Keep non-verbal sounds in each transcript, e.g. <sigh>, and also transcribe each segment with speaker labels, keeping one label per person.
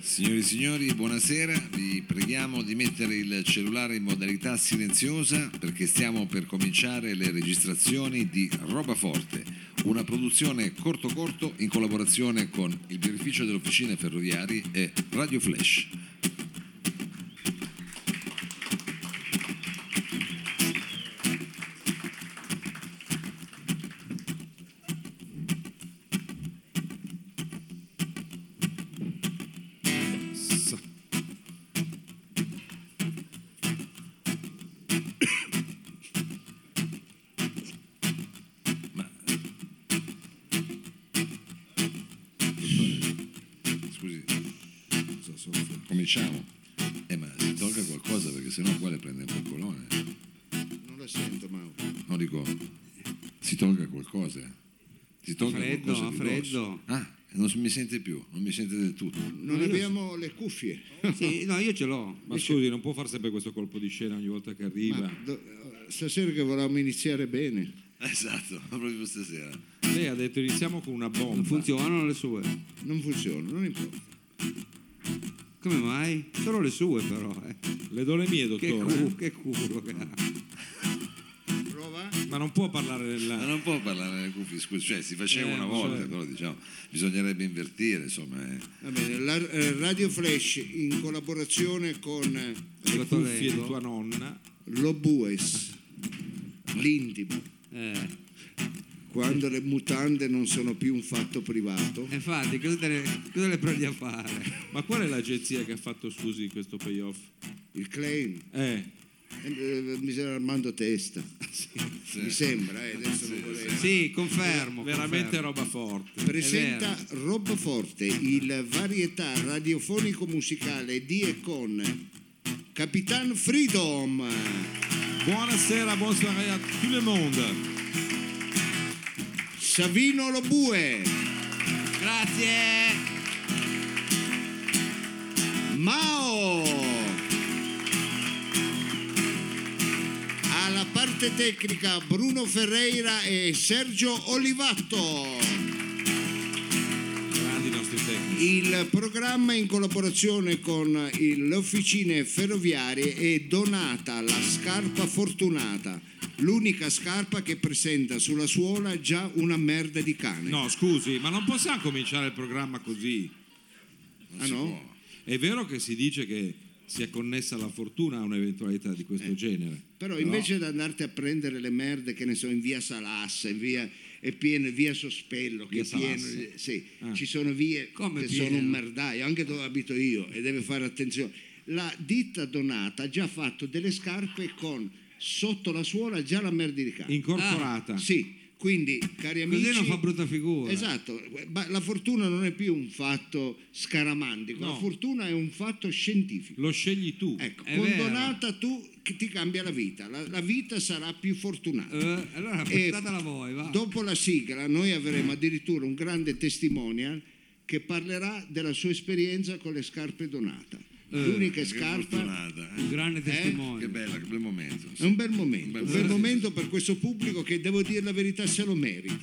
Speaker 1: Signore e signori, buonasera. Vi preghiamo di mettere il cellulare in modalità silenziosa perché stiamo per cominciare le registrazioni di Roba Forte, una produzione corto corto in collaborazione con il birrificio delle officine ferroviarie e Radio Flash. Ma scusi, non so, so- cominciamo. Eh ma si tolga qualcosa perché sennò qua le prende un po' il colone.
Speaker 2: Non la sento, Mauro.
Speaker 1: No, dico, si tolga qualcosa. eh. Si tolga
Speaker 3: Freddo,
Speaker 1: qualcosa di
Speaker 3: freddo.
Speaker 1: grosso. Ah, non mi sente più, non mi sente del tutto.
Speaker 2: Non
Speaker 3: io
Speaker 2: abbiamo le cuffie.
Speaker 3: Sì, no, io ce l'ho.
Speaker 4: Ma scusi, non può far sempre questo colpo di scena ogni volta che arriva.
Speaker 3: Ah.
Speaker 2: Ma do- eh, stasera che volevamo iniziare bene.
Speaker 1: Esatto, <laughs> proprio stasera.
Speaker 4: Lei ha detto iniziamo con una bomba.
Speaker 3: Non funzionano le sue.
Speaker 2: Non funziona, non importa.
Speaker 3: Come mai? Solo le sue però, eh.
Speaker 4: Le do le mie,
Speaker 3: Che,
Speaker 4: dottore.
Speaker 3: cu- che culo che ha.
Speaker 2: Prova?
Speaker 4: Ma non può parlare
Speaker 1: Ma
Speaker 4: nella...
Speaker 1: non può parlare nelle cuffie, scusi, cioè si faceva
Speaker 4: Eh,
Speaker 1: una
Speaker 4: lo
Speaker 1: volta,
Speaker 4: so.
Speaker 1: però diciamo, bisognerebbe invertire, insomma. eh.
Speaker 2: Va bene, la eh, Radio Flash in collaborazione con eh,
Speaker 4: Le
Speaker 3: Dottore,
Speaker 4: cuffie di
Speaker 3: no?
Speaker 4: tua nonna.
Speaker 2: lo Bues, l'intimo,
Speaker 3: Eh.
Speaker 2: quando le mutande non sono più un fatto privato.
Speaker 3: Infatti, cosa, te ne- cosa le prendi a fare?
Speaker 4: Ma qual è l'agenzia che ha fatto, scusi, questo payoff?
Speaker 2: Il claim,
Speaker 4: Eh,
Speaker 2: eh, eh, mi sembra Armando Testa. <laughs> Mi sembra, eh, adesso non vorrei.
Speaker 3: Sì, confermo.
Speaker 4: veramente
Speaker 3: confermo.
Speaker 4: roba forte.
Speaker 2: Presenta Rob Forte, il varietà radiofonico musicale di e con Capitan Freedom.
Speaker 4: Buonasera, buonasera a tout le monde.
Speaker 2: Savino Lobue,
Speaker 3: Grazie!
Speaker 2: Mao. Alla parte tecnica Bruno Ferreira e Sergio Olivatto.
Speaker 4: Grandi i nostri tecnici.
Speaker 2: Il programma in collaborazione con il- le officine ferroviarie è donata la scarpa fortunata, l'unica scarpa che presenta sulla suola già una merda di cane.
Speaker 4: No, scusi, ma non possiamo cominciare il programma così.
Speaker 2: Ah, no?
Speaker 4: È vero che si dice che sia connessa la fortuna a un'eventualità di questo genere.
Speaker 2: Però invece di andarti a prendere le merde che ne so in via Salassa, in via, è pieno, via Sospello, che
Speaker 4: Via
Speaker 2: è pieno,
Speaker 4: Salassa.
Speaker 2: sì,
Speaker 4: Ah.
Speaker 2: ci sono vie
Speaker 3: Come
Speaker 2: che
Speaker 3: pieno?
Speaker 2: sono un merdaio, anche dove abito io e deve fare attenzione. La ditta donata ha già fatto delle scarpe con sotto la suola già la merda di cane.
Speaker 4: Incorporata.
Speaker 2: Ah, Sì, quindi cari amici...
Speaker 3: Così non fa brutta figura.
Speaker 2: Esatto, ma la fortuna non è più un fatto scaramantico,
Speaker 4: No.
Speaker 2: la fortuna è un fatto scientifico.
Speaker 4: Lo scegli tu.
Speaker 2: Ecco,
Speaker 3: È
Speaker 2: con
Speaker 3: vero.
Speaker 2: Donata tu che ti cambia la vita, la, la vita sarà più fortunata.
Speaker 3: Eh, allora
Speaker 2: E
Speaker 3: portatela voi, va.
Speaker 2: Dopo la sigla noi avremo addirittura un grande testimonial che parlerà della sua esperienza con le scarpe Donata.
Speaker 3: Eh,
Speaker 2: L'unica
Speaker 1: Che
Speaker 2: scarpa...
Speaker 1: fortunata,
Speaker 3: Un
Speaker 1: eh.
Speaker 3: grande testimone.
Speaker 1: Che bella, che bel momento.
Speaker 2: È un bel momento,
Speaker 1: Un bel
Speaker 2: un bel
Speaker 3: eh.
Speaker 1: momento.
Speaker 2: momento per questo pubblico che devo dire la verità se lo merita.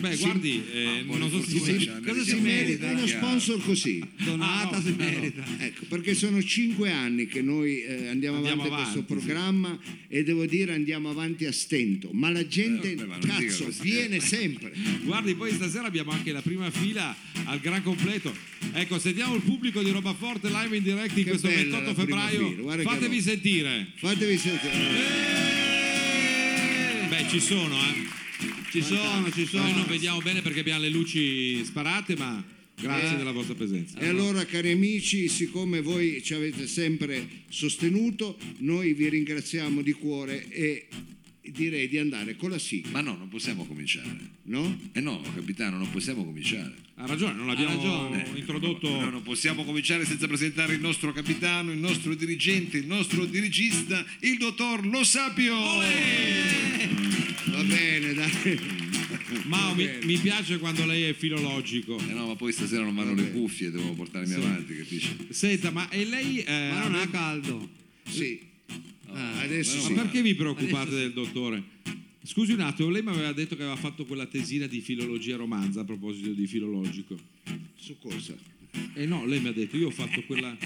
Speaker 4: Beh, guardi, eh,
Speaker 1: buone
Speaker 4: non so se
Speaker 1: fortune,
Speaker 4: si-
Speaker 1: cioè,
Speaker 3: cosa si
Speaker 1: meritiamo
Speaker 3: merita?
Speaker 1: tutti.
Speaker 2: uno sponsor così.
Speaker 3: Donata
Speaker 4: Ah, no,
Speaker 3: si
Speaker 4: no.
Speaker 3: merita.
Speaker 2: Ecco, perché sono cinque anni che noi eh, andiamo,
Speaker 4: Andiamo
Speaker 2: avanti,
Speaker 4: avanti,
Speaker 2: a questo programma e devo dire andiamo avanti a stento, ma la gente,
Speaker 1: Eh, vabbè, ma non dica
Speaker 2: cazzo,
Speaker 1: così.
Speaker 2: viene sempre.
Speaker 4: Guardi, poi stasera abbiamo anche la prima fila al gran completo. Ecco, sentiamo il pubblico di Roba Forte live in direct in
Speaker 2: Che
Speaker 4: questo
Speaker 2: bella la
Speaker 4: 28
Speaker 2: prima fila,
Speaker 4: febbraio.
Speaker 2: guarda che
Speaker 4: Fatevi
Speaker 2: roba.
Speaker 4: sentire.
Speaker 2: Fatevi sentire.
Speaker 4: Beh, ci sono, eh.
Speaker 3: Ci sono, ci
Speaker 4: Noi non
Speaker 3: sono.
Speaker 4: vediamo bene perché abbiamo le luci sparate, ma grazie
Speaker 2: Eh.
Speaker 4: della vostra presenza.
Speaker 2: E allora cari amici, siccome voi ci avete sempre sostenuto, noi vi ringraziamo di cuore e direi di andare con la sigla,
Speaker 1: Ma no, non possiamo cominciare.
Speaker 2: no?
Speaker 1: Eh no, capitano, non possiamo cominciare. Eh,
Speaker 4: Ha ragione, non l'abbiamo
Speaker 3: ragione.
Speaker 4: introdotto.
Speaker 1: No, non possiamo cominciare senza presentare il nostro capitano, il nostro dirigente, il nostro dirigista, il dottor Lo Sapio.
Speaker 3: Eh,
Speaker 2: Va bene, dai.
Speaker 4: Mao, mi, mi piace quando lei è filologico.
Speaker 1: Eh no, ma poi stasera non vanno le
Speaker 2: Vabbè.
Speaker 1: cuffie, devo portarmi avanti, capisci?
Speaker 4: Senta, ma e lei. eh,
Speaker 3: Ma non ha caldo.
Speaker 2: Sì.
Speaker 1: Ah,
Speaker 2: adesso
Speaker 1: ma
Speaker 2: sì.
Speaker 4: Ma perché vi preoccupate
Speaker 3: Adesso sì.
Speaker 4: del dottore? Scusi un attimo, lei mi aveva detto che aveva fatto quella tesina di filologia romanza a proposito di filologico.
Speaker 2: Su cosa?
Speaker 4: Eh no, lei mi ha detto, io ho fatto quel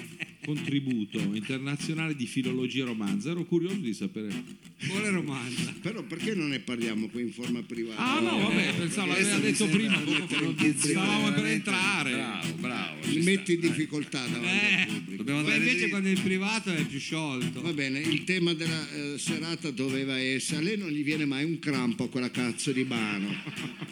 Speaker 4: contributo internazionale di filologia romanza, ero curioso di sapere.
Speaker 3: Vuole romanza.
Speaker 2: Però perché non ne parliamo qui in forma privata?
Speaker 4: Ah no, vabbè, pensavo, l'aveva detto prima, poco fa, stavamo per entrare.
Speaker 1: Bravo, bravo.
Speaker 2: Mi
Speaker 1: ci
Speaker 2: metti in
Speaker 1: sta, dai.
Speaker 2: difficoltà davanti al pubblico.
Speaker 1: Dobbiamo
Speaker 3: Poi
Speaker 1: andare
Speaker 3: Eh, invece
Speaker 1: dritti.
Speaker 3: quando è in privato è più sciolto.
Speaker 2: Va bene, il tema della eh, serata doveva essere. A lei non gli viene mai un crampo a quella cazzo di mano.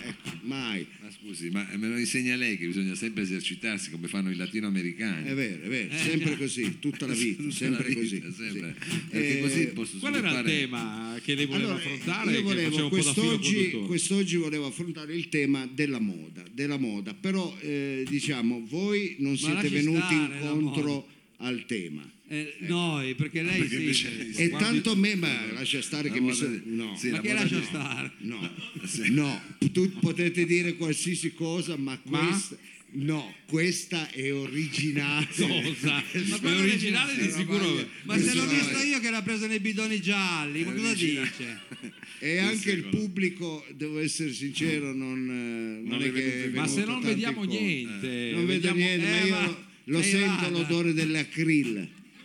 Speaker 2: Ecco, mai.
Speaker 1: Ma scusi, ma me lo insegna lei che bisogna sempre esercitarsi come fanno i latinoamericani.
Speaker 2: È vero, è vero, sempre così, tutta la vita,
Speaker 1: Tutta
Speaker 2: Eh, sempre
Speaker 1: la vita,
Speaker 2: così.
Speaker 1: sempre.
Speaker 2: sì.
Speaker 1: Perché
Speaker 2: Eh,
Speaker 1: così posso
Speaker 4: Qual era il
Speaker 1: sviluppare-
Speaker 4: tema che lei voleva
Speaker 2: Allora,
Speaker 4: affrontare?
Speaker 2: io
Speaker 4: che faceva
Speaker 2: volevo,
Speaker 4: un po' da filo
Speaker 2: quest'oggi,
Speaker 4: conduttore?
Speaker 2: quest'oggi volevo affrontare il tema della moda, della moda. però eh, diciamo voi non siete
Speaker 3: lasci
Speaker 2: venuti
Speaker 3: stare la
Speaker 2: incontro
Speaker 3: moda.
Speaker 2: al tema.
Speaker 3: Eh, Noi, perché lei
Speaker 1: Perché
Speaker 3: sì. eh,
Speaker 1: invece-
Speaker 2: E tanto me, ma lascia stare
Speaker 1: La
Speaker 2: che mi
Speaker 1: moda-
Speaker 2: sono... No,
Speaker 1: sì,
Speaker 3: Ma
Speaker 1: la
Speaker 3: che
Speaker 1: moda
Speaker 3: lascia
Speaker 1: no.
Speaker 3: stare?
Speaker 2: no,
Speaker 1: Sì.
Speaker 2: no, tu potete dire qualsiasi cosa, ma
Speaker 4: Ma?
Speaker 2: questa... No, questa è originale. <laughs>
Speaker 4: Cosa?
Speaker 3: Ma
Speaker 4: Ma
Speaker 3: quello è
Speaker 4: l'originale di
Speaker 3: originale,
Speaker 4: sicuro.
Speaker 3: Ma se
Speaker 1: Questo
Speaker 3: l'ho
Speaker 1: no,
Speaker 3: visto
Speaker 1: eh.
Speaker 3: io che l'ha preso nei bidoni gialli, ma cosa
Speaker 1: vicino.
Speaker 3: dice?
Speaker 2: E anche il
Speaker 1: secolo.
Speaker 2: pubblico, devo essere sincero, non, eh, non
Speaker 1: Non
Speaker 2: è
Speaker 1: è venuto
Speaker 2: che... è
Speaker 1: in-
Speaker 4: Ma se
Speaker 2: venuto
Speaker 4: non
Speaker 2: tanti
Speaker 4: vediamo
Speaker 2: incontri.
Speaker 4: niente,
Speaker 2: Non vedo
Speaker 4: vediamo-
Speaker 2: niente, ma
Speaker 4: eh,
Speaker 2: io
Speaker 4: ma
Speaker 2: lo- lo
Speaker 3: lei
Speaker 2: sento
Speaker 3: vada.
Speaker 2: l'odore delle acril.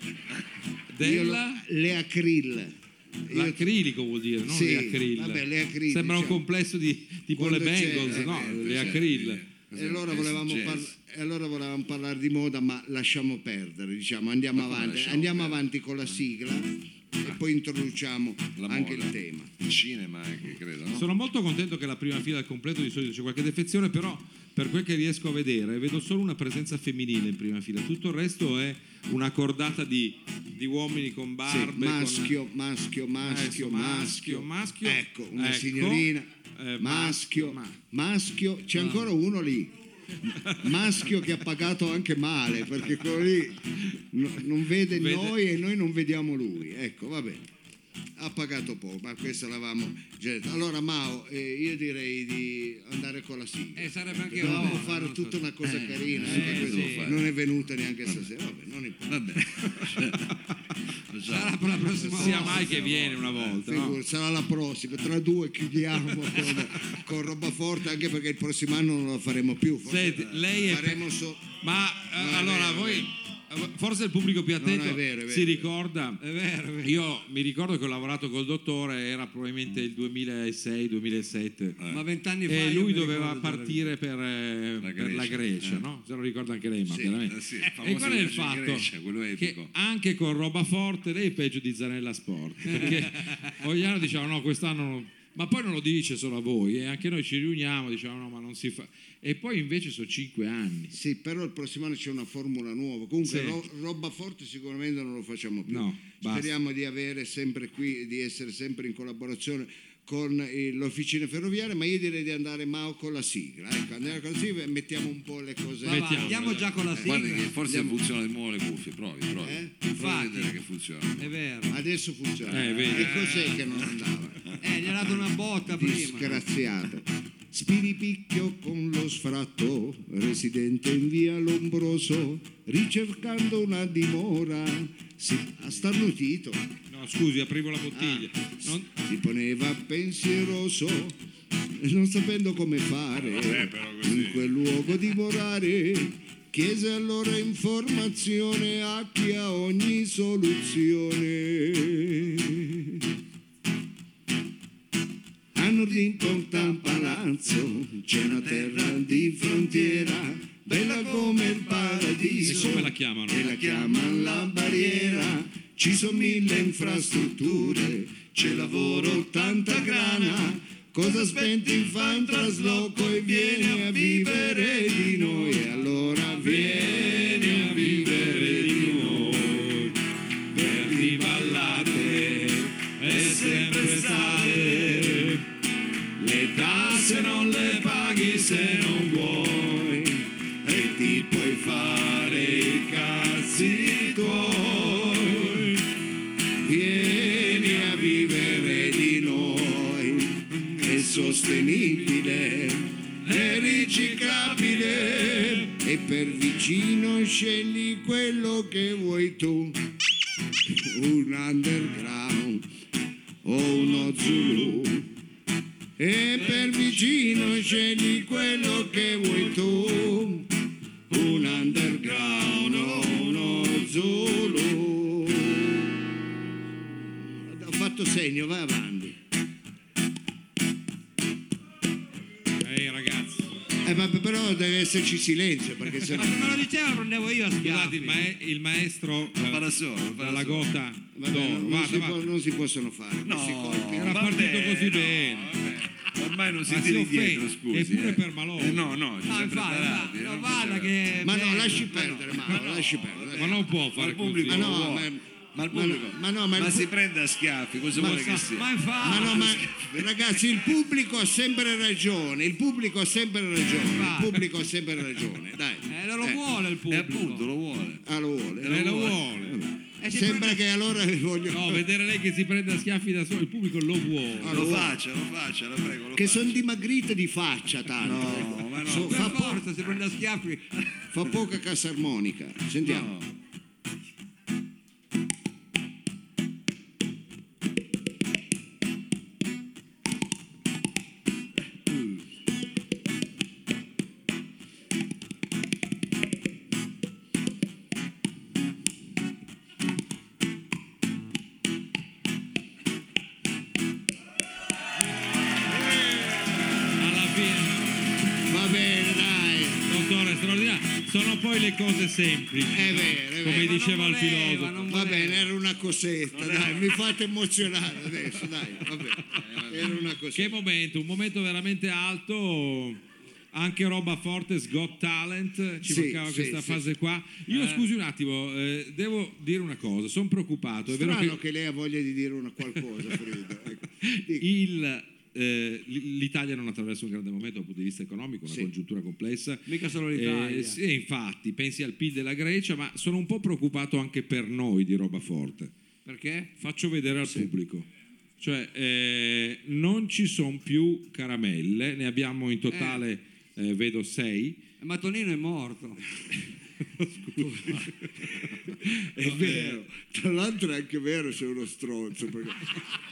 Speaker 2: Io lo-
Speaker 4: della
Speaker 2: le acril. Io-
Speaker 4: L'acrilico vuol dire, non
Speaker 2: Sì,
Speaker 4: le acril.
Speaker 2: vabbè, le acril,
Speaker 4: Sembra un
Speaker 2: diciamo.
Speaker 4: complesso di tipo
Speaker 2: Quando
Speaker 4: le
Speaker 2: c'è-
Speaker 4: Bengals,
Speaker 2: eh,
Speaker 4: no?
Speaker 1: certo,
Speaker 4: le
Speaker 1: certo,
Speaker 4: acril.
Speaker 1: eh. Cos'è-
Speaker 2: E allora,
Speaker 1: è
Speaker 2: volevamo
Speaker 1: successo?
Speaker 2: par- e allora volevamo parlare di moda, ma lasciamo perdere, diciamo, andiamo
Speaker 1: come
Speaker 2: avanti.
Speaker 1: lasciamo
Speaker 2: Andiamo
Speaker 1: perdere? Ah.
Speaker 2: avanti con la sigla e poi introduciamo
Speaker 1: La
Speaker 2: anche
Speaker 1: moda.
Speaker 2: il tema.
Speaker 1: Il cinema anche, credo, no?
Speaker 4: Sono molto contento che la prima fila al completo di solito c'è qualche defezione, però per quel che riesco a vedere vedo solo una presenza femminile in prima fila, tutto il resto è una cordata di, di uomini con
Speaker 2: Sì,
Speaker 4: barbe. con-
Speaker 2: maschio, maschio, maschio, maschio,
Speaker 4: Adesso maschio, maschio.
Speaker 2: Ecco, una
Speaker 4: Ecco.
Speaker 2: signorina.
Speaker 4: Eh,
Speaker 2: maschio,
Speaker 4: ma-
Speaker 2: maschio. C'è ancora uno lì. Maschio che ha pagato anche male perché quello lì no- non vede,
Speaker 4: Vede-
Speaker 2: noi e noi non vediamo lui. Ecco, va bene. Ha pagato poco, ma questo l'avamo già detto. Allora, Mao, eh, io direi di andare con la sigla.
Speaker 3: Eh, sarebbe anche
Speaker 2: Dovevamo
Speaker 3: ora,
Speaker 2: fare
Speaker 3: non so.
Speaker 2: tutta una cosa carina,
Speaker 1: eh,
Speaker 2: anche
Speaker 1: sì.
Speaker 2: questo.
Speaker 1: devo fare.
Speaker 2: non è venuta neanche stasera. Vabbè, non importa.
Speaker 1: Vabbè. <laughs>
Speaker 2: Ah,
Speaker 3: Sarà per la prossima
Speaker 4: Sia
Speaker 3: volta.
Speaker 4: mai che viene una volta. no?
Speaker 2: Figurati, sarà la prossima, tra due chiudiamo con, con roba forte anche perché il prossimo anno non la faremo più. Forse
Speaker 4: Senti, lei è-
Speaker 2: faremo so-
Speaker 4: Ma eh,
Speaker 2: No, è
Speaker 4: allora
Speaker 2: vero,
Speaker 4: voi, eh, forse il pubblico più
Speaker 2: no, è
Speaker 4: attento
Speaker 2: vero, è vero,
Speaker 4: si
Speaker 2: è vero.
Speaker 4: ricorda.
Speaker 3: È vero, è vero.
Speaker 4: Io mi ricordo che ho lavorato col dottore, era probabilmente il 2006-2007.
Speaker 1: Eh.
Speaker 3: Ma vent'anni fa.
Speaker 4: E
Speaker 3: io
Speaker 4: lui
Speaker 3: mi ricordo della
Speaker 4: doveva
Speaker 3: vita.
Speaker 4: partire per, eh,
Speaker 1: La
Speaker 4: per la
Speaker 1: Grecia.
Speaker 4: Grecia, no? Se lo ricorda anche lei, ma
Speaker 2: Sì,
Speaker 4: veramente.
Speaker 1: eh sì, il
Speaker 4: e
Speaker 1: famoso
Speaker 4: qual è il
Speaker 1: viaggio in
Speaker 4: fatto?
Speaker 1: Grecia, quello
Speaker 4: che
Speaker 1: epico.
Speaker 4: anche con roba forte lei è peggio di Zanella Sport. eh, Perché ogni anno diceva no, quest'anno. non- Ma poi non lo dice solo a voi, e anche noi ci riuniamo, diciamo no, ma non si fa. E poi invece sono cinque anni.
Speaker 2: Sì, però il prossimo anno c'è una formula nuova. Comunque
Speaker 4: Sì.
Speaker 2: ro- roba forte sicuramente non lo facciamo più.
Speaker 4: No, basta.
Speaker 2: Speriamo di avere sempre qui, di essere sempre in collaborazione con eh, l'officina ferroviaria, ma io direi di andare Mao con la sigla. Ecco, andiamo con la sigla e mettiamo un po' le cose.
Speaker 3: Ma va,
Speaker 4: Mettiamo,
Speaker 3: andiamo già con la
Speaker 1: Guarda che
Speaker 3: sigla.
Speaker 1: forse funzionano di nuovo le cuffie, provi, provi.
Speaker 2: Eh?
Speaker 1: Provi a
Speaker 3: Infatti.
Speaker 1: vedere che funziona.
Speaker 3: È vero.
Speaker 2: Adesso funziona.
Speaker 4: Eh, vedi.
Speaker 2: e cos'è che non andava?
Speaker 3: Eh, gli ha dato una botta prima.
Speaker 2: Disgraziato. Spiripicchio con lo sfratto, residente in via Lombroso, ricercando una dimora. Si ha starnutito,
Speaker 4: No, scusi, aprivo la bottiglia.
Speaker 2: Ah.
Speaker 4: Non-
Speaker 2: si poneva pensieroso, non sapendo come fare in quel luogo dimorare. Chiese allora informazione a chi ha ogni soluzione. A nord in Ponta a Palazzo c'è una terra di frontiera, bella come il paradiso.
Speaker 4: E come la chiamano?
Speaker 2: E la chiamano la barriera. Ci sono mille infrastrutture, c'è lavoro, tanta grana. Cosa aspetti, fa un trasloco e vieni a vivere di noi. E Allora vieni a vivere di noi, verdi ballate e sempre state. Le tasse non le paghi se non vuoi e ti puoi fare i cazzi tuoi. Vieni a vivere di noi, è sostenibile, è riciclabile e per vicino scegli quello che vuoi tu. Un underground o uno zulu. E per vicino scegli quello che vuoi tu, un underground Eh, ma però deve esserci silenzio perché se
Speaker 3: Ma
Speaker 2: no.
Speaker 3: se me lo diceva lo prendevo io a
Speaker 4: Guardate,
Speaker 3: schiaffi.
Speaker 4: il, mae- il maestro eh,
Speaker 1: Farà solo, farà
Speaker 4: dalla
Speaker 1: solo.
Speaker 4: gota
Speaker 2: Vabbè,
Speaker 4: d'oro.
Speaker 2: non,
Speaker 4: Guarda,
Speaker 2: si
Speaker 4: va.
Speaker 2: po- non si possono fare
Speaker 1: No,
Speaker 2: questi colpi.
Speaker 4: Era
Speaker 1: vabbè,
Speaker 4: partito così
Speaker 1: no,
Speaker 4: bene.
Speaker 1: vabbè. Ormai non si
Speaker 4: Ma
Speaker 1: tiene
Speaker 4: si offende,
Speaker 1: dietro, scusi.
Speaker 4: eppure
Speaker 1: eh.
Speaker 4: per Malone.
Speaker 1: Eh, no, no, ci
Speaker 3: No,
Speaker 1: siamo
Speaker 3: infatti,
Speaker 1: preparati.
Speaker 3: infatti,
Speaker 1: eh,
Speaker 3: no,
Speaker 1: non
Speaker 3: Ah,
Speaker 1: c'era-
Speaker 3: guarda che...
Speaker 2: Ma no,
Speaker 3: bene.
Speaker 2: lasci perdere, Mauro, lasci perdere.
Speaker 4: Ma non può
Speaker 1: Ma
Speaker 4: fare
Speaker 1: il pubblico
Speaker 4: così.
Speaker 2: Ma no,
Speaker 1: lo vuole.
Speaker 2: ma-
Speaker 1: ma il
Speaker 2: ma
Speaker 1: pubblico
Speaker 2: no, ma no, ma il
Speaker 1: ma
Speaker 2: pu-
Speaker 1: si prende a schiaffi, cosa vuole che sia?
Speaker 3: Ma infatti,
Speaker 2: Ma no, ma ragazzi, il pubblico ha sempre ragione, il pubblico ha sempre ragione, il pubblico ha sempre ragione, dai.
Speaker 3: Eh, non lo vuole il
Speaker 1: E
Speaker 3: pubblico.
Speaker 1: appunto lo vuole.
Speaker 2: Ah, lo vuole.
Speaker 4: Lei Eh, lo vuole.
Speaker 3: Eh, si
Speaker 2: Sembra che allora voglio...
Speaker 4: No, vedere lei che si prende a schiaffi da solo, il pubblico lo vuole.
Speaker 2: Ah,
Speaker 1: Lo
Speaker 2: lo vuole.
Speaker 1: faccia, lo faccia, la prego. Lo
Speaker 2: Che
Speaker 1: faccia.
Speaker 2: sono dimagrite di faccia tanto. ecco.
Speaker 1: No, ma no.
Speaker 2: So-
Speaker 3: prende-
Speaker 2: fa,
Speaker 3: Per forza, si prende a schiaffi.
Speaker 2: fa poca cassa armonica. Sentiamo.
Speaker 1: No.
Speaker 2: Ah.
Speaker 4: Alla fine,
Speaker 2: Va bene, dai.
Speaker 4: dottore straordinario. Sono poi le cose semplici.
Speaker 2: È
Speaker 4: no?
Speaker 2: vero, è
Speaker 4: Come
Speaker 2: vero.
Speaker 4: diceva
Speaker 3: Ma non
Speaker 4: il
Speaker 3: voleva,
Speaker 4: filosofo.
Speaker 3: non
Speaker 2: Va
Speaker 3: voleva.
Speaker 2: bene, era una cosetta, dai, mi fate emozionare adesso, dai, va bene. Era una
Speaker 4: Che
Speaker 2: cosetta.
Speaker 4: momento, un momento veramente alto. Anche roba forte, Got Talent, ci
Speaker 2: Sì,
Speaker 4: mancava
Speaker 2: sì,
Speaker 4: questa
Speaker 2: sì.
Speaker 4: fase qua. Io scusi un attimo, eh, devo dire una cosa, sono preoccupato. È vero
Speaker 2: Strano
Speaker 4: che
Speaker 2: che... lei ha voglia di dire una qualcosa, Frido. Ecco.
Speaker 4: <laughs>
Speaker 2: Dica.
Speaker 4: il, eh, l- l'Italia non attraversa un grande momento dal punto di vista economico, una
Speaker 2: Sì.
Speaker 4: congiuntura complessa.
Speaker 3: Mica solo l'Italia.
Speaker 4: Eh, sì, infatti, pensi al PIL della Grecia, ma sono un po' preoccupato anche per noi di roba forte.
Speaker 3: Perché?
Speaker 4: Faccio vedere al pubblico. Cioè, eh, non ci sono più caramelle, ne abbiamo in totale, eh, vedo, sei.
Speaker 3: Ma Tonino è morto.
Speaker 2: È vero, tra l'altro è anche vero sei uno stronzo, perché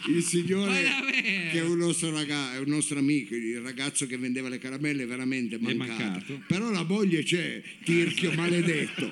Speaker 2: il signore
Speaker 3: Ma è vero.
Speaker 2: che è un nostro, raga- è un nostro amico, il ragazzo che vendeva le caramelle è veramente mancato.
Speaker 4: mancato.
Speaker 2: Però la moglie c'è, Tirchio maledetto.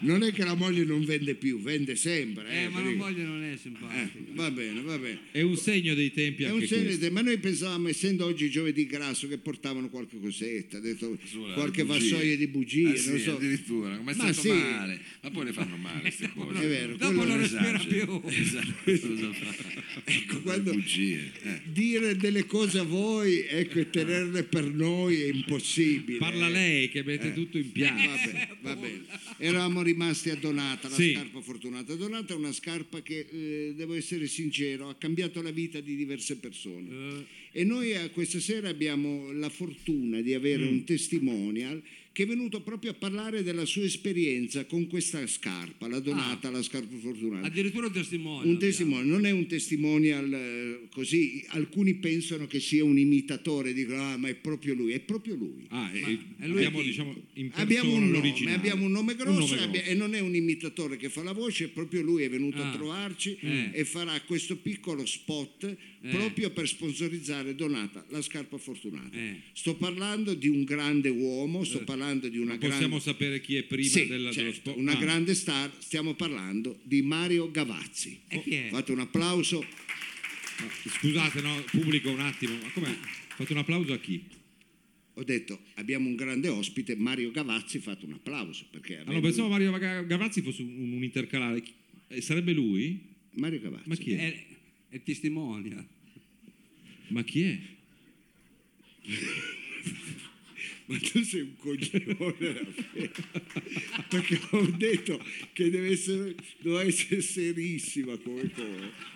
Speaker 2: Non è che la moglie non vende più, vende sempre.
Speaker 3: Eh,
Speaker 2: eh,
Speaker 3: ma
Speaker 2: per
Speaker 3: non
Speaker 2: dire.
Speaker 3: voglio non è
Speaker 2: Eh,
Speaker 3: simpatico.
Speaker 2: va bene, va bene.
Speaker 4: Eh, È un segno dei tempi
Speaker 2: È
Speaker 4: anche
Speaker 2: un segno
Speaker 4: questo.
Speaker 2: di- ma noi pensavamo, essendo oggi giovedì grasso, che portavano qualche cosetta, detto,
Speaker 1: Sulla
Speaker 2: qualche
Speaker 1: bugia.
Speaker 2: vassoia di bugie,
Speaker 1: Ah, sì,
Speaker 2: non so.
Speaker 1: addirittura, ma è stato
Speaker 2: Ma sì.
Speaker 1: male. Ma poi le fanno male queste cose.
Speaker 2: È vero,
Speaker 3: Dopo
Speaker 2: quello
Speaker 3: non
Speaker 2: è-
Speaker 3: respira
Speaker 1: Esagero.
Speaker 3: più.
Speaker 1: Esatto, <laughs> cosa fa? Ecco,
Speaker 2: quando-
Speaker 1: le bugie. eh.
Speaker 2: Dire delle cose a voi ecco, e tenerle per noi è impossibile.
Speaker 4: Parla lei che mette tutto in
Speaker 2: Eh,
Speaker 4: piano.
Speaker 2: Va bene, va bene. Eravamo rimasti a Donata, la
Speaker 4: Sì.
Speaker 2: scarpa fortunata. Donata è una scarpa che, eh, devo essere sincero, ha cambiato la vita di diverse persone. E noi eh, questa sera abbiamo la fortuna di
Speaker 4: Mm.
Speaker 2: avere un testimonial che è venuto proprio a parlare della sua esperienza con questa scarpa, la
Speaker 4: Ah.
Speaker 2: Donata, la scarpa fortunata.
Speaker 3: Addirittura un testimone.
Speaker 2: Eh. Un testimone, non è un testimonial eh, così, alcuni pensano che sia un imitatore, dicono ah ma è proprio lui, è proprio lui.
Speaker 4: Ah, e-
Speaker 3: è lui
Speaker 4: abbiamo,
Speaker 3: che-
Speaker 4: diciamo, in persona
Speaker 2: Abbiamo un, nome,
Speaker 4: l'originale.
Speaker 2: abbiamo un nome grosso,
Speaker 4: nome
Speaker 2: abbia- e non è un imitatore che fa la voce, è proprio lui è venuto a
Speaker 3: Ah,
Speaker 2: trovarci
Speaker 3: eh.
Speaker 2: e farà questo piccolo spot proprio per sponsorizzare Donata, la scarpa fortunata.
Speaker 3: Eh.
Speaker 2: Sto parlando di un grande uomo, sto parlando di eh, una grande...
Speaker 4: Possiamo sapere chi è prima
Speaker 2: Sì,
Speaker 4: della, dello
Speaker 2: certo,
Speaker 4: sport.
Speaker 2: una
Speaker 4: Ah,
Speaker 2: grande star, stiamo parlando di Mario Gavazzi.
Speaker 3: E chi è?
Speaker 2: Fate un applauso
Speaker 4: ma Scusate, no, pubblico un attimo. Ma com'è? Fate un applauso a chi?
Speaker 2: Ho detto abbiamo un grande ospite, Mario Gavazzi, fate un applauso perché
Speaker 4: Allora,
Speaker 2: avendo-
Speaker 4: Ah, pensavo Mario Ga- Gavazzi fosse un, un intercalare. Chi- eh, Sarebbe lui?
Speaker 2: Mario Gavazzi.
Speaker 4: Ma chi è?
Speaker 3: È, è testimonial.
Speaker 4: Ma chi è?
Speaker 2: Ma tu sei un
Speaker 4: <laughs>
Speaker 2: coglione Raffaele. perché ho detto che deve essere, doveva essere serissima come cosa.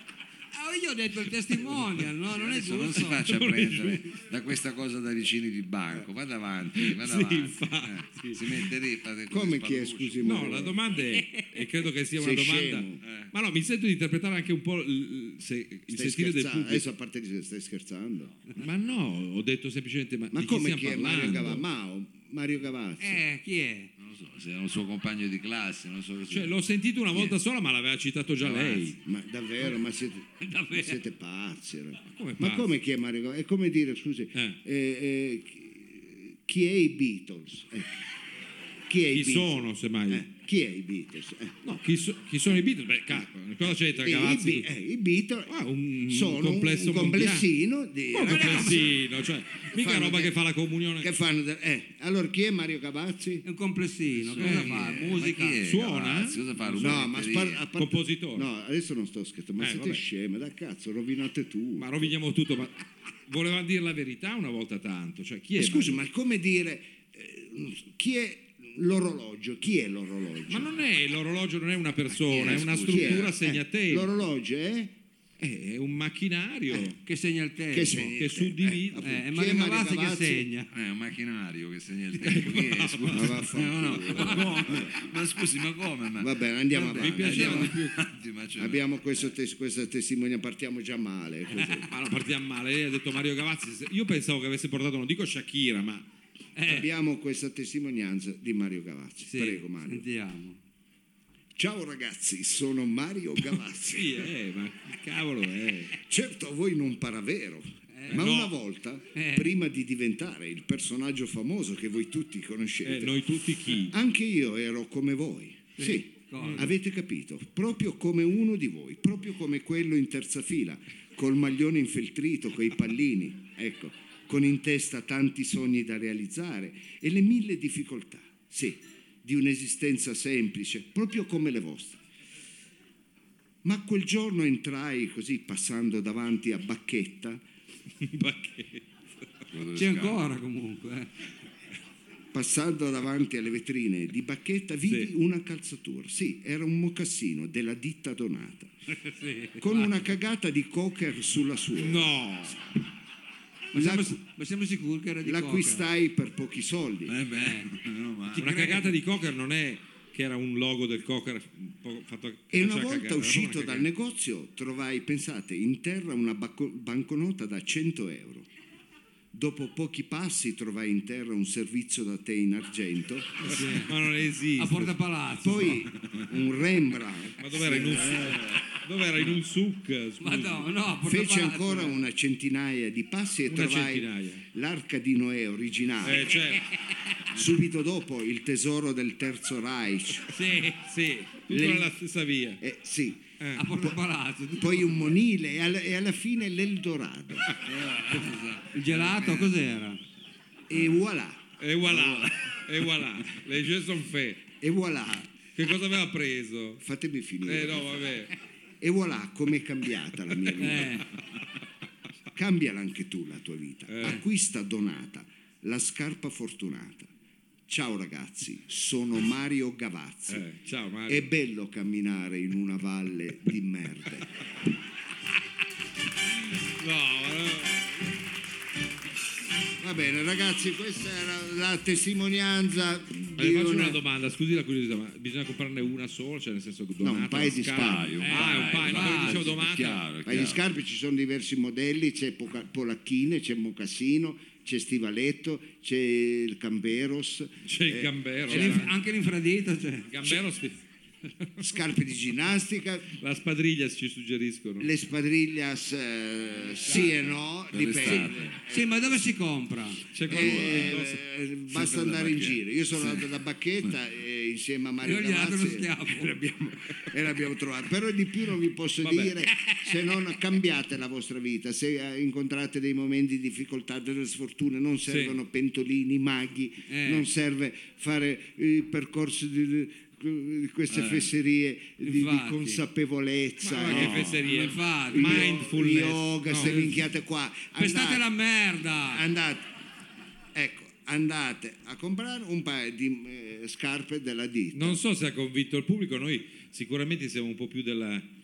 Speaker 3: Ah, io ho detto il testimonial, no? Non è
Speaker 1: Adesso Cioè, non si
Speaker 3: giusto.
Speaker 1: faccia prendere da questa cosa da vicini di banco, vada avanti, vada
Speaker 4: Sì,
Speaker 1: avanti.
Speaker 4: infatti.
Speaker 1: Eh, si mette lì, fate così,
Speaker 2: Come chi è,
Speaker 1: spalluccio.
Speaker 2: scusi?
Speaker 4: No,
Speaker 2: Mario?
Speaker 4: la domanda è, e credo che sia una
Speaker 2: Sei
Speaker 4: domanda...
Speaker 2: scemo.
Speaker 4: Eh. Ma no, mi sento di interpretare anche un po' il, il- se- il
Speaker 2: Stai
Speaker 4: sentire
Speaker 2: scherzando?
Speaker 4: del
Speaker 2: eh,
Speaker 4: pubblico.
Speaker 2: Adesso a parte di stai scherzando.
Speaker 4: Ma no, ho detto semplicemente... Ma,
Speaker 2: Ma
Speaker 4: di
Speaker 2: come
Speaker 4: stiamo
Speaker 2: chi è Mario
Speaker 4: parlando?
Speaker 2: Gavazzi? Mao, Mario Gavazzi.
Speaker 3: Eh, chi è?
Speaker 1: Non lo so, se era un suo compagno di classe, non so che
Speaker 4: Cioè, l'ho sentito una volta sola, ma l'aveva citato già lei.
Speaker 2: Ma davvero, ma
Speaker 4: <laughs>
Speaker 2: siete, ma siete pazzi. raga.
Speaker 4: come
Speaker 2: Ma
Speaker 4: pazzi?
Speaker 2: come chi è Mario Gavazzi? È come dire, scusi,
Speaker 4: Eh.
Speaker 2: eh, eh, chi- chi è i Beatles? Eh. Chi è i Beatles?
Speaker 4: Chi sono, semmai?
Speaker 2: Eh, chi è i Beatles? Eh.
Speaker 4: No, chi, so- chi sono i Beatles? Beh, cacchio, cosa c'entra
Speaker 2: I- I,
Speaker 4: Cavazzi?
Speaker 2: Be- eh, i Beatles
Speaker 4: Ah, un
Speaker 2: sono
Speaker 4: complesso
Speaker 2: un complessino di
Speaker 4: Un
Speaker 2: ragazzi
Speaker 4: complessino, cioè, mica è
Speaker 2: Fanno
Speaker 4: roba
Speaker 2: che-
Speaker 4: che fa la comunione.
Speaker 2: che fanno de- eh, allora chi è Mario Cavazzi?
Speaker 4: Eh,
Speaker 3: È un complessino, cosa fa? Musica.
Speaker 1: Ma chi è,
Speaker 4: Suona?
Speaker 1: Cavazzi? Cosa fa?
Speaker 2: No, ma spar- a
Speaker 1: Rubinetti?
Speaker 2: parte-
Speaker 4: Compositore.
Speaker 2: No, adesso non sto scherzando, ma
Speaker 4: Eh,
Speaker 2: siete
Speaker 4: vabbè.
Speaker 2: scemi, da cazzo, rovinate tu.
Speaker 4: Ma roviniamo tutto, ma voleva dire la verità una volta tanto. Cioè, chi è?
Speaker 2: Eh, Scusi, ma è come dire eh, chi è l'orologio? Chi è l'orologio?
Speaker 4: Ma non è l'orologio, non è una persona, è una
Speaker 2: Scusi, chi è?
Speaker 4: struttura
Speaker 2: Eh,
Speaker 4: segnatela.
Speaker 2: l'orologio è?
Speaker 4: Eh, È un macchinario
Speaker 3: Che segna il tempo.
Speaker 2: Che segna?
Speaker 4: Eh, che suddivide.
Speaker 3: Eh, è
Speaker 2: Chi
Speaker 3: Mario
Speaker 2: è Mario
Speaker 3: Cavazzi che
Speaker 2: Cavazzi?
Speaker 3: segna.
Speaker 1: Eh, È un macchinario che segna il
Speaker 4: Ecco.
Speaker 1: tempo. Chi è? Scusi.
Speaker 4: <laughs>
Speaker 2: Ma vaffanculo.
Speaker 1: No, <laughs> no, ma come? Ma scusi, ma come? Ma...
Speaker 2: Va bene, andiamo
Speaker 1: Vabbè,
Speaker 2: avanti.
Speaker 4: piaceva
Speaker 1: andiamo
Speaker 4: di più.
Speaker 1: avanti, ma cioè-
Speaker 2: Abbiamo questo tes- questa testimonianza, partiamo già male.
Speaker 4: Eh,
Speaker 2: così.
Speaker 4: Ma no, partiamo male, lei ha detto Mario Gavazzi. se- Io pensavo che avesse portato, non dico Shakira, ma
Speaker 2: Abbiamo questa testimonianza di Mario Gavazzi.
Speaker 3: Eh, Sì,
Speaker 2: Prego Mario.
Speaker 3: Sentiamo.
Speaker 2: Ciao ragazzi, sono Mario Gavazzi.
Speaker 4: sì, eh, ma che cavolo è?
Speaker 2: Certo a voi non para vero, ma
Speaker 4: no.
Speaker 2: una volta,
Speaker 3: Eh.
Speaker 2: prima di diventare il personaggio famoso che voi tutti
Speaker 4: Eh,
Speaker 2: conoscete,
Speaker 4: noi tutti chi?
Speaker 2: anche io ero come voi. Sì, avete capito, proprio come uno di voi, proprio come quello in terza fila, col maglione infeltrito, coi pallini, ecco, con in testa tanti sogni da realizzare e le mille difficoltà, sì, di un'esistenza semplice, proprio come le vostre. Ma quel giorno entrai così passando davanti a Bacchetta,
Speaker 4: Ma che-
Speaker 3: C'è ancora comunque. eh.
Speaker 2: passando davanti alle vetrine di Bacchetta, vidi
Speaker 4: Sì.
Speaker 2: una calzatura. Sì, era un mocassino della ditta
Speaker 4: <laughs>
Speaker 2: Donata, con una cagata di cocker sulla sua.
Speaker 4: No,
Speaker 3: Ma siamo,
Speaker 2: L'acqu-
Speaker 3: ma siamo sicuri che era di coca?
Speaker 2: L'acquistai per pochi soldi.
Speaker 1: Eh beh, meno male.
Speaker 4: una cagata di Cocker non è che era un logo del Cocker un po' fatto
Speaker 2: E
Speaker 4: faceva
Speaker 2: una
Speaker 4: cagare,
Speaker 2: volta
Speaker 4: era
Speaker 2: uscito
Speaker 4: proprio una
Speaker 2: dal
Speaker 4: cagata.
Speaker 2: negozio trovai, pensate, in terra una bacco- banconota da 100 euro. Dopo pochi passi trovai in terra un servizio da te in
Speaker 4: <laughs>
Speaker 2: argento,
Speaker 4: Ma non esiste.
Speaker 3: A Porta Palazzo.
Speaker 2: poi un Rembrandt
Speaker 4: Ma dov'era in un Dov'era in un suc? scusi?
Speaker 3: Ma no, no, a Porta
Speaker 2: Fece
Speaker 3: Palazzo.
Speaker 2: ancora una centinaia di passi e
Speaker 4: Una
Speaker 2: trovai
Speaker 4: centinaia.
Speaker 2: l'arca di Noè originale.
Speaker 4: Eh, cioè,
Speaker 2: Subito dopo il tesoro del Terzo Reich.
Speaker 4: sì, sì, tutto
Speaker 2: Le-
Speaker 4: nella stessa via.
Speaker 2: Eh, sì.
Speaker 3: Eh, A Porta Palazzo.
Speaker 2: Poi un monile e alla, e alla fine l'Eldorado.
Speaker 3: Il gelato cos'era?
Speaker 2: E voilà,
Speaker 4: E voilà, e voilà. Le jeux sont faits.
Speaker 2: e voilà.
Speaker 4: Che cosa aveva preso?
Speaker 2: Fatemi finire.
Speaker 4: Eh no, vabbè.
Speaker 2: E voilà com'è cambiata la mia vita.
Speaker 3: Eh,
Speaker 2: Cambiala anche tu la tua vita.
Speaker 4: Eh.
Speaker 2: Acquista donata la scarpa fortunata. Ciao ragazzi, sono Mario Gavazzi.
Speaker 4: Eh, ciao Mario.
Speaker 2: È bello camminare in una valle di merda.
Speaker 4: No, no.
Speaker 2: Va bene ragazzi, questa era la testimonianza
Speaker 4: Ma
Speaker 2: di
Speaker 4: le Eh, faccio
Speaker 2: una-
Speaker 4: una domanda, scusi la curiosità, ma bisogna comprarne una sola, cioè nel senso che
Speaker 2: No,
Speaker 4: donata,
Speaker 2: un paio di
Speaker 4: scala?
Speaker 2: scarpe.
Speaker 4: Eh, ah, un paio, ma poi
Speaker 1: domanda.
Speaker 4: dicevo domanda.
Speaker 1: Chiaro,
Speaker 2: Ma gli
Speaker 1: chiaro.
Speaker 2: scarpe ci sono diversi modelli, c'è poca- Polacchine, c'è Mocassino, c'è Stivaletto, c'è il Camberos,
Speaker 4: C'è il gambero,
Speaker 2: Cioè.
Speaker 3: c'è l'inf- anche l'infradito cioè. c'è.
Speaker 4: il gambero sti-
Speaker 2: scarpe di ginnastica,
Speaker 4: la spadriglia ci suggeriscono.
Speaker 2: le spadriglias eh, sì e no,
Speaker 1: Per
Speaker 2: dipende.
Speaker 1: l'estate.
Speaker 3: Sì, ma dove si compra?
Speaker 4: C'è qualcuno che indossa-
Speaker 2: Eh, eh, basta
Speaker 1: da
Speaker 2: andare in
Speaker 1: Bacchetta.
Speaker 2: giro. Io sono andato da Bacchetta e insieme a Mario
Speaker 3: Io gli dato uno
Speaker 2: Gavazzi
Speaker 3: schiaffo.
Speaker 2: e <laughs> l'abbiamo trovato. Però di più non vi posso
Speaker 4: Vabbè.
Speaker 2: dire se non cambiate la vostra vita, se eh, incontrate dei momenti di difficoltà, delle sfortune, non servono pentolini, maghi,
Speaker 3: Eh.
Speaker 2: non serve fare il percorso di, di- di queste fesserie di- di,
Speaker 3: Infatti.
Speaker 2: consapevolezza.
Speaker 4: Eh. Ma che
Speaker 2: eh.
Speaker 4: fesserie.
Speaker 3: Infatti.
Speaker 4: Mindfulness.
Speaker 2: Yoga,
Speaker 4: No. eh.
Speaker 2: se minchiate qua.
Speaker 3: Pestate
Speaker 2: andate-
Speaker 3: la merda!
Speaker 2: andate, ecco, andate a comprare un paio di eh, scarpe della ditta.
Speaker 4: Non so se ha convinto il pubblico, noi sicuramente siamo un po' più della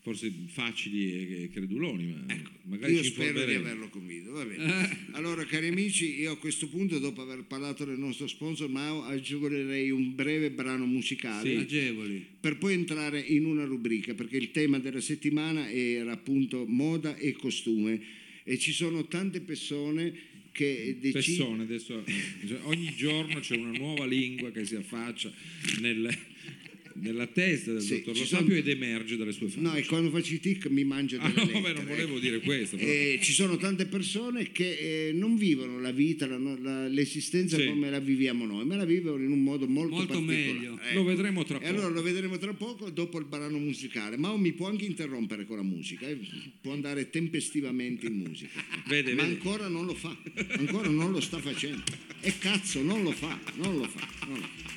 Speaker 4: forse facili e creduloni, ma magari
Speaker 2: Ecco, Io
Speaker 4: ci
Speaker 2: spero di
Speaker 4: informeremo.
Speaker 2: averlo convinto. Va bene. Allora, cari amici, io a questo punto, dopo aver parlato del nostro sponsor Mao, agevolerei un breve brano musicale.
Speaker 3: Agevoli.
Speaker 2: per poi entrare in una rubrica, perché il tema della settimana era appunto moda e costume e ci sono tante persone che decidono...
Speaker 4: Persone, adesso, ogni giorno c'è una nuova lingua che si affaccia nel, nella testa del
Speaker 2: Sì,
Speaker 4: dottor
Speaker 2: ci
Speaker 4: Lo
Speaker 2: sono-
Speaker 4: Sapio ed emerge dalle sue facce.
Speaker 2: No, e quando faccio i tic mi mangio
Speaker 4: Ah,
Speaker 2: delle
Speaker 4: no,
Speaker 2: lettere.
Speaker 4: vabbè, non volevo dire questo. però.
Speaker 2: Eh, ci sono tante persone che eh, non vivono la vita, la- la- l'esistenza
Speaker 4: Sì.
Speaker 2: come la viviamo noi, ma la vivono in un modo molto,
Speaker 3: Molto
Speaker 2: particolare.
Speaker 3: meglio.
Speaker 2: Ecco.
Speaker 4: Lo vedremo tra
Speaker 2: E
Speaker 4: poco.
Speaker 2: allora lo vedremo tra poco dopo il brano musicale. Mao mi può anche interrompere con la musica, eh, può andare tempestivamente in musica.
Speaker 4: <laughs> Vede,
Speaker 2: Ma
Speaker 4: vede.
Speaker 2: ancora non lo fa, ancora non lo sta facendo. E cazzo, non lo fa, non lo fa. non lo fa.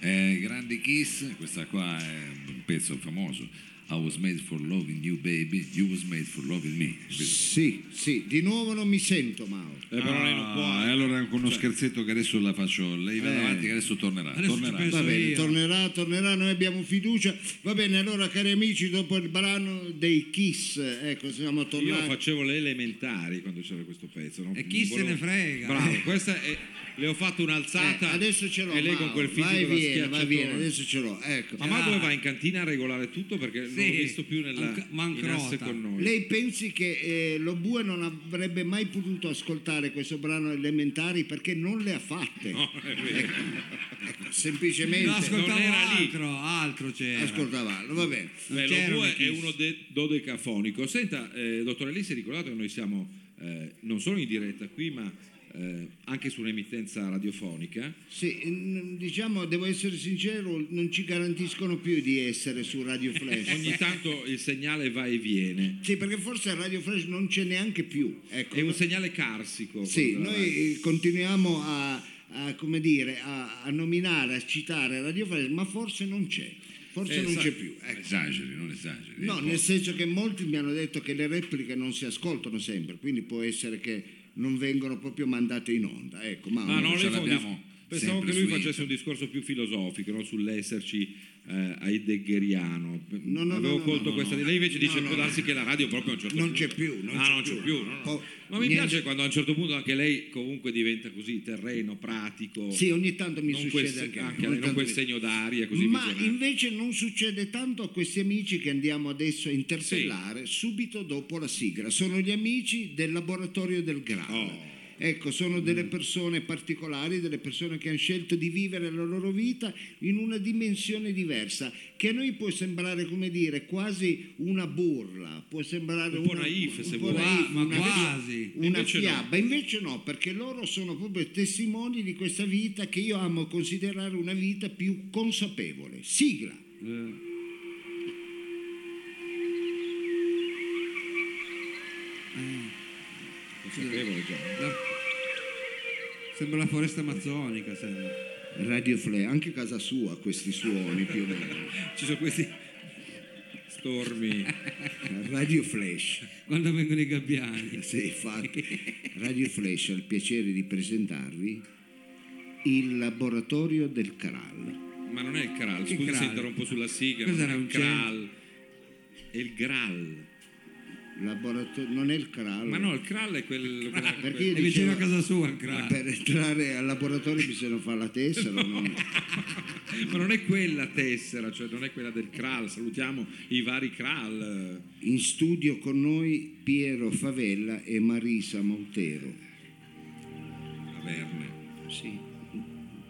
Speaker 1: Eh, grandi Kiss, questa qua è un pezzo famoso. I was made for loving you baby, you was made for loving me. Questo-
Speaker 2: Sì, sì, di nuovo non mi sento Mao.
Speaker 4: Eh, Cioè Eh. però lei non può.
Speaker 1: Ah, e allora con uno scherzetto che adesso la faccio, lei va avanti che adesso tornerà.
Speaker 3: Adesso ci
Speaker 1: tornerà.
Speaker 3: penso.
Speaker 2: Va bene,
Speaker 3: io.
Speaker 2: tornerà, tornerà, noi abbiamo fiducia. Va bene, allora cari amici, dopo il brano dei Kiss, ecco, siamo
Speaker 4: Io
Speaker 2: tornati.
Speaker 4: facevo le elementari quando c'era questo pezzo. non-
Speaker 3: E chi se ne frega?
Speaker 4: Bravo, questa è- le ho fatto
Speaker 2: Eh,
Speaker 4: un'alzata.
Speaker 2: adesso ce l'ho.
Speaker 4: E lei con
Speaker 2: Mao.
Speaker 4: quel fisico
Speaker 2: vai,
Speaker 4: da
Speaker 2: viene, vai, viene,
Speaker 4: schiacciatore.
Speaker 2: adesso ce l'ho. Ecco.
Speaker 4: Ma
Speaker 3: Ah.
Speaker 4: Madove va in cantina a regolare tutto perché non l'ho visto più nella
Speaker 3: Anca- ma
Speaker 4: in asse
Speaker 3: ancrota.
Speaker 4: con noi.
Speaker 2: Lei pensi che eh, lo Bue non avrebbe mai potuto ascoltare questo brano elementari perché non le ha fatte. Ecco, semplicemente
Speaker 3: No, ascoltavo
Speaker 4: Non era lì.
Speaker 3: altro, altro c'era.
Speaker 2: ascoltavano, va bene.
Speaker 4: Beh, Eh, lo
Speaker 3: c'erano
Speaker 4: due
Speaker 3: i
Speaker 4: è
Speaker 3: Kiss.
Speaker 4: uno de- dodecafonico. Senta, eh, dottore, lei si è ricordato che noi siamo eh, non solo in diretta qui, ma eh, anche su un'emittenza radiofonica.
Speaker 2: Sì, n- diciamo, devo essere sincero, non ci garantiscono più di essere su Radio Flash. <laughs>
Speaker 4: Ogni tanto il segnale va e viene.
Speaker 2: Sì, perché forse Radio Flash non c'è neanche più. Ecco.
Speaker 4: È un segnale carsico.
Speaker 2: Sì,
Speaker 4: quello della radio.
Speaker 2: noi eh, continuiamo a, a, come dire, a, a nominare, a citare Radio Flash, ma forse non c'è. Forse
Speaker 4: Eh,
Speaker 2: non
Speaker 4: sai-
Speaker 2: c'è più. ecco.
Speaker 1: Non esageri, non esageri.
Speaker 4: Ecco.
Speaker 2: No, nel senso che molti mi hanno detto che le repliche non si ascoltano sempre, quindi può essere che non vengono proprio mandate in onda. Ecco, ma
Speaker 4: Ah, no,
Speaker 1: Ce
Speaker 4: lei fa un dis-
Speaker 1: l'abbiamo
Speaker 4: Pensavo
Speaker 1: sempre
Speaker 4: che lui
Speaker 1: su
Speaker 4: facesse
Speaker 1: internet.
Speaker 4: un discorso più filosofico, no? sull'esserci eh, heideggeriano.
Speaker 2: No, no,
Speaker 4: Avevo
Speaker 2: no, no,
Speaker 4: colto
Speaker 2: no,
Speaker 4: questa.
Speaker 2: no.
Speaker 4: Lei invece dice:
Speaker 2: No,
Speaker 4: può
Speaker 2: no,
Speaker 4: darsi che la radio proprio a un certo
Speaker 2: Non
Speaker 4: punto.
Speaker 2: c'è più, non
Speaker 4: Ah,
Speaker 2: c'è
Speaker 4: non c'è
Speaker 2: più.
Speaker 4: più. no, no.
Speaker 2: Po-
Speaker 4: Ma mi
Speaker 2: niente.
Speaker 4: piace quando a un certo punto anche lei comunque diventa così terreno, pratico.
Speaker 2: Sì, ogni tanto mi
Speaker 4: non quel,
Speaker 2: succede anche, a me,
Speaker 4: anche a
Speaker 2: ogni
Speaker 4: lei,
Speaker 2: tanto
Speaker 4: non quel
Speaker 2: mi-
Speaker 4: segno d'aria così eh?
Speaker 2: Ma
Speaker 4: visionario.
Speaker 2: invece non succede tanto a questi amici che andiamo adesso a interpellare subito dopo la sigla. Sono gli amici del laboratorio del grano.
Speaker 4: Oh.
Speaker 2: Ecco, sono
Speaker 4: Mm.
Speaker 2: delle persone particolari, delle persone che hanno scelto di vivere la loro vita in una dimensione diversa, che a noi può sembrare, come dire, quasi una burla, può sembrare
Speaker 4: Un po'
Speaker 2: una,
Speaker 4: naif, se
Speaker 2: un po'
Speaker 4: vuoi. Ah,
Speaker 2: naif,
Speaker 3: Ma
Speaker 2: una-
Speaker 3: quasi.
Speaker 2: una
Speaker 4: Invece no.
Speaker 2: fiaba. Invece no, perché loro sono proprio testimoni di questa vita che io amo considerare una vita più consapevole. Sigla.
Speaker 3: Eh,
Speaker 4: Consapevole cioè. già.
Speaker 5: La- Sembra la foresta amazzonica, sembra.
Speaker 2: Radio Flair, anche casa sua questi suoni più o
Speaker 4: <laughs>
Speaker 2: meno.
Speaker 4: Ci sono
Speaker 3: <laughs>
Speaker 4: questi stormi.
Speaker 2: Radio Flash.
Speaker 5: Quando vengono i gabbiani.
Speaker 2: Sì, infatti. Radio Flash ha il piacere di presentarvi il laboratorio del Kral.
Speaker 4: Ma non è il Kral,
Speaker 5: Il
Speaker 4: scusi se
Speaker 5: Kral.
Speaker 4: interrompo sulla sigla.
Speaker 5: Questo
Speaker 4: non
Speaker 5: era
Speaker 4: è il
Speaker 5: un
Speaker 4: Kral. È il Gral.
Speaker 2: Laboratorio... Non è il Kral.
Speaker 4: Ma no, il Kral è quel... quella-
Speaker 2: Ah, perché
Speaker 5: È
Speaker 2: io
Speaker 5: vicino
Speaker 2: dicevo,
Speaker 5: a casa sua il crack.
Speaker 2: per entrare al laboratorio bisogna fare la tessera.
Speaker 4: <laughs>
Speaker 2: non-
Speaker 4: quel- Ma non è quella tessera, cioè non è quella del Kral. Salutiamo i vari Kral.
Speaker 2: In studio con noi Piero Favella e Marisa Montero.
Speaker 4: Averne.
Speaker 2: Sì.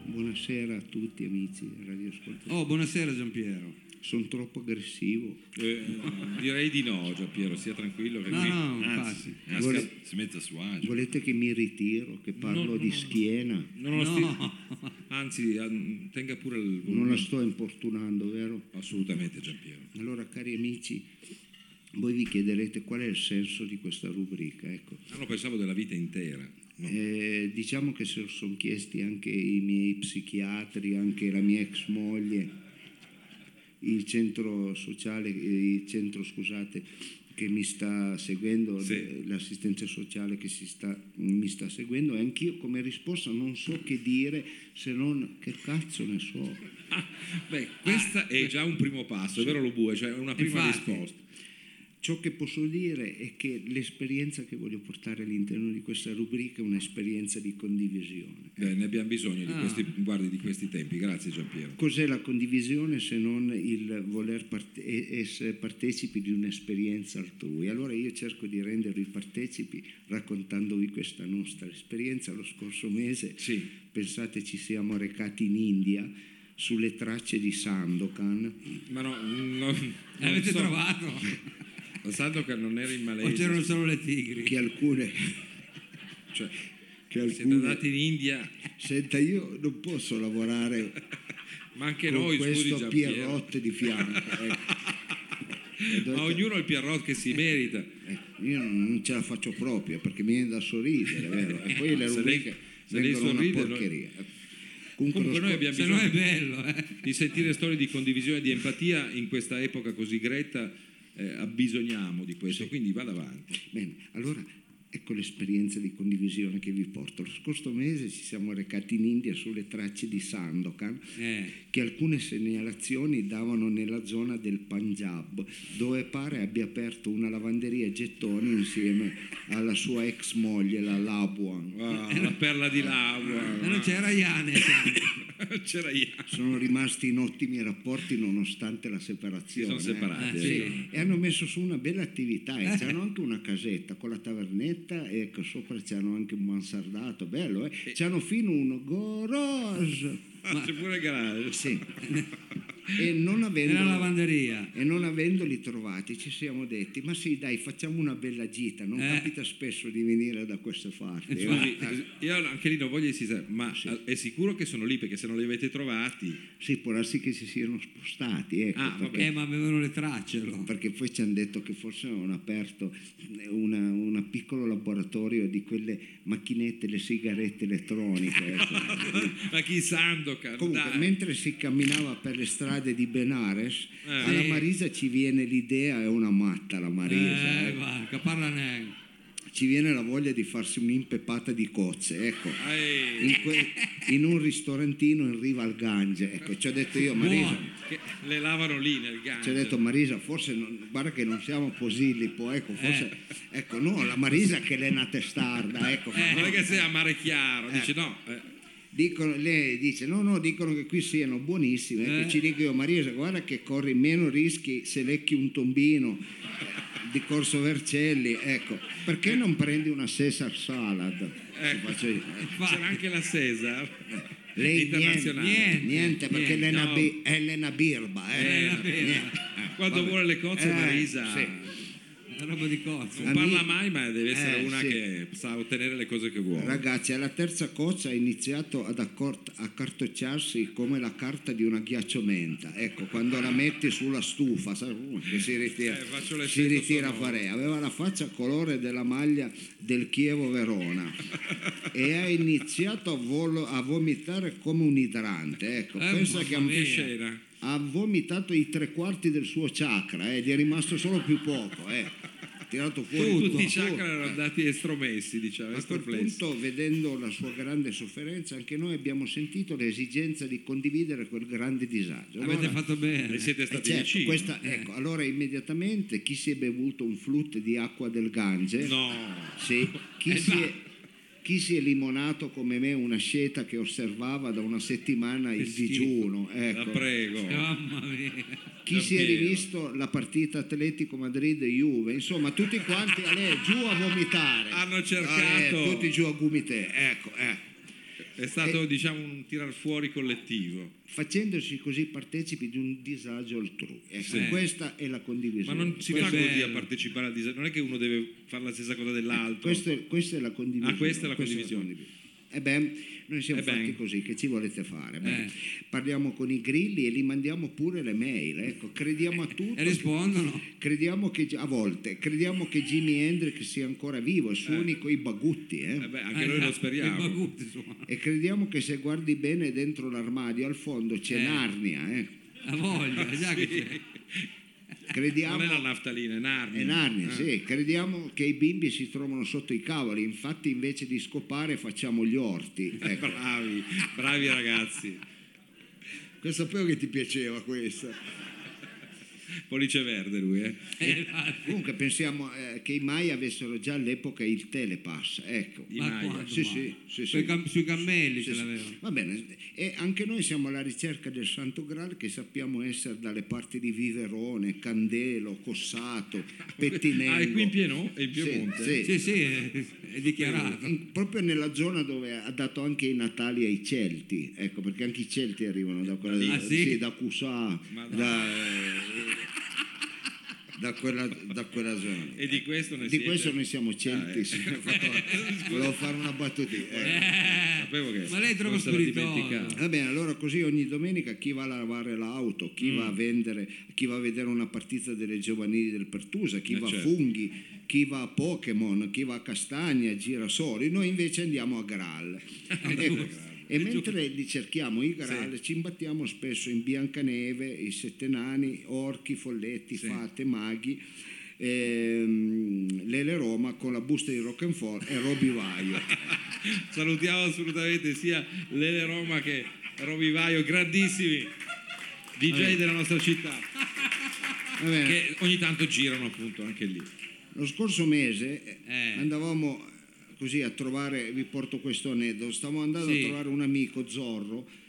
Speaker 2: Buonasera a tutti amici radioascoltatori.
Speaker 5: Oh, buonasera Giampiero.
Speaker 2: Sono troppo aggressivo.
Speaker 4: Eh, direi di no, Giampiero, sia tranquillo che
Speaker 5: No,
Speaker 4: qui-
Speaker 5: no,
Speaker 4: anzi,
Speaker 5: infatti.
Speaker 4: anzi,
Speaker 2: Vuole-
Speaker 1: Si mette a suo agio.
Speaker 2: Volete che mi ritiro, che parlo di schiena?
Speaker 4: non lo
Speaker 5: No.
Speaker 3: <laughs>
Speaker 4: sti- Anzi, an- tenga pure il
Speaker 2: Non la
Speaker 4: volume.
Speaker 2: sto importunando, vero?
Speaker 4: Assolutamente Giampiero.
Speaker 2: Allora, cari amici, voi vi chiederete qual è il senso di questa rubrica, ecco.
Speaker 4: Ah, no, pensavo della vita intera. No.
Speaker 2: Eh, diciamo che se lo sono chiesti anche i miei psichiatri, anche la mia ex moglie, il centro sociale, eh, il centro scusate, che mi sta seguendo,
Speaker 4: Sì.
Speaker 2: eh, l'assistenza sociale che si sta- mi sta seguendo, e anch'io come risposta non so che dire se non che cazzo ne so.
Speaker 4: Beh, questa è già un primo passo, è vero lo bue, cioè una prima
Speaker 5: Infatti.
Speaker 4: risposta.
Speaker 2: Ciò che posso dire è che l'esperienza che voglio portare all'interno di questa rubrica è un'esperienza di condivisione.
Speaker 4: Beh, ne abbiamo bisogno di questi, guardi, di questi tempi. Grazie Giampiero.
Speaker 2: Cos'è la condivisione se non il voler parte- e- essere partecipi di un'esperienza altrui? Allora io cerco di rendervi partecipi raccontandovi questa nostra esperienza. Lo scorso mese,
Speaker 4: Sì.
Speaker 2: pensate, ci siamo recati in India sulle tracce di Sandokan.
Speaker 4: Ma no, no <laughs>
Speaker 5: L'avete trovato?
Speaker 4: Pensando che non era in
Speaker 5: O
Speaker 4: Malesia,
Speaker 5: c'erano solo le tigri?
Speaker 2: Che alcune...
Speaker 4: <laughs> cioè,
Speaker 2: Che
Speaker 4: siete
Speaker 2: alcune...
Speaker 4: andati in India,
Speaker 2: Senta, io non posso lavorare
Speaker 4: ma anche
Speaker 2: con
Speaker 4: noi, scusi
Speaker 2: questo
Speaker 4: Giampiero.
Speaker 2: Pierrot di fianco.
Speaker 4: <laughs>
Speaker 2: ecco.
Speaker 4: Ma ognuno ha il Pierrot che si merita.
Speaker 2: Ecco, Io non non ce la faccio proprio perché mi viene da sorridere, vero? E poi le
Speaker 4: <laughs> Se
Speaker 2: rubriche
Speaker 4: lei- se lei
Speaker 2: vengono una
Speaker 4: sorride, noi-
Speaker 2: porcheria. Eh, Comunque,
Speaker 4: Comunque
Speaker 2: lo scor-
Speaker 4: noi abbiamo
Speaker 5: Se no è
Speaker 4: bisogno
Speaker 5: bello, eh.
Speaker 4: di sentire storie di condivisione e di empatia in questa epoca così gretta, eh, abbisogniamo di questo, quindi vada avanti.
Speaker 2: Bene, allora ecco l'esperienza di condivisione che vi porto. Lo scorso mese ci siamo recati in India sulle tracce di Sandokan,
Speaker 5: Eh.
Speaker 2: che alcune segnalazioni davano nella zona del Punjab, dove pare abbia aperto una lavanderia a gettoni insieme alla sua ex moglie, la Labuan.
Speaker 4: Ah, la perla di
Speaker 5: Ma
Speaker 4: Laura.
Speaker 5: non c'era
Speaker 4: <laughs>
Speaker 5: Iane.
Speaker 4: C'era Ian.
Speaker 2: Sono rimasti in ottimi rapporti nonostante la separazione.
Speaker 4: Si sono separati, Eh.
Speaker 2: eh.
Speaker 5: eh, sì.
Speaker 2: E hanno messo su una bella attività e c'hanno anche una casetta con la tavernetta e ecco, sopra c'hanno anche un mansardato, bello, eh? C'hanno fino un goros.
Speaker 4: Ah, C'è pure il garage.
Speaker 2: Sì. E non
Speaker 5: Nella
Speaker 2: avendo...
Speaker 5: lavanderia.
Speaker 2: E non avendoli trovati ci siamo detti, ma sì dai facciamo una bella gita, non
Speaker 5: Eh.
Speaker 2: capita spesso di venire da queste parti. eh.
Speaker 4: Scusi, io anche lì non voglio insistere, ma è sicuro che sono lì perché se non li avete trovati,
Speaker 2: Sì, può darsi che si siano spostati. Ecco,
Speaker 4: Ah,
Speaker 2: perché-
Speaker 4: vabbè.
Speaker 5: Eh, ma avevano le tracce loro.
Speaker 2: perché poi ci hanno detto che forse hanno aperto una- un piccolo laboratorio di quelle macchinette, le sigarette elettroniche. ecco.
Speaker 4: <laughs> ma chi Sandokan?
Speaker 2: Comunque,
Speaker 4: dai.
Speaker 2: mentre si camminava per le strade di Benares,
Speaker 4: Eh.
Speaker 2: alla Marisa ci viene l'idea, è una matta la Marisa.
Speaker 5: Eh,
Speaker 2: ecco.
Speaker 5: guarda, parla neanche.
Speaker 2: ci viene la voglia di farsi un'impeppata di cozze, ecco.
Speaker 4: Ehi.
Speaker 2: In, que- in un ristorantino in riva al Gange, ecco, ci ho detto io, Marisa,
Speaker 4: Buoni, che le lavano lì nel gancio.
Speaker 2: ci ho detto Marisa, forse non- guarda che non siamo Posillipo, ecco, forse, ecco, no, la Marisa che l'è una testarda, ecco. fa-
Speaker 4: Eh, non è che sei a mare chiaro, dici no. eh,
Speaker 2: Dicono, lei dice: No, no, dicono che qui siano buonissime.
Speaker 4: Eh.
Speaker 2: E ci dico io, Maria, guarda che corri meno rischi se lecchi un tombino eh, di Corso Vercelli. Ecco, perché non prendi una Cesar salad? Ci faccio io, eh.
Speaker 4: c'era anche la Cesar
Speaker 2: Lei niente,
Speaker 4: internazionale.
Speaker 2: niente,
Speaker 3: Niente,
Speaker 2: perché
Speaker 3: niente,
Speaker 2: è una
Speaker 4: no.
Speaker 2: bi- è una birba. eh. Niente.
Speaker 4: Quando vuole le cozze,
Speaker 2: Eh,
Speaker 4: Marisa
Speaker 2: sì.
Speaker 3: Una roba di cozzo.
Speaker 4: non parla mai, ma deve essere
Speaker 2: Eh,
Speaker 4: una
Speaker 2: sì.
Speaker 4: che sa ottenere le cose che vuole.
Speaker 2: Ragazzi, alla terza cozza ha iniziato ad accort- accartocciarsi come la carta di una ghiacciomenta. Ecco, quando la metti sulla stufa, sai, uh, che si ritira,
Speaker 4: Eh, faccio l'effetto
Speaker 2: si ritira
Speaker 4: sonoro.
Speaker 2: fuori. Aveva la faccia colore della maglia del Chievo Verona e ha iniziato a, volo- a vomitare come un idrante. Ecco, pensa che ha-
Speaker 4: Eh, Mamma mia, scena.
Speaker 2: ha vomitato i tre quarti del suo chakra eh, ed è rimasto solo più poco. Eh. Ha Tirato fuori
Speaker 4: Tutti i
Speaker 2: tutto.
Speaker 4: chakra erano andati estromessi, diciamo,
Speaker 2: A quel
Speaker 4: estorplessi.
Speaker 2: punto, vedendo la sua grande sofferenza, anche noi abbiamo sentito l'esigenza di condividere quel grande disagio.
Speaker 3: Avete
Speaker 2: Allora-
Speaker 3: fatto bene.
Speaker 4: E siete
Speaker 2: eh,
Speaker 4: stati
Speaker 2: certo,
Speaker 4: vicini.
Speaker 2: questa- ecco, allora immediatamente chi si è bevuto un flute di acqua del Gange,
Speaker 4: No,
Speaker 2: sì, chi, si è, chi si è limonato come me una sceta che osservava da una settimana il digiuno,
Speaker 4: la
Speaker 2: ecco.
Speaker 4: prego.
Speaker 3: Eh, Mamma mia.
Speaker 2: chi si è
Speaker 4: davvero.
Speaker 2: rivisto la partita Atletico Madrid-Juve, insomma tutti quanti a lei giù a vomitare.
Speaker 4: Hanno cercaite.
Speaker 2: Eh, tutti giù a gumite, ecco, ecco.
Speaker 4: È
Speaker 2: Eh,
Speaker 4: stato, diciamo, un tirar fuori collettivo.
Speaker 2: facendosi così partecipi di un disagio altrui. Ecco, Questa è la
Speaker 4: Ma
Speaker 2: condivisione.
Speaker 4: non si
Speaker 3: Questo
Speaker 4: fa
Speaker 3: è
Speaker 4: così a
Speaker 3: bello.
Speaker 4: partecipare al disagio, non è che uno deve fare la stessa cosa dell'altro.
Speaker 2: Questa è, questa è la condivisione.
Speaker 4: Ah, questa è la condivisione.
Speaker 2: E Eh noi siamo
Speaker 4: Eh ben. Eh.
Speaker 2: fatti così, che ci volete fare? Beh, Parliamo con i grilli e li mandiamo pure le mail, ecco, crediamo a
Speaker 4: Eh,
Speaker 2: tutto.
Speaker 3: E rispondono.
Speaker 2: Crediamo che, a volte, crediamo che Jimi Hendrix sia ancora vivo e suoni coi bagutti. eh.
Speaker 4: Eh beh, anche
Speaker 3: Eh,
Speaker 4: noi
Speaker 3: no,
Speaker 4: lo
Speaker 3: i
Speaker 4: speriamo.
Speaker 3: bagutti sono-
Speaker 2: E crediamo che se guardi bene dentro l'armadio, al fondo c'è
Speaker 3: Eh.
Speaker 2: Narnia. eh.
Speaker 3: La voglia, già che c'è.
Speaker 2: Crediamo...
Speaker 4: Non è la naftalina, è Narnia.
Speaker 2: E Narnia, sì, crediamo che i bimbi si trovano sotto i cavoli, infatti invece di scopare facciamo gli orti. Ecco.
Speaker 4: Bravi, bravi ragazzi.
Speaker 2: Che sapevo che ti piaceva questa.
Speaker 4: Pollice verde lui, eh.
Speaker 2: Comunque pensiamo eh, che i Mai avessero già all'epoca il telepass, ecco.
Speaker 4: I
Speaker 3: Ma
Speaker 4: Maya.
Speaker 3: quanto,
Speaker 2: Sì,
Speaker 3: ma-
Speaker 2: sì, sì,
Speaker 3: Sui
Speaker 2: sì.
Speaker 3: cam- sui cammelli
Speaker 2: Sì,
Speaker 3: ce
Speaker 2: sì.
Speaker 3: l'avevano.
Speaker 2: Va bene, e anche noi siamo alla ricerca del Santo Graal che sappiamo essere dalle parti di Viverone, Candelo, Cossato, Pettinello.
Speaker 4: Ah, è qui in Pieno- in
Speaker 2: Sì,
Speaker 4: Piemonte?
Speaker 2: sì.
Speaker 3: eh. Sì, sì, è, è dichiarato.
Speaker 2: In- Mm, proprio nella zona dove ha dato anche i natali ai celti ecco perché anche i celti arrivano da quella
Speaker 3: Ah, sì?
Speaker 2: da Cusà
Speaker 4: Ma no.
Speaker 2: da, eh, da quella, da quella zona
Speaker 4: E di questo ne
Speaker 2: di
Speaker 4: siete?
Speaker 2: questo noi siamo celti
Speaker 4: Ah, eh.
Speaker 2: sì, ho
Speaker 4: <laughs>
Speaker 2: fatto- volevo fare una battutina ecco.
Speaker 4: Sapevo che
Speaker 3: Ma lei trova
Speaker 4: non se la
Speaker 3: spiritoso.
Speaker 4: dimenticava.
Speaker 2: Va bene, allora così ogni domenica chi va a lavare l'auto, chi
Speaker 4: Mm.
Speaker 2: va a vendere, chi va a vedere una partita delle giovanili del Pertusa, chi
Speaker 4: Eh,
Speaker 2: va
Speaker 4: certo.
Speaker 2: a funghi, chi va a Pokémon, chi va a Castagna, Girasoli, noi invece andiamo a Graal.
Speaker 4: <laughs>
Speaker 2: Ecco, E mentre li cerchiamo i Graal ci imbattiamo spesso in Biancaneve, i Sette Nani, Orchi, Folletti, Fate, Maghi. ehm, Lele Roma con la busta di Rock'n'Fall e Roby Vaio
Speaker 4: <laughs> <laughs> Salutiamo assolutamente sia Lele Roma che Rovivaio, grandissimi DJ della nostra città,
Speaker 2: Va bene.
Speaker 4: che ogni tanto girano appunto anche lì.
Speaker 2: Lo scorso mese eh,
Speaker 3: Eh.
Speaker 2: andavamo eh, così a trovare, vi porto questo aneddoto, stavo andando
Speaker 3: Sì.
Speaker 2: a trovare un amico Zorro.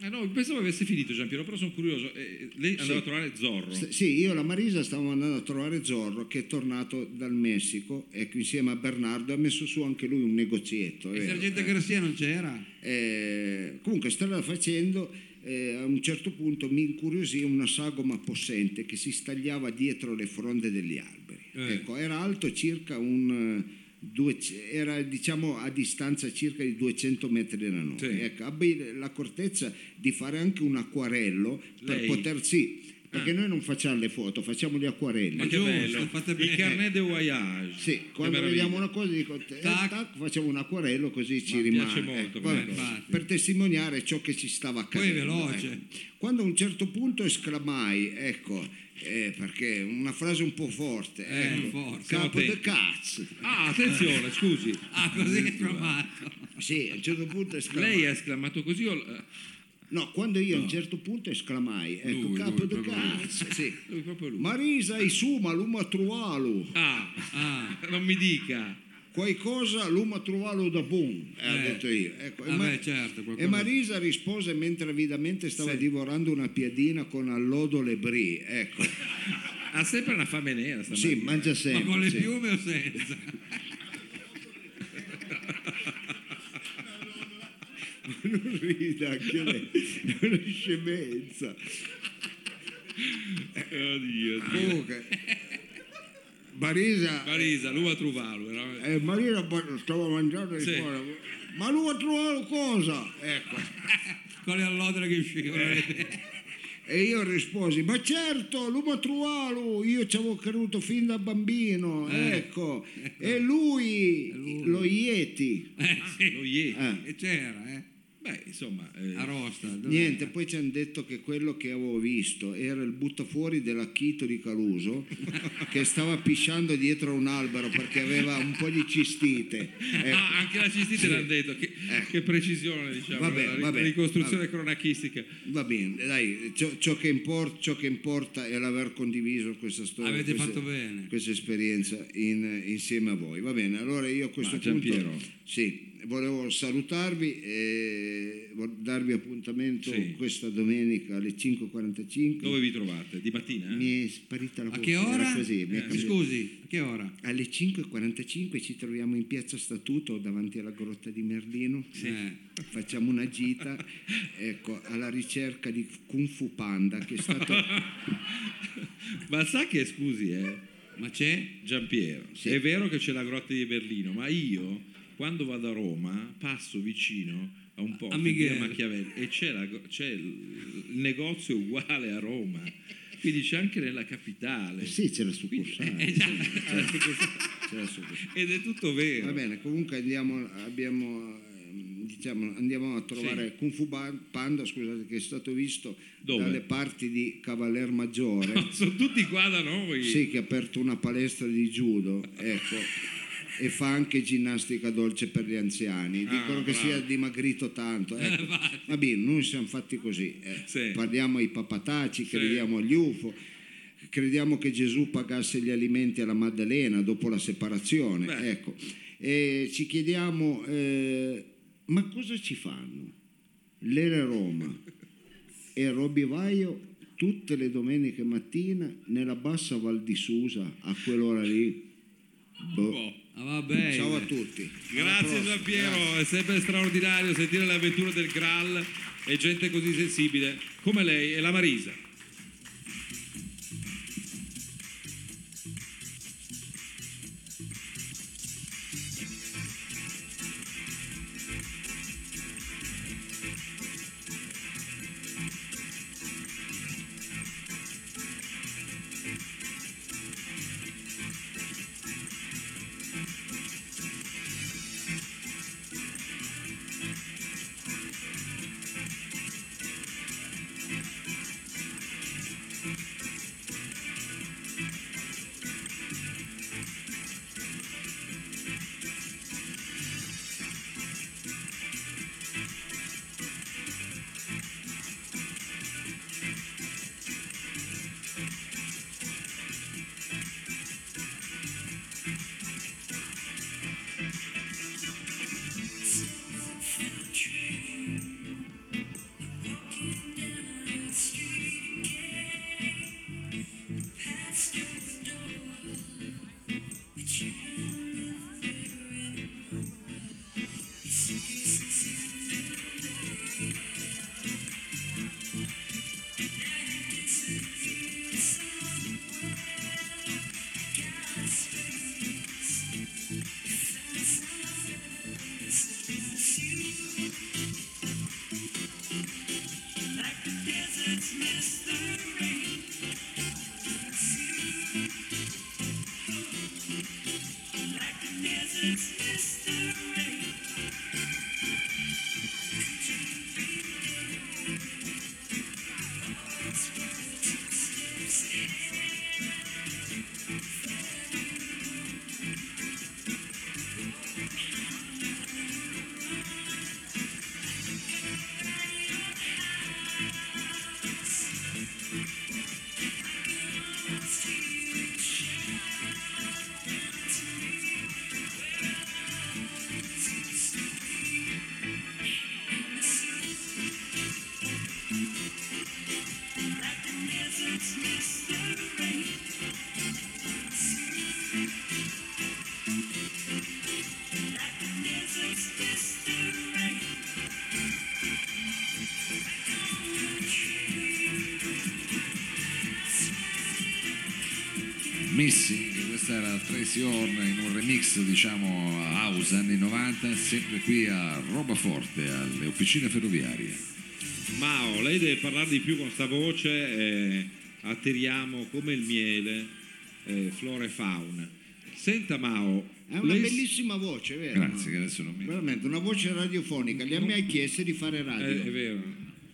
Speaker 4: Ah no, pensavo avesse finito Giampiero, però sono curioso. Eh, lei andava a trovare Zorro.
Speaker 2: St- sì, io e la Marisa stavamo andando a trovare Zorro che è tornato dal Messico, ecco, insieme a Bernardo ha messo su anche lui un negozietto. è
Speaker 3: Il
Speaker 2: vero,
Speaker 3: sergente
Speaker 2: eh.
Speaker 3: Garcia non c'era?
Speaker 2: Eh, comunque strada facendo eh, a un certo punto mi incuriosì una sagoma possente che si stagliava dietro le fronde degli alberi
Speaker 4: Eh.
Speaker 2: Ecco, era alto circa un eh, due- era diciamo a distanza circa di 200 metri da noi
Speaker 4: Sì.
Speaker 2: ecco, abbi l'accortezza di fare anche un acquarello per
Speaker 4: Lei? Ah.
Speaker 2: poter sì perché noi non facciamo le foto, facciamo le acquarelle.
Speaker 4: Ma che
Speaker 5: Giusto,
Speaker 4: bello,
Speaker 5: fate
Speaker 4: il
Speaker 5: bene.
Speaker 4: carnet de voyage.
Speaker 2: Sì,
Speaker 4: Che
Speaker 2: quando
Speaker 4: meraviglia.
Speaker 2: vediamo una cosa dico, eh,
Speaker 5: Tac.
Speaker 2: tac, facciamo un acquarello così ci
Speaker 4: Ma mi
Speaker 2: rimane.
Speaker 4: piace molto
Speaker 2: Eh,
Speaker 4: come
Speaker 2: vabbè,
Speaker 4: cosa.
Speaker 2: per testimoniare ciò che ci stava
Speaker 5: Poi è
Speaker 2: accadendo.
Speaker 5: veloce.
Speaker 2: ecco. Quando a un certo punto esclamai, ecco, eh, perché una frase un po' forte, ecco,
Speaker 5: forte.
Speaker 4: Siamo
Speaker 2: capo de
Speaker 4: attenti.
Speaker 2: cazzo.
Speaker 4: Ah, attenzione, scusi.
Speaker 5: Ah, così è trovato.
Speaker 2: Sì, a un certo punto esclamai.
Speaker 4: Lei ha esclamato così o...
Speaker 2: No, quando io a un certo punto esclamai, ecco,
Speaker 6: Lui,
Speaker 2: capo
Speaker 6: lui,
Speaker 2: de
Speaker 6: proprio lui.
Speaker 2: cazzo. Sì.
Speaker 4: Lui, proprio lui.
Speaker 2: Marisa Isuma l'uma trualu,
Speaker 4: Ah, ah, <laughs> non mi dica.
Speaker 2: qualcosa l'uma trualu da bun, eh, ho detto io. Ecco, e
Speaker 5: Ah,
Speaker 2: ma-
Speaker 5: beh, certo,
Speaker 2: E
Speaker 5: qualcosa-
Speaker 2: Marisa rispose mentre avidamente stava divorando una piadina con allodo le brie. Ecco,
Speaker 4: Ha sempre una fame nera stamattina.
Speaker 2: sì, mangia
Speaker 5: Ma con le
Speaker 2: sempre. Eh, sì.
Speaker 5: piume o senza?
Speaker 2: <laughs> Non rida, anche lei. È una scemenza.
Speaker 4: Oddio, Dio.
Speaker 2: Comunque, Marisa,
Speaker 4: Marisa, l'uva truvalo. era-
Speaker 2: eh, Marisa bo- stava mangiando di
Speaker 4: Sì.
Speaker 2: fuori. Ma lui ha trovato cosa? Ecco.
Speaker 5: Con le allodole che
Speaker 2: Eh.
Speaker 5: uscivano.
Speaker 2: E io risposi, ma certo, l'uomo trualo, io ci avevo creduto fin da bambino, ecco. E lui, lo Ieti.
Speaker 5: Eh, sì.
Speaker 4: Lo ieri.
Speaker 2: Eh.
Speaker 5: E c'era, eh?
Speaker 4: Beh, insomma, eh,
Speaker 5: A Rosta. dov'era?
Speaker 2: Niente, poi ci hanno detto che quello che avevo visto era il buttafuori dell'Achito di <laughs> Caluso che stava pisciando dietro a un albero perché aveva un po' di <laughs> cistite. Ecco.
Speaker 4: Ah, anche la cistite l'hanno detto, che,
Speaker 2: Eh.
Speaker 4: che precisione diciamo,
Speaker 2: Vabbè,
Speaker 4: la ri-
Speaker 2: vabbè,
Speaker 4: ricostruzione cronachistica.
Speaker 2: Va bene, dai, ciò, ciò che impor- ciò che importa è l'aver condiviso questa storia.
Speaker 5: Avete
Speaker 2: questa-
Speaker 5: fatto bene.
Speaker 2: Questa esperienza in- insieme a voi. Va bene, allora io a questo
Speaker 4: Ma,
Speaker 2: punto
Speaker 4: Giampiero.
Speaker 2: sì, volevo salutarvi e vol- darvi appuntamento
Speaker 4: Sì.
Speaker 2: questa domenica alle 5.45.
Speaker 4: Dove vi trovate? Di mattina? eh?
Speaker 2: Mi è sparita la
Speaker 5: A
Speaker 2: voce.
Speaker 5: che
Speaker 2: era
Speaker 5: ora?
Speaker 2: così, mi è
Speaker 5: Eh,
Speaker 2: cambiato.
Speaker 5: scusi, a che ora?
Speaker 2: Alle 5.45 ci troviamo in piazza Statuto davanti alla grotta di Merlino.
Speaker 5: Eh.
Speaker 2: Facciamo una <laughs> gita ecco, alla ricerca di Kung Fu Panda che è stato...
Speaker 4: Ma sa che, scusi, eh,
Speaker 5: Ma c'è?
Speaker 4: Giampiero,
Speaker 2: Sì.
Speaker 4: è vero che c'è la grotta di Berlino, ma io quando vado a Roma passo vicino a un po'
Speaker 5: Miguel.
Speaker 4: Machiavelli e c'è, la gro- c'è il il negozio uguale a Roma, quindi c'è anche nella capitale.
Speaker 2: Sì, c'è la
Speaker 4: Quindi-
Speaker 2: succursale.
Speaker 4: eh,
Speaker 2: C'è la succursale.
Speaker 4: Ed è tutto vero.
Speaker 2: Va bene, comunque andiamo, abbiamo, ehm, diciamo, andiamo a trovare Kung Fu Ban- Panda, scusate, che è stato visto
Speaker 4: Dove?
Speaker 2: dalle parti di Cavaler Maggiore,
Speaker 4: Sono tutti qua da
Speaker 2: <laughs>
Speaker 4: noi.
Speaker 2: sì, che ha aperto una palestra di judo, ecco, e fa anche ginnastica dolce per gli anziani. Dicono che sia dimagrito tanto. <laughs> Ecco. Va bene, noi siamo fatti così. eh.
Speaker 4: Sì.
Speaker 2: Parliamo ai papataci, crediamo agli UFO. Crediamo che Gesù pagasse gli alimenti alla Maddalena dopo la separazione.
Speaker 4: Beh.
Speaker 2: Ecco. E ci chiediamo, eh, ma cosa ci fanno? L'Ere
Speaker 4: <laughs>
Speaker 2: Roma e Robby Vaio tutte le domeniche mattina nella bassa Val di Susa a quell'ora lì. Boh.
Speaker 4: Oh,
Speaker 5: Ah, vabbè.
Speaker 2: Ciao a tutti.
Speaker 4: Grazie Giampiero, è sempre straordinario sentire le avventure del Graal e gente così sensibile come lei e la Marisa.
Speaker 7: Thank
Speaker 1: Missy, che questa era Tracy Horn in un remix diciamo a house anni 90, sempre qui a Robaforte, alle officine ferroviarie.
Speaker 4: Mao, lei deve parlare di più con sta voce, eh, attiriamo come il miele eh, flora e fauna. Senta Mao,
Speaker 2: È una
Speaker 4: lei-
Speaker 2: bellissima voce, vero?
Speaker 1: Grazie, che adesso non mi...
Speaker 2: Veramente, una voce radiofonica. Gli ha mai chiesto di fare
Speaker 4: Mm. eh, è
Speaker 2: radio.
Speaker 4: vero.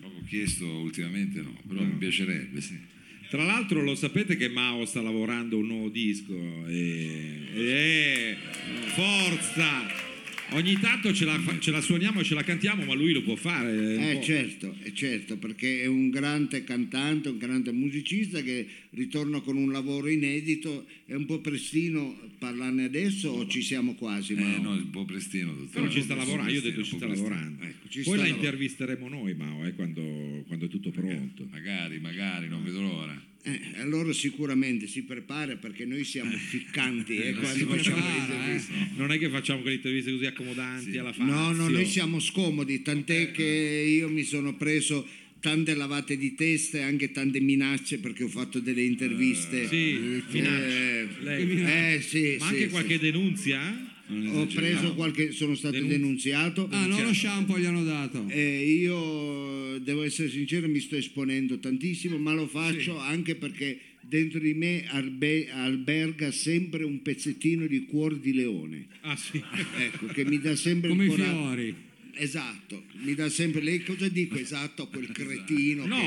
Speaker 1: Ho chiesto ultimamente no, però mi piacerebbe, sì.
Speaker 4: Tra l'altro lo sapete che Mao sta lavorando un nuovo disco e, e- forza! Ogni tanto ce la, fa- ce la suoniamo e ce la cantiamo, ma lui lo può fare.
Speaker 2: Eh
Speaker 4: può-
Speaker 2: certo, eh, certo, perché è un grande cantante, un grande musicista che ritorna con un lavoro inedito. È un po' prestino parlarne adesso o ci siamo quasi? ma
Speaker 1: Eh, no, un po' prestino, dottore.
Speaker 4: Però ci sta
Speaker 1: Un po'
Speaker 4: lavorando, io ho detto
Speaker 1: prestino,
Speaker 4: ci
Speaker 1: un po'
Speaker 4: sta
Speaker 1: prestino.
Speaker 4: lavorando.
Speaker 1: Ecco,
Speaker 2: ci
Speaker 4: Poi
Speaker 2: sta
Speaker 4: la
Speaker 2: lavorando.
Speaker 4: intervisteremo noi, Mao, eh, quando, quando è tutto pronto.
Speaker 1: Magari, magari, non vedo l'ora.
Speaker 2: Eh, allora sicuramente si prepara perché noi siamo ficcanti eh, quando facciamo le
Speaker 4: Prepara, eh.
Speaker 2: interviste.
Speaker 4: Non è che facciamo quelle interviste così accomodanti alla fine.
Speaker 2: No, no, noi siamo scomodi,
Speaker 4: Eh,
Speaker 2: tant'è che io mi sono preso tante lavate di testa e anche tante minacce perché ho fatto delle interviste.
Speaker 4: Eh, sì, minacce.
Speaker 2: Eh,
Speaker 4: Lei-
Speaker 2: eh, sì,
Speaker 4: Ma
Speaker 2: sì,
Speaker 4: anche
Speaker 2: sì.
Speaker 4: qualche denunzia?
Speaker 2: Ho preso qualche, sono stato
Speaker 4: Denun-
Speaker 2: denunziato.
Speaker 5: Ah, no, lo shampoo gli hanno dato.
Speaker 2: Eh, io devo essere sincero, mi sto esponendo tantissimo, ma lo faccio anche perché dentro di me arbe- alberga sempre un pezzettino di cuor di leone, <laughs>
Speaker 4: Ah sì.
Speaker 2: ecco, che mi dà sempre
Speaker 5: Come
Speaker 2: il
Speaker 5: i
Speaker 2: coraggio.
Speaker 5: fiori.
Speaker 2: Esatto, mi dà sempre lei cosa dico esatto a quel cretino
Speaker 4: No,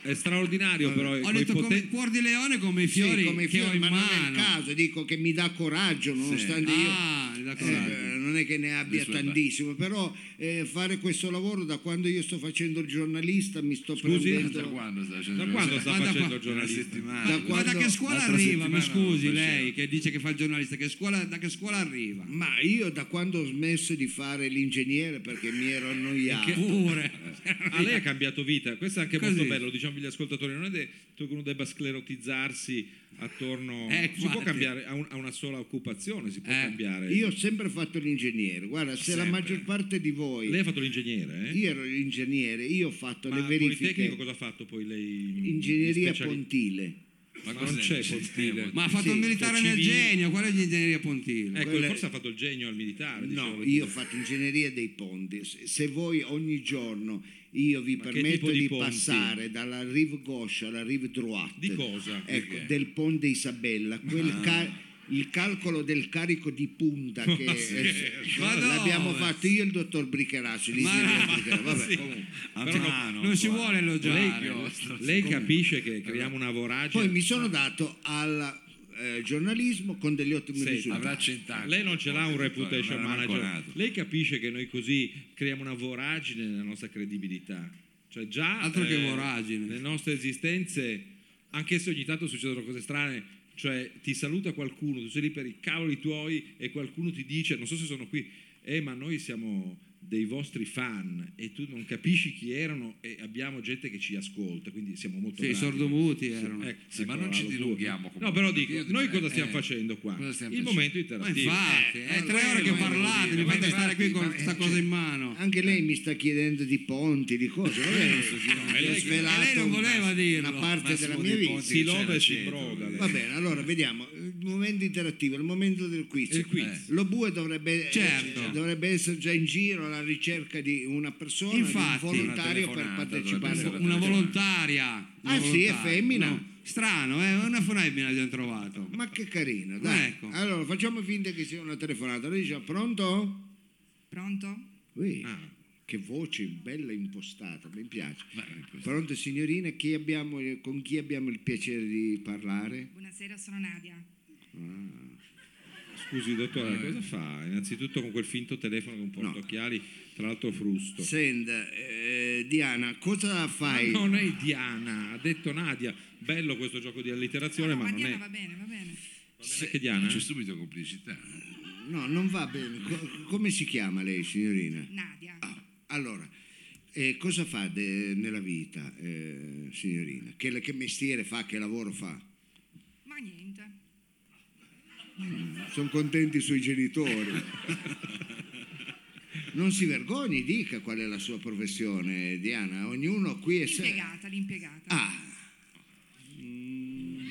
Speaker 2: che
Speaker 4: è straordinario però.
Speaker 5: Ho
Speaker 4: eh, coi
Speaker 5: detto come
Speaker 4: poten-
Speaker 5: il cuor di leone come i
Speaker 2: Sì,
Speaker 5: fiori
Speaker 2: come i
Speaker 5: che
Speaker 2: fiori,
Speaker 5: ho
Speaker 2: ma
Speaker 5: in
Speaker 2: non è il
Speaker 5: mano.
Speaker 2: caso, dico che mi dà coraggio nonostante io
Speaker 5: Ah, le dà coraggio.
Speaker 2: eh, non è che ne abbia
Speaker 1: sue parti.
Speaker 2: tantissimo, però eh, fare questo lavoro da quando io sto facendo il giornalista mi sto prendendo
Speaker 1: da quando sta facendo
Speaker 4: Da quando sta
Speaker 2: Ah,
Speaker 5: Ma da qua-
Speaker 4: facendo il
Speaker 1: Una
Speaker 4: giornalista?
Speaker 1: settimana.
Speaker 5: Ma-
Speaker 2: Da
Speaker 5: Ma da
Speaker 2: quando-
Speaker 5: che scuola
Speaker 1: l'altra
Speaker 5: arriva? Mi
Speaker 1: settimana
Speaker 5: scusi,
Speaker 1: lo faceva.
Speaker 5: lei che dice che fa il giornalista, che scuola, da che scuola arriva?
Speaker 2: Ma io da quando ho smesso di fare l'ingegnere perché mi ero annoiato.
Speaker 5: Ah, Pure. <laughs>
Speaker 4: Ah, lei ha cambiato vita, questo è anche molto
Speaker 5: Così.
Speaker 4: bello, diciamo agli ascoltatori, non è detto che uno debba sclerotizzarsi attorno...
Speaker 5: Eh,
Speaker 4: si può
Speaker 5: infatti.
Speaker 4: cambiare a, un- a una sola occupazione, si può
Speaker 5: Eh,
Speaker 4: cambiare...
Speaker 2: Io ho sempre fatto l'ingegnere, guarda, se la maggior parte di voi
Speaker 4: Lei ha fatto l'ingegnere, eh?
Speaker 2: io ero l'ingegnere, io ho fatto
Speaker 4: Ma
Speaker 2: le
Speaker 4: al Politecnico
Speaker 2: verifiche
Speaker 4: cosa ha fatto poi lei?
Speaker 2: ingegneria
Speaker 4: Di speciali-
Speaker 2: pontile.
Speaker 1: Ma
Speaker 4: Ma
Speaker 1: cos'è?
Speaker 4: non c'è
Speaker 1: C'è
Speaker 4: Pontile.
Speaker 5: Ma ha fatto il
Speaker 2: Sì,
Speaker 5: militare
Speaker 4: cioè,
Speaker 5: nel
Speaker 4: civile.
Speaker 5: genio, qual è l'ingegneria Pontile?
Speaker 4: Ecco,
Speaker 2: quella-
Speaker 4: forse ha fatto il genio al militare. diciamo.
Speaker 2: No,
Speaker 4: dicevo.
Speaker 2: io
Speaker 4: <laughs>
Speaker 2: ho fatto ingegneria dei ponti. Se se voi ogni giorno io vi
Speaker 4: che
Speaker 2: permetto
Speaker 4: tipo di
Speaker 2: di,
Speaker 4: ponti?
Speaker 2: passare dalla rive gauche alla rive droite
Speaker 4: Di Ah. cosa?
Speaker 2: Ecco,
Speaker 4: Perché?
Speaker 2: del ponte Isabella, quel ca- il calcolo del carico di punta che
Speaker 4: <laughs>
Speaker 5: Ma dove?
Speaker 2: l'abbiamo fatto io e il dottor Bricheracci. l'ingegnere Bricheracci, vabbè, comunque.
Speaker 1: A
Speaker 4: Eh, Però Ah, no,
Speaker 1: Milano,
Speaker 5: non si
Speaker 1: qua.
Speaker 5: vuole elogiare.
Speaker 1: Lei-
Speaker 4: Lei capisce che creiamo una voragine.
Speaker 2: Poi mi sono dato al eh, giornalismo con degli
Speaker 5: certo
Speaker 2: ottimi
Speaker 4: Senti,
Speaker 1: Avrà
Speaker 2: risultati.
Speaker 1: cent'anni.
Speaker 4: Lei non ce l'ha un
Speaker 1: Vittorio,
Speaker 4: reputation
Speaker 1: non era manco
Speaker 4: manager.
Speaker 1: nato.
Speaker 4: Lei capisce che noi così creiamo una voragine nella nostra credibilità. Cioè già
Speaker 5: Altro che voragine.
Speaker 4: Le nostre esistenze, anche se ogni tanto succedono cose strane, cioè ti saluta qualcuno, tu sei lì per i cavoli tuoi e qualcuno ti dice, non so se sono qui, eh ma noi siamo dei vostri fan e tu non capisci chi erano e abbiamo gente che ci ascolta, quindi siamo molto
Speaker 5: Sì, i
Speaker 4: bravi.
Speaker 5: sordomuti erano.
Speaker 4: Ecco,
Speaker 1: Sì, ma
Speaker 4: ecco,
Speaker 1: non ci
Speaker 4: allora,
Speaker 1: dilunghiamo
Speaker 4: No,
Speaker 1: comunque,
Speaker 4: però
Speaker 1: perché
Speaker 4: dico,
Speaker 1: io-
Speaker 4: noi cosa stiamo
Speaker 1: eh,
Speaker 4: facendo qua?
Speaker 1: cosa stiamo
Speaker 4: Il
Speaker 1: facendo?
Speaker 4: momento
Speaker 5: Ma
Speaker 4: interattivo.
Speaker 5: infatti, è
Speaker 1: Eh, ma
Speaker 5: tre
Speaker 1: quello
Speaker 5: ore che
Speaker 1: volevo
Speaker 5: parlate,
Speaker 1: dire,
Speaker 5: mi
Speaker 1: ma
Speaker 5: fate stare qui
Speaker 1: infatti,
Speaker 5: con
Speaker 1: ma-
Speaker 5: questa
Speaker 1: eh,
Speaker 5: cosa in mano.
Speaker 2: Anche lei mi sta chiedendo di ponti, di cose. vabbè.
Speaker 4: E
Speaker 2: Ho
Speaker 4: lei-
Speaker 2: svelato
Speaker 5: e Eh, lei non voleva
Speaker 2: una-
Speaker 5: dirlo,
Speaker 2: una parte
Speaker 1: Massimo
Speaker 2: della
Speaker 1: Di
Speaker 2: mia vita.
Speaker 1: Ponti
Speaker 4: Si
Speaker 1: che c'era
Speaker 4: loda e si
Speaker 1: dietro,
Speaker 4: broda,
Speaker 1: volevo
Speaker 4: lei.
Speaker 2: Va bene, allora vediamo. Il momento interattivo, il momento del quiz. Eh,
Speaker 4: Il quiz.
Speaker 2: Lo bue dovrebbe,
Speaker 5: Certo.
Speaker 2: eh, dovrebbe essere già in giro alla ricerca di una persona, di
Speaker 5: Infatti.
Speaker 2: un volontario per
Speaker 1: Una telefonata
Speaker 2: partecipare.
Speaker 1: dovrebbe essere.
Speaker 5: Una volontaria. una
Speaker 2: Ah, sì, è
Speaker 5: volontaria.
Speaker 2: femmina.
Speaker 5: Strano, eh, una femmina abbiamo trovato.
Speaker 2: Ma che carino, dai.
Speaker 5: Ecco.
Speaker 2: Allora facciamo finta che sia una telefonata. Lei dice pronto?
Speaker 7: Pronto?
Speaker 2: Ui,
Speaker 4: Ah.
Speaker 2: Che voce bella impostata, mi piace.
Speaker 1: impostata.
Speaker 2: Pronto signorina, chi abbiamo- eh, con chi abbiamo il piacere di parlare?
Speaker 7: Buonasera, sono Nadia.
Speaker 4: Scusi dottore, cosa fa? Innanzitutto con quel finto telefono con portaocchiali, tra l'altro frusto.
Speaker 2: Senda, eh, Diana, cosa fai?
Speaker 4: Non è Diana, ha detto Nadia. Bello questo gioco di allitterazione,
Speaker 7: No,
Speaker 4: ma non
Speaker 7: Diana
Speaker 4: è,
Speaker 7: va bene, va bene.
Speaker 4: non è neanche Diana. eh?
Speaker 1: C'è subito complicità.
Speaker 2: No, non va bene. Co- come si chiama lei, signorina?
Speaker 7: Nadia,
Speaker 2: Ah, allora, eh, cosa fa de- nella vita, eh, signorina? Che, che mestiere fa, che lavoro fa?
Speaker 7: ma niente.
Speaker 2: Sono contenti i suoi genitori. Non si vergogni, dica qual è la sua professione,
Speaker 4: Eh,
Speaker 2: Diana. Ognuno qui è... se-
Speaker 4: Ah,
Speaker 7: L'impiegata, l'impiegata.
Speaker 2: Ah, Mm,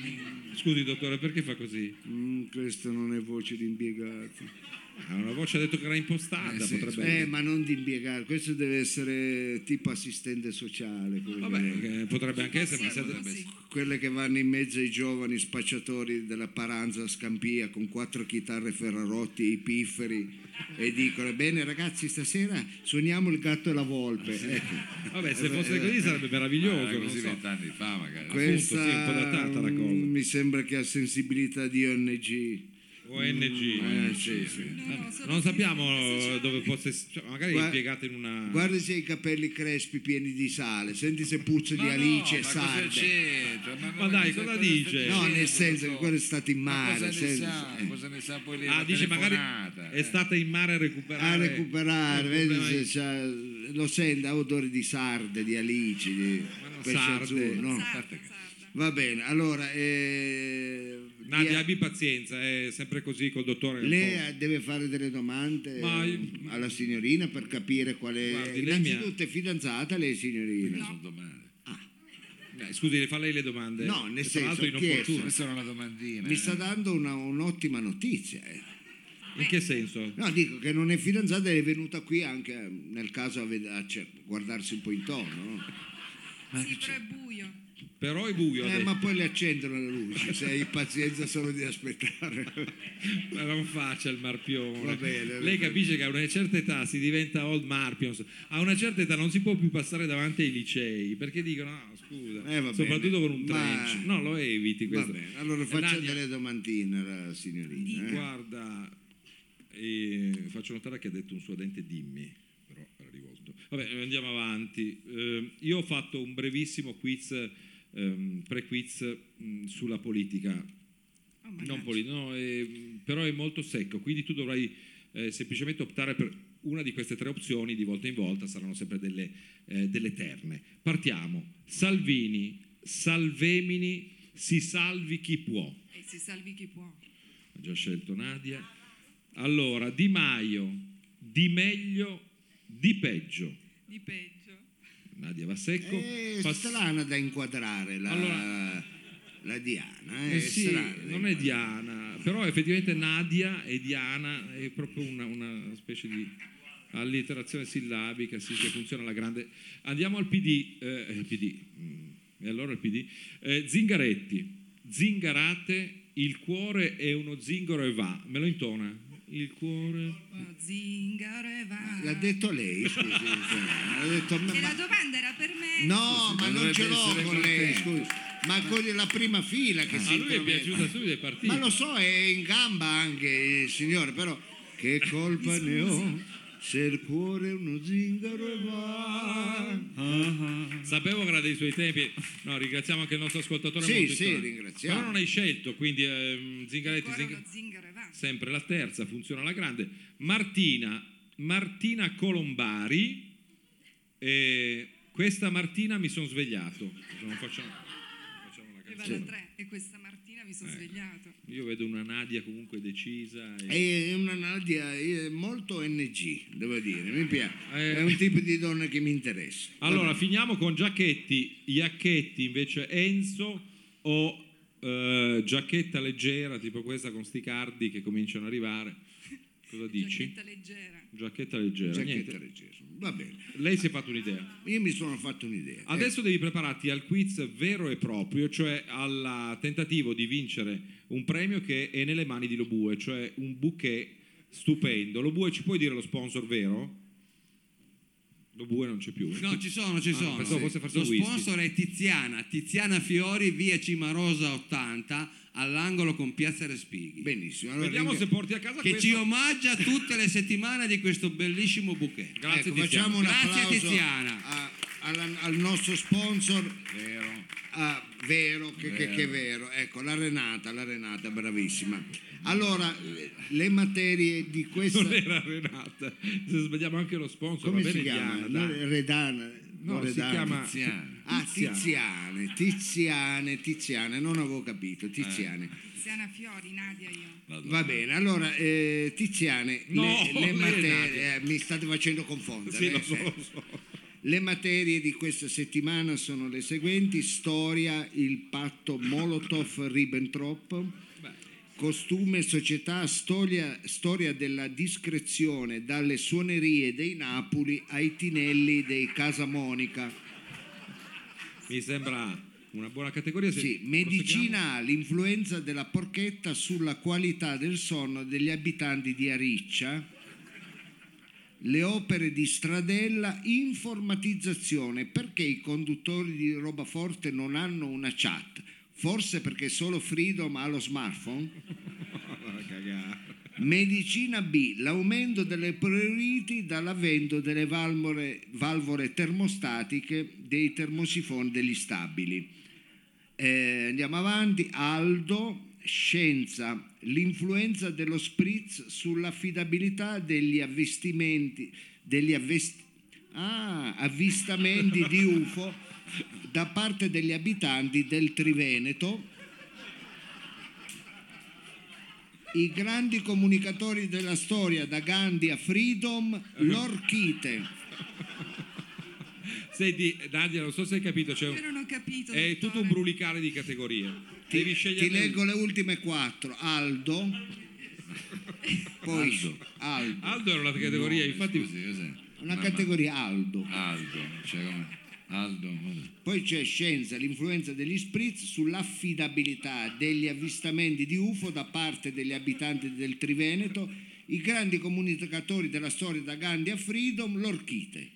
Speaker 4: Scusi, dottore, perché fa così?
Speaker 2: Mm, questa non è voce di impiegato.
Speaker 4: Ha Ah, una voce, ha detto che era impostata, potrebbe...
Speaker 2: Eh, ma non di impiegato, questo deve essere tipo assistente sociale. quello che-
Speaker 4: Vabbè, eh, potrebbe anche essere, ma se-
Speaker 2: Quelle che vanno in mezzo ai giovani spacciatori della Paranza a Scampia con quattro chitarre Ferrarotti e i pifferi e dicono: Bene, ragazzi, stasera suoniamo il gatto e la volpe. Ecco.
Speaker 4: vabbè, se fosse così sarebbe meraviglioso,
Speaker 1: Era
Speaker 4: non
Speaker 1: Eh, così
Speaker 4: so.
Speaker 1: vent'anni fa, magari.
Speaker 2: Questa
Speaker 4: sì, un po' datata la cosa.
Speaker 2: mm, mi sembra che ha sensibilità di ONG.
Speaker 4: ONG.
Speaker 2: Eh, sì, sì.
Speaker 7: No, sono
Speaker 4: Non sappiamo dove fosse, cioè, magari
Speaker 2: Gua-
Speaker 4: impiegato in una...
Speaker 2: Guarda se hai i capelli crespi pieni di sale, senti se puzza di
Speaker 1: Ma
Speaker 2: alice
Speaker 1: no,
Speaker 2: e
Speaker 1: ma cosa
Speaker 2: sarde.
Speaker 1: c'entra? Ma,
Speaker 4: Ma dai, cosa dice?
Speaker 2: No, nel senso che quello è stato in
Speaker 1: Ma
Speaker 2: mare.
Speaker 1: cosa ne
Speaker 2: senso-
Speaker 1: sa?
Speaker 2: eh.
Speaker 1: Cosa ne sa poi lei?
Speaker 4: Ah,
Speaker 1: la
Speaker 4: dice magari
Speaker 1: telefonata,
Speaker 4: è
Speaker 1: eh.
Speaker 4: stata in mare a recuperare.
Speaker 2: a recuperare, vedi
Speaker 4: problema
Speaker 2: se c'ha- lo sente, ha odore di sarde, di alici, di pesce
Speaker 4: sarde.
Speaker 2: azzurro, no?
Speaker 7: sarda, sarda.
Speaker 2: Va bene, allora... eh,
Speaker 4: Nadia,
Speaker 2: dia-
Speaker 4: abbi pazienza, è sempre così col dottore. un po'.
Speaker 2: lei deve fare delle domande
Speaker 4: Boh. Ma
Speaker 2: eh,
Speaker 4: io-
Speaker 2: alla signorina per capire qual è...
Speaker 4: Guardi, lei mi ha- Ah,
Speaker 2: Innanzitutto è fidanzata lei signorina? Ah,
Speaker 1: Sono domande.
Speaker 4: Dai, Eh, scusi, le fa lei le domande?
Speaker 2: No, nel
Speaker 4: Tra
Speaker 2: senso,
Speaker 4: l'altro
Speaker 2: ho
Speaker 4: inopportuno.
Speaker 1: Questa era una domandina.
Speaker 2: Mi
Speaker 1: eh.
Speaker 2: sta dando una- un'ottima notizia. eh.
Speaker 4: In che senso?
Speaker 2: No, dico che non è fidanzata ed è venuta qui anche eh, nel caso a, ved- a cer- guardarsi un po' intorno. no?
Speaker 7: Sì, però è buio. Oh,
Speaker 4: Però è buio. ha
Speaker 2: Eh,
Speaker 4: detto.
Speaker 2: ma poi le accendono le luci, se hai pazienza solo di
Speaker 4: <laughs>
Speaker 2: aspettare.
Speaker 4: Ma <laughs> non faccia il marpione.
Speaker 2: Va bene, va bene.
Speaker 4: Lei capisce che a una certa età si diventa old marpions. A una certa età non si può più passare davanti ai licei perché dicono: no, scusa,
Speaker 2: Eh, va bene,
Speaker 4: soprattutto con un
Speaker 2: ma-
Speaker 4: trench. No, lo eviti.
Speaker 2: Va
Speaker 4: Questo.
Speaker 2: bene, allora faccia
Speaker 4: Nadia,
Speaker 2: delle domandine alla signorina. eh.
Speaker 4: Guarda, eh, faccio notare che ha detto un suo dente dimmi, però era rivolto. Vabbè, eh, andiamo avanti. Eh, io ho fatto un brevissimo quiz, ehm, pre-quiz mh, sulla politica.
Speaker 7: Oh, mannaggia.
Speaker 4: Non poli- no, ehm, però è molto secco, quindi tu dovrai eh, semplicemente optare per una di queste tre opzioni di volta in volta, saranno sempre delle, eh, delle terne. Partiamo. Salvini, Salvemini, si salvi chi può.
Speaker 7: E si salvi chi può.
Speaker 4: Ha già scelto Nadia. Allora, Di Maio, di meglio, di peggio.
Speaker 7: Di peggio.
Speaker 4: Nadia va secco.
Speaker 2: Eh, È
Speaker 4: Pass-
Speaker 2: strana da inquadrare la,
Speaker 4: Allora-
Speaker 2: la Diana. eh,
Speaker 4: Eh sì,
Speaker 2: strana da
Speaker 4: non è
Speaker 2: inquadrare.
Speaker 4: Diana, però effettivamente Nadia e Diana è proprio una, una specie di allitterazione sillabica sì, che funziona alla grande. Andiamo al PD, eh, al PD. mm, e allora il PD. Eh, Zingaretti, Zingarate, il cuore è uno zingaro e va, me lo intona? Il cuore...
Speaker 7: Oh, zingaro e va.
Speaker 2: L'ha detto lei, scusi. l'ha detto
Speaker 7: E la
Speaker 2: ma-
Speaker 7: domanda era per me.
Speaker 2: No, ma non
Speaker 1: dovrebbe
Speaker 2: ce l'ho
Speaker 1: essere
Speaker 2: con
Speaker 1: con
Speaker 2: lei,
Speaker 1: te.
Speaker 2: scusi. Ma con la prima fila che si
Speaker 4: Ah, A lui è
Speaker 2: intromette.
Speaker 4: piaciuta subito è partito.
Speaker 2: Ma lo so, è in gamba anche il signore, però che colpa ne ho se il cuore è uno zingaro va.
Speaker 4: Sapevo che era dei suoi tempi. No, ringraziamo anche il nostro ascoltatore.
Speaker 2: Sì,
Speaker 4: molto
Speaker 2: sì,
Speaker 4: importante.
Speaker 2: ringraziamo.
Speaker 4: Però non hai scelto, quindi ehm, Zingaretti,
Speaker 7: Ancora
Speaker 4: Zingaretti.
Speaker 7: lo zingaro e va.
Speaker 4: sempre la terza, funziona alla grande. Martina, Martina Colombari, eh, questa mattina mi sono svegliato. Non facciamo, facciamo la
Speaker 7: E
Speaker 4: canzone.
Speaker 7: va da tre. E questa mattina mi
Speaker 4: Ecco.
Speaker 7: sono svegliato.
Speaker 4: Io vedo una Nadia comunque decisa. E...
Speaker 2: È una Nadia eh, molto NG, devo dire, mi piace.
Speaker 4: Eh.
Speaker 2: È un tipo di donna che mi interessa.
Speaker 4: Allora, finiamo con Giacchetti, Iacchetti invece Enzo o eh, giacchetta leggera, tipo questa con sti cardi che cominciano ad arrivare. Cosa dici?
Speaker 7: Giacchetta leggera.
Speaker 4: Giacchetta leggera.
Speaker 2: Giacchetta
Speaker 4: niente.
Speaker 2: leggera. Va bene,
Speaker 4: Lei si è fatto un'idea.
Speaker 2: io mi sono fatto un'idea.
Speaker 4: Adesso devi prepararti al quiz vero e proprio, cioè al tentativo di vincere un premio che è nelle mani di Lobue, cioè un bouquet stupendo. Lobue, ci puoi dire lo sponsor vero? Lobue non c'è più.
Speaker 3: No, ci sono, ci
Speaker 4: Ah,
Speaker 3: sono.
Speaker 4: pensavo fosse farsi
Speaker 3: Lo
Speaker 4: un whisky.
Speaker 3: sponsor è Tiziana, Tiziana Fiori, via Cimarosa 80, all'angolo con Piazza Respighi.
Speaker 2: Eh, Benissimo. allora
Speaker 4: Vediamo se
Speaker 2: ringra-
Speaker 4: porti a casa
Speaker 3: che
Speaker 4: questo.
Speaker 3: ci omaggia tutte le settimane di questo bellissimo bouquet.
Speaker 4: Grazie,
Speaker 2: Ecco,
Speaker 4: Tiziano.
Speaker 2: facciamo un
Speaker 3: Grazie,
Speaker 2: applauso
Speaker 3: Tiziana.
Speaker 2: a- alla- al nostro sponsor
Speaker 1: Vero.
Speaker 2: Ah, vero, che, che- che è vero. Ecco, la Renata, la Renata, bravissima. Allora, le- le materie di questa...
Speaker 4: Non era Renata. Se sbagliamo anche lo sponsor,
Speaker 2: Come
Speaker 4: va
Speaker 2: si
Speaker 4: bene
Speaker 2: chiama?
Speaker 4: Diana, dai.
Speaker 2: Non- Redana.
Speaker 4: No,
Speaker 2: non
Speaker 4: si
Speaker 2: Redana.
Speaker 4: chiama-
Speaker 1: Tiziano.
Speaker 2: Ah, Tiziane, Tiziane, Tiziane, non avevo capito, Tiziane.
Speaker 7: Tiziana Fiori, Nadia io.
Speaker 2: Va bene, allora, eh, Tiziane,
Speaker 4: No,
Speaker 2: le, le
Speaker 4: lei è
Speaker 2: materie...
Speaker 4: Nadia.
Speaker 2: eh, mi state facendo confondere.
Speaker 4: Sì, lo
Speaker 2: eh,
Speaker 4: so,
Speaker 2: eh.
Speaker 4: lo so.
Speaker 2: Le materie di questa settimana sono le seguenti: storia, il patto Molotov-Ribbentrop, costume, società, storia, storia della discrezione dalle suonerie dei Napoli ai tinelli dei Casa Monica.
Speaker 4: Mi sembra una buona categoria. se
Speaker 2: Sì,
Speaker 4: proseguiamo.
Speaker 2: medicina A, l'influenza della porchetta sulla qualità del sonno degli abitanti di Ariccia. Le opere di Stradella, informatizzazione. Perché i conduttori di roba forte non hanno una chat? Forse perché solo Freedom ha lo smartphone? <laughs> Medicina B, l'aumento delle pruriti dall'avvento delle valvole, valvole termostatiche dei termosifoni degli stabili. Eh, andiamo avanti, Aldo, scienza, l'influenza dello spritz sull'affidabilità degli avvistamenti, degli avvest- ah, avvistamenti di UFO da parte degli abitanti del Triveneto. I grandi comunicatori della storia, da Gandhi a Freedom, l'Orchite.
Speaker 4: Senti, Nadia, non so se hai capito, c'è
Speaker 7: Io
Speaker 4: un-
Speaker 7: non ho capito.
Speaker 4: è
Speaker 7: dottore.
Speaker 4: tutto un brulicare di categorie.
Speaker 2: Ti,
Speaker 4: Devi scegliere.
Speaker 2: ti leggo le ultime quattro. Aldo, poi Aldo,
Speaker 4: Aldo era una categoria, infatti.
Speaker 1: Eh, Scusi, cos'è?
Speaker 2: una
Speaker 1: Ma- ma-
Speaker 2: categoria Aldo.
Speaker 1: Aldo, cioè come? Aldo, cosa?
Speaker 2: Poi c'è scienza, l'influenza degli spritz sull'affidabilità degli avvistamenti di UFO da parte degli abitanti del Triveneto, i grandi comunicatori della storia da Gandhi a Freedom, l'Orchite.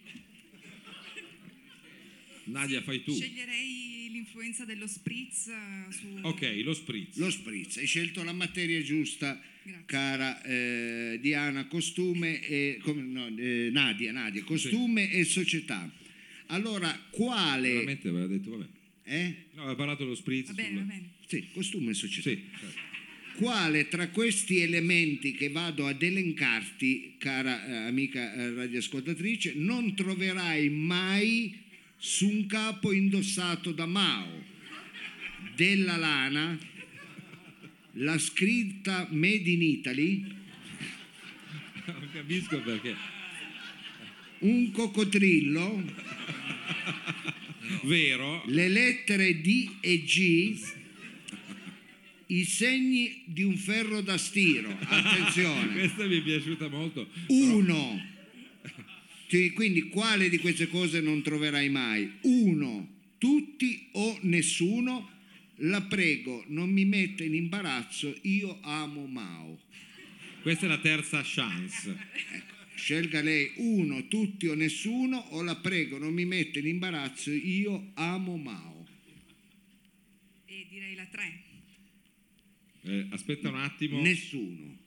Speaker 4: Nadia, fai tu.
Speaker 7: Sceglierei l'influenza dello spritz eh, su...
Speaker 4: Ok, lo spritz.
Speaker 2: Lo spritz, hai scelto la materia giusta,
Speaker 7: Grazie.
Speaker 2: cara eh, Diana, costume e come- no, eh, Nadia, Nadia, costume e società. Allora, quale...
Speaker 4: Veramente aveva detto, vabbè.
Speaker 2: Eh?
Speaker 4: No, aveva parlato dello spritz.
Speaker 7: Va bene,
Speaker 4: sulla-
Speaker 7: va bene.
Speaker 2: Sì, costume e società.
Speaker 4: Sì, certo.
Speaker 2: Quale tra questi elementi che vado ad elencarti, cara eh, amica eh, radioascoltatrice, non troverai mai su un capo indossato da Mao? Della lana, la scritta Made in Italy,
Speaker 4: non capisco perché.
Speaker 2: un coccodrillo,
Speaker 4: Vero,
Speaker 2: le lettere D e G, i segni di un ferro da stiro. Attenzione.
Speaker 4: questa mi è piaciuta molto.
Speaker 2: Uno. Sì, quindi quale di queste cose non troverai mai? Uno, tutti o nessuno. La prego, non mi metta in imbarazzo, io amo Mao.
Speaker 4: Questa è la terza chance.
Speaker 2: Scelga lei uno, tutti o nessuno, o la prego, non mi metta in imbarazzo, io amo Mao.
Speaker 7: E direi la 3.
Speaker 4: Eh, aspetta un attimo.
Speaker 2: Nessuno.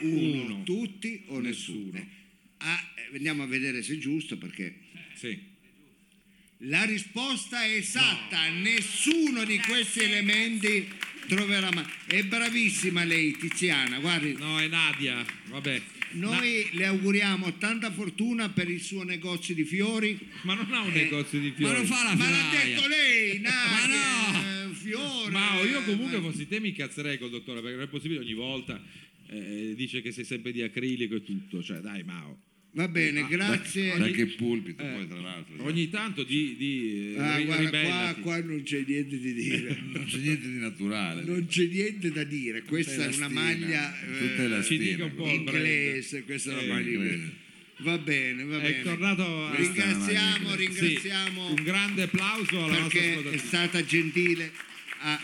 Speaker 2: Uno,
Speaker 4: Uno.
Speaker 2: tutti o nessuno.
Speaker 4: Nessuno.
Speaker 2: Ah, eh, andiamo a vedere se è giusto perché
Speaker 4: Sì.
Speaker 2: La risposta è esatta, nessuno di questi elementi troverà mai. È bravissima lei Tiziana, guardi,
Speaker 4: No, è Nadia. Vabbè.
Speaker 2: noi le auguriamo tanta fortuna per il suo negozio di fiori.
Speaker 4: Ma non ha un negozio di
Speaker 3: Ma
Speaker 4: fiori.
Speaker 3: non fa la
Speaker 2: Eh, Ma l'ha
Speaker 3: fioraia.
Speaker 2: detto lei, Nadia,
Speaker 3: Ma
Speaker 2: eh, fiore.
Speaker 4: Ma io comunque
Speaker 2: eh,
Speaker 4: fossi te mi incazzerei col dottore perché non è possibile ogni volta eh, dice che sei sempre di acrilico e tutto, cioè dai Mao.
Speaker 2: Va
Speaker 4: Ah,
Speaker 2: bene, grazie.
Speaker 1: Da che pulpito poi tra l'altro? sai.
Speaker 4: Ogni tanto di, di eh,
Speaker 2: Ah,
Speaker 4: ri-
Speaker 2: guarda, qua,
Speaker 4: ribellati.
Speaker 2: qua non c'è niente di dire.
Speaker 1: Non c'è niente di naturale.
Speaker 2: Non c'è niente da dire, questa è una
Speaker 1: Elastina.
Speaker 2: maglia
Speaker 1: Tutta
Speaker 2: eh,
Speaker 4: Ci
Speaker 1: elastina.
Speaker 4: dica un po'.
Speaker 2: inglese, questa è una
Speaker 4: Eh,
Speaker 2: maglia inglese.
Speaker 1: inglese.
Speaker 2: Va bene, va
Speaker 4: È
Speaker 2: bene.
Speaker 4: tornato a-
Speaker 2: Ringraziamo,
Speaker 4: Sì,
Speaker 2: ringraziamo
Speaker 4: un grande applauso alla nostra
Speaker 2: perché è
Speaker 4: ascoltatrice.
Speaker 2: stata gentile a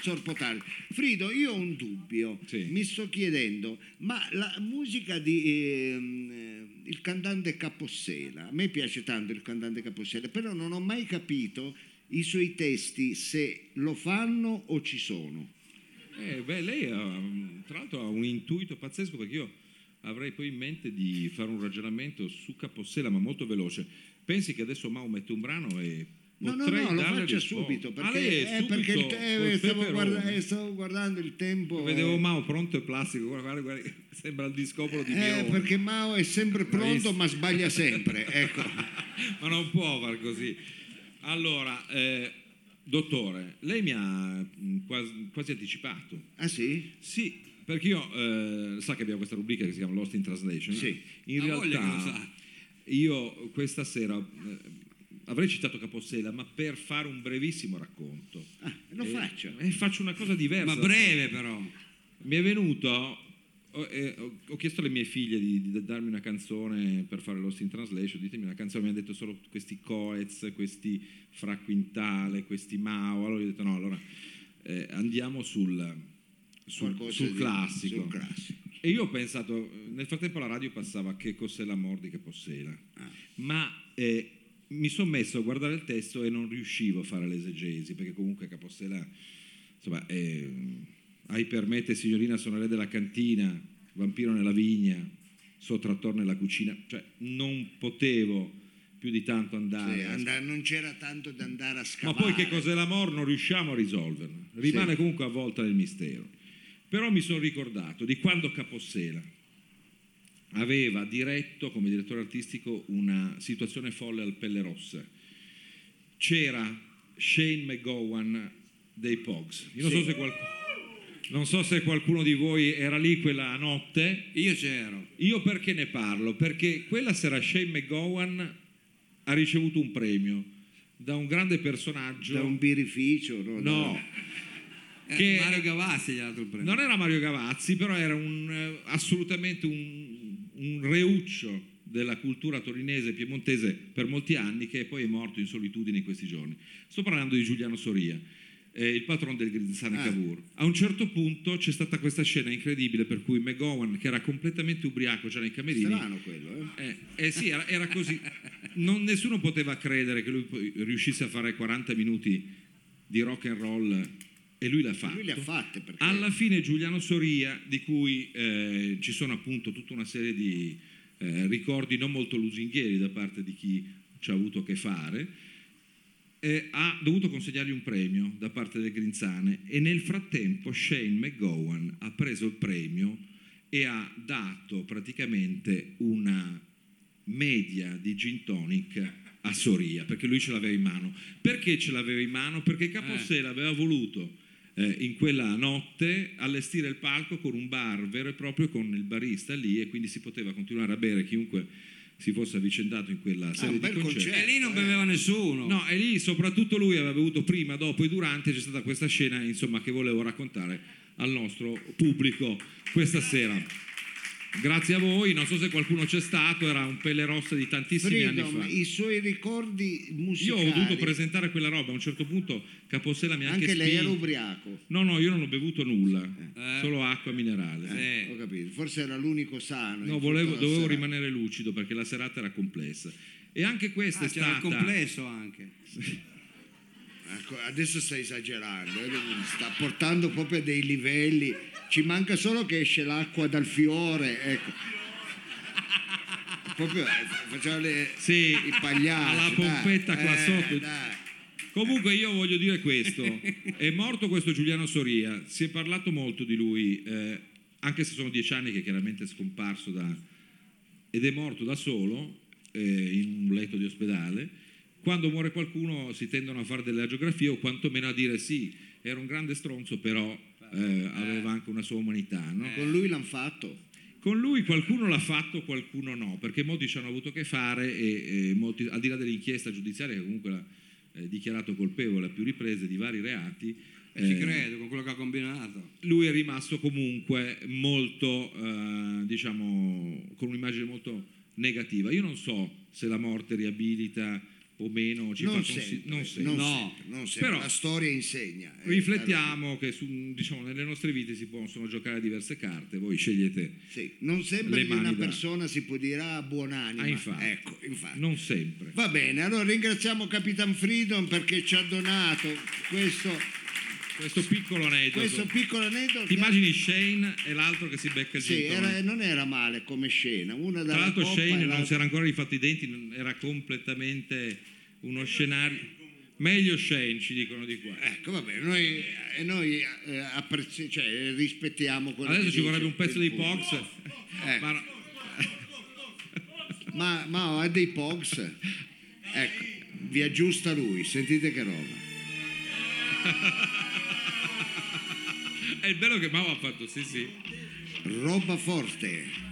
Speaker 2: sorpotare. Frido, io ho un dubbio,
Speaker 4: Sì.
Speaker 2: mi sto chiedendo, ma la musica di ehm, eh, il cantante Capossela, a me piace tanto il cantante Capossela, però non ho mai capito i suoi testi se lo fanno o ci sono.
Speaker 4: Eh, beh, lei ha, mm, tra l'altro ha un intuito pazzesco perché io avrei poi in mente di fare un ragionamento su Capossela ma molto veloce. Pensi che adesso Mao mette un brano e
Speaker 2: No, no,
Speaker 4: potrei
Speaker 2: no, lo
Speaker 4: darle
Speaker 2: faccia
Speaker 4: risposta.
Speaker 2: subito perché,
Speaker 4: Ah, lei è
Speaker 2: eh, perché il
Speaker 4: subito
Speaker 2: te-
Speaker 4: col
Speaker 2: eh, stavo,
Speaker 4: peperone.
Speaker 2: guarda- eh, stavo guardando il tempo. eh,
Speaker 4: Vedevo Mao pronto e plastico, guarda, guarda, guarda, <laughs> sembra il discopolo di
Speaker 2: Eh,
Speaker 4: Mirone.
Speaker 2: perché Mao è sempre pronto ma sbaglia sempre. Ecco.
Speaker 4: <laughs> Ma non può far così. Allora, eh, dottore, lei mi ha mh, quasi, quasi anticipato.
Speaker 2: Ah sì?
Speaker 4: Sì, perché io eh, sa che abbiamo questa rubrica che si chiama Lost in Translation.
Speaker 2: Sì.
Speaker 4: In
Speaker 3: Ha voglia che lo
Speaker 4: realtà
Speaker 3: sa.
Speaker 4: Io questa sera eh, avrei citato Capossela, ma per fare un brevissimo racconto.
Speaker 2: Ah, lo
Speaker 4: Eh,
Speaker 2: faccio.
Speaker 4: eh, faccio una cosa diversa.
Speaker 3: Ma breve però.
Speaker 4: Mi è venuto, ho, eh, ho- ho chiesto alle mie figlie di, di darmi una canzone per fare Lost in Translation, ditemi una canzone, mi hanno detto solo questi Coez, questi Fra Quintale, questi Mao, allora io ho detto no, allora eh, andiamo sul, sul-
Speaker 2: Qualcosa
Speaker 4: sul
Speaker 2: di-
Speaker 4: classico.
Speaker 2: sul classico.
Speaker 4: E io ho pensato, eh, nel frattempo la radio passava che cos'è l'amor di Capossela, ma eh, mi sono messo a guardare il testo e non riuscivo a fare l'esegesi, perché comunque Capossela, insomma, è, ai permette signorina sono re della cantina, vampiro nella vigna, suo trattor nella cucina, cioè non potevo più di tanto andare.
Speaker 2: Sì, eh,
Speaker 4: a
Speaker 2: and- non c'era tanto da andare a
Speaker 4: Ah, ma
Speaker 2: scavare.
Speaker 4: poi che cos'è l'amor non riusciamo a risolverlo, rimane comunque avvolta nel mistero. Però mi sono ricordato di quando Capossela aveva diretto come direttore artistico una situazione folle al Pelle Rossa. C'era Shane McGowan dei Pogs. Io non, so se qualcuno, non so se qualcuno di voi era lì quella notte.
Speaker 3: Io c'ero.
Speaker 4: Io perché ne parlo? Perché quella sera Shane McGowan ha ricevuto un premio da un grande personaggio.
Speaker 2: Da un birrificio, no?
Speaker 4: No,
Speaker 3: Eh,
Speaker 4: Che-
Speaker 3: Mario Gavassi gli ha dato il premio.
Speaker 4: non era Mario Gavazzi, però era un, eh, assolutamente un, un reuccio della cultura torinese e piemontese per molti anni, che poi è morto in solitudine in questi giorni. Sto parlando di Giuliano Soria, eh, il patrono del
Speaker 2: Ah.
Speaker 4: Grinzane Cavour. A un certo punto c'è stata questa scena incredibile per cui McGowan, che era completamente ubriaco, c'era nei camerini,
Speaker 2: Strano quello, eh?
Speaker 4: Eh, eh sì, era, era così. Non- nessuno poteva credere che lui poi riuscisse a fare 40 minuti di rock and roll e lui l'ha fatto.
Speaker 2: Lui le ha fatte perché...
Speaker 4: Alla fine Giuliano Soria, di cui eh, ci sono appunto tutta una serie di eh, ricordi non molto lusinghieri da parte di chi ci ha avuto a che fare, eh, ha dovuto consegnargli un premio da parte del Grinzane e nel frattempo Shane McGowan ha preso il premio e ha dato praticamente una media di gin tonic a Soria perché lui ce l'aveva in mano. Perché ce l'aveva in mano? Perché Capossela aveva voluto eh, in quella notte allestire il palco con un bar vero e proprio con il barista lì e quindi si poteva continuare a bere chiunque si fosse avvicendato in quella serie
Speaker 2: Ah, un
Speaker 4: di
Speaker 2: bel
Speaker 4: concerti.
Speaker 2: concerto.
Speaker 3: E lì non beveva nessuno.
Speaker 4: eh.
Speaker 3: Ah,
Speaker 4: No, e lì soprattutto lui aveva bevuto prima, dopo e durante, c'è stata questa scena insomma, che volevo raccontare al nostro pubblico questa sera. Grazie a voi, non so se qualcuno c'è stato, era un pelle rossa di tantissimi
Speaker 2: Freedom,
Speaker 4: anni fa.
Speaker 2: i suoi ricordi
Speaker 4: Io
Speaker 2: musicali.
Speaker 4: ho dovuto presentare quella roba, a un certo punto Capossela mi ha anche,
Speaker 2: Anche lei Eh. era
Speaker 4: spinto-
Speaker 2: ubriaco.
Speaker 4: No, no, io non ho bevuto nulla, solo acqua minerale.
Speaker 3: Eh.
Speaker 2: Ho capito, forse era l'unico sano. in
Speaker 4: No,
Speaker 2: tutta
Speaker 4: volevo-
Speaker 2: la
Speaker 4: dovevo
Speaker 2: serata.
Speaker 4: rimanere lucido perché la serata era complessa. E anche questa
Speaker 3: Ah,
Speaker 4: è
Speaker 3: c'era
Speaker 4: stata...
Speaker 3: il complesso anche.
Speaker 2: Ecco, adesso stai esagerando, eh, sta portando proprio a dei livelli. Ci manca solo che esce l'acqua dal fiore, ecco. Proprio eh, facciamo le,
Speaker 4: Sì,
Speaker 2: i pagliacci.
Speaker 4: alla
Speaker 2: dai.
Speaker 4: pompetta qua
Speaker 2: Eh,
Speaker 4: sotto.
Speaker 2: dai.
Speaker 4: Comunque io voglio dire questo, è morto questo Giuliano Soria, si è parlato molto di lui, eh, anche se sono dieci anni che chiaramente è scomparso da- ed è morto da solo eh, in un letto di ospedale, quando muore qualcuno si tendono a fare delle agiografie o quantomeno a dire sì, era un grande stronzo però eh, aveva anche una sua umanità. no?
Speaker 2: Con lui l'hanno fatto.
Speaker 4: Con lui qualcuno l'ha fatto, qualcuno no, perché molti ci hanno avuto a che fare e, e molti, al di là dell'inchiesta giudiziaria che comunque l'ha eh, dichiarato colpevole a più riprese di vari reati,
Speaker 3: Eh, Ci
Speaker 4: eh,
Speaker 3: credo con quello che ha combinato.
Speaker 4: lui è rimasto comunque molto, eh, diciamo, con un'immagine molto negativa. Io non so se la morte riabilita o meno, ci
Speaker 2: non
Speaker 4: fa consi-
Speaker 2: sempre, eh,
Speaker 4: non sempre.
Speaker 2: non
Speaker 3: No.
Speaker 2: sempre, non sempre.
Speaker 4: Però-
Speaker 2: la storia insegna. eh,
Speaker 4: Riflettiamo che su- diciamo, nelle nostre vite si possono giocare diverse carte, voi scegliete,
Speaker 2: Sì, non sempre
Speaker 4: Le
Speaker 2: di una
Speaker 4: mani da-
Speaker 2: persona si può dire ah, buonanima.
Speaker 4: Ah, infatti.
Speaker 2: Ecco, infatti.
Speaker 4: non sempre.
Speaker 2: Va bene, allora ringraziamo Capitan Freedom perché ci ha donato questo,
Speaker 4: Questo piccolo aneddoto.
Speaker 2: questo piccolo aneddoto.
Speaker 4: Ti immagini Shane e l'altro che si becca il
Speaker 2: Sì,
Speaker 4: gin tonic?
Speaker 2: era- non era male come scena. Una
Speaker 4: Tra
Speaker 2: dalla
Speaker 4: l'altro
Speaker 2: coppa e
Speaker 4: Shane non
Speaker 2: l'altra-
Speaker 4: si era ancora rifatto i denti, non- era completamente uno scenario... Meglio Shane, ci dicono di qua.
Speaker 2: Ecco, va bene, noi, eh, noi, eh, apprezz- cioè, eh, rispettiamo quello
Speaker 4: Adesso
Speaker 2: che
Speaker 4: ci
Speaker 2: dice
Speaker 4: vorrebbe un pezzo di
Speaker 2: il pubblico.
Speaker 4: Pox.
Speaker 2: Eh.
Speaker 4: Ma no-
Speaker 2: Ma, ma ha dei Pogs. Ecco, vi aggiusta lui, sentite che roba.
Speaker 4: È il bello che Mao ha fatto, sì sì.
Speaker 2: Roba forte.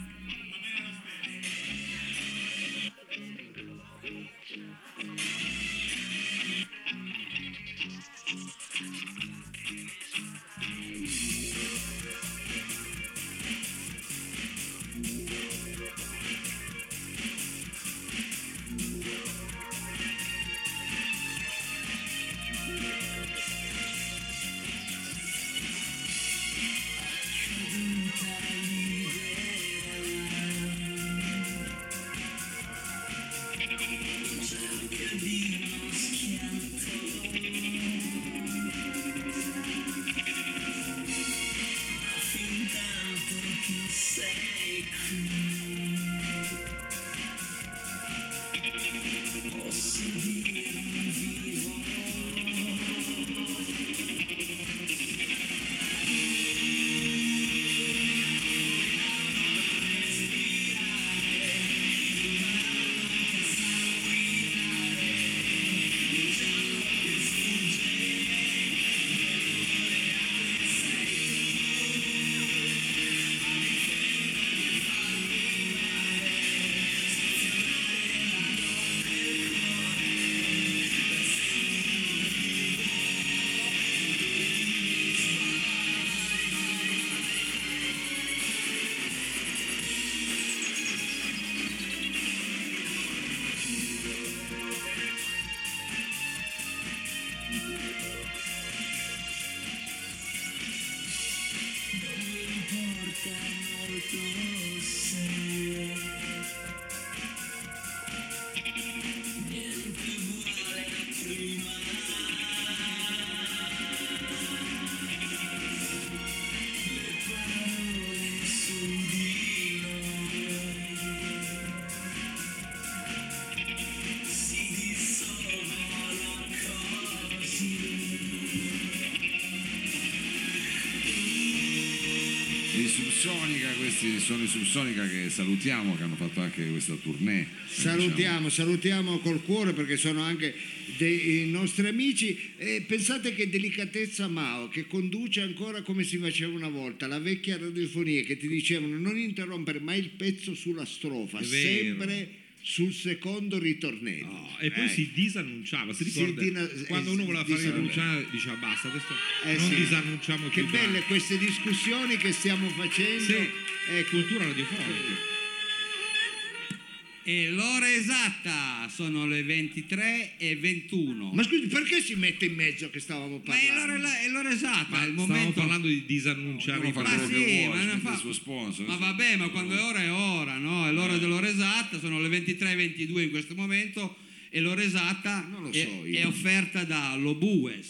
Speaker 1: I Subsonica, questi sono i Subsonica che salutiamo, che hanno fatto anche questa tournée. diciamo.
Speaker 2: Salutiamo, salutiamo col cuore perché sono anche dei nostri amici. E pensate che delicatezza Mao che conduce ancora come si faceva una volta, la vecchia radiofonia che ti dicevano non interrompere mai il pezzo sulla strofa,
Speaker 4: È vero.
Speaker 2: sempre sul secondo ritornello.
Speaker 4: No, e poi
Speaker 2: Eh.
Speaker 4: si disannunciava, si
Speaker 2: Si
Speaker 4: ricorda?
Speaker 2: dina-
Speaker 4: quando
Speaker 2: eh,
Speaker 4: uno voleva fare
Speaker 2: disannunciava.
Speaker 4: rinunciare diceva basta, adesso
Speaker 2: Eh
Speaker 4: non
Speaker 2: sì.
Speaker 4: disannunciamo
Speaker 2: Che
Speaker 4: più. nulla".
Speaker 2: belle queste discussioni che stiamo facendo.
Speaker 4: Sì.
Speaker 2: Ecco,
Speaker 4: cultura radiofonica.
Speaker 3: E l'ora esatta sono le 23 e 21.
Speaker 2: Ma scusi, perché si mette in mezzo che stavamo
Speaker 3: Ma è
Speaker 2: parlando?
Speaker 3: l'ora, è l'ora esatta,
Speaker 4: Ma
Speaker 3: è il
Speaker 4: stavamo
Speaker 3: momento.
Speaker 4: parlando di disannunciare
Speaker 1: Uno
Speaker 4: i
Speaker 1: fa
Speaker 3: Ma
Speaker 1: quello
Speaker 4: programmi.
Speaker 3: sì,
Speaker 1: che
Speaker 3: ma
Speaker 1: vuole,
Speaker 3: non
Speaker 1: ma
Speaker 3: fa-
Speaker 1: il suo sponsor.
Speaker 3: Ma vabbè, ma quando è ora è ora, no? È
Speaker 2: Eh.
Speaker 3: l'ora dell'ora esatta, sono le 23.22 in questo momento e l'ora esatta
Speaker 2: Non lo
Speaker 3: è,
Speaker 2: so io.
Speaker 3: è offerta da Lobues,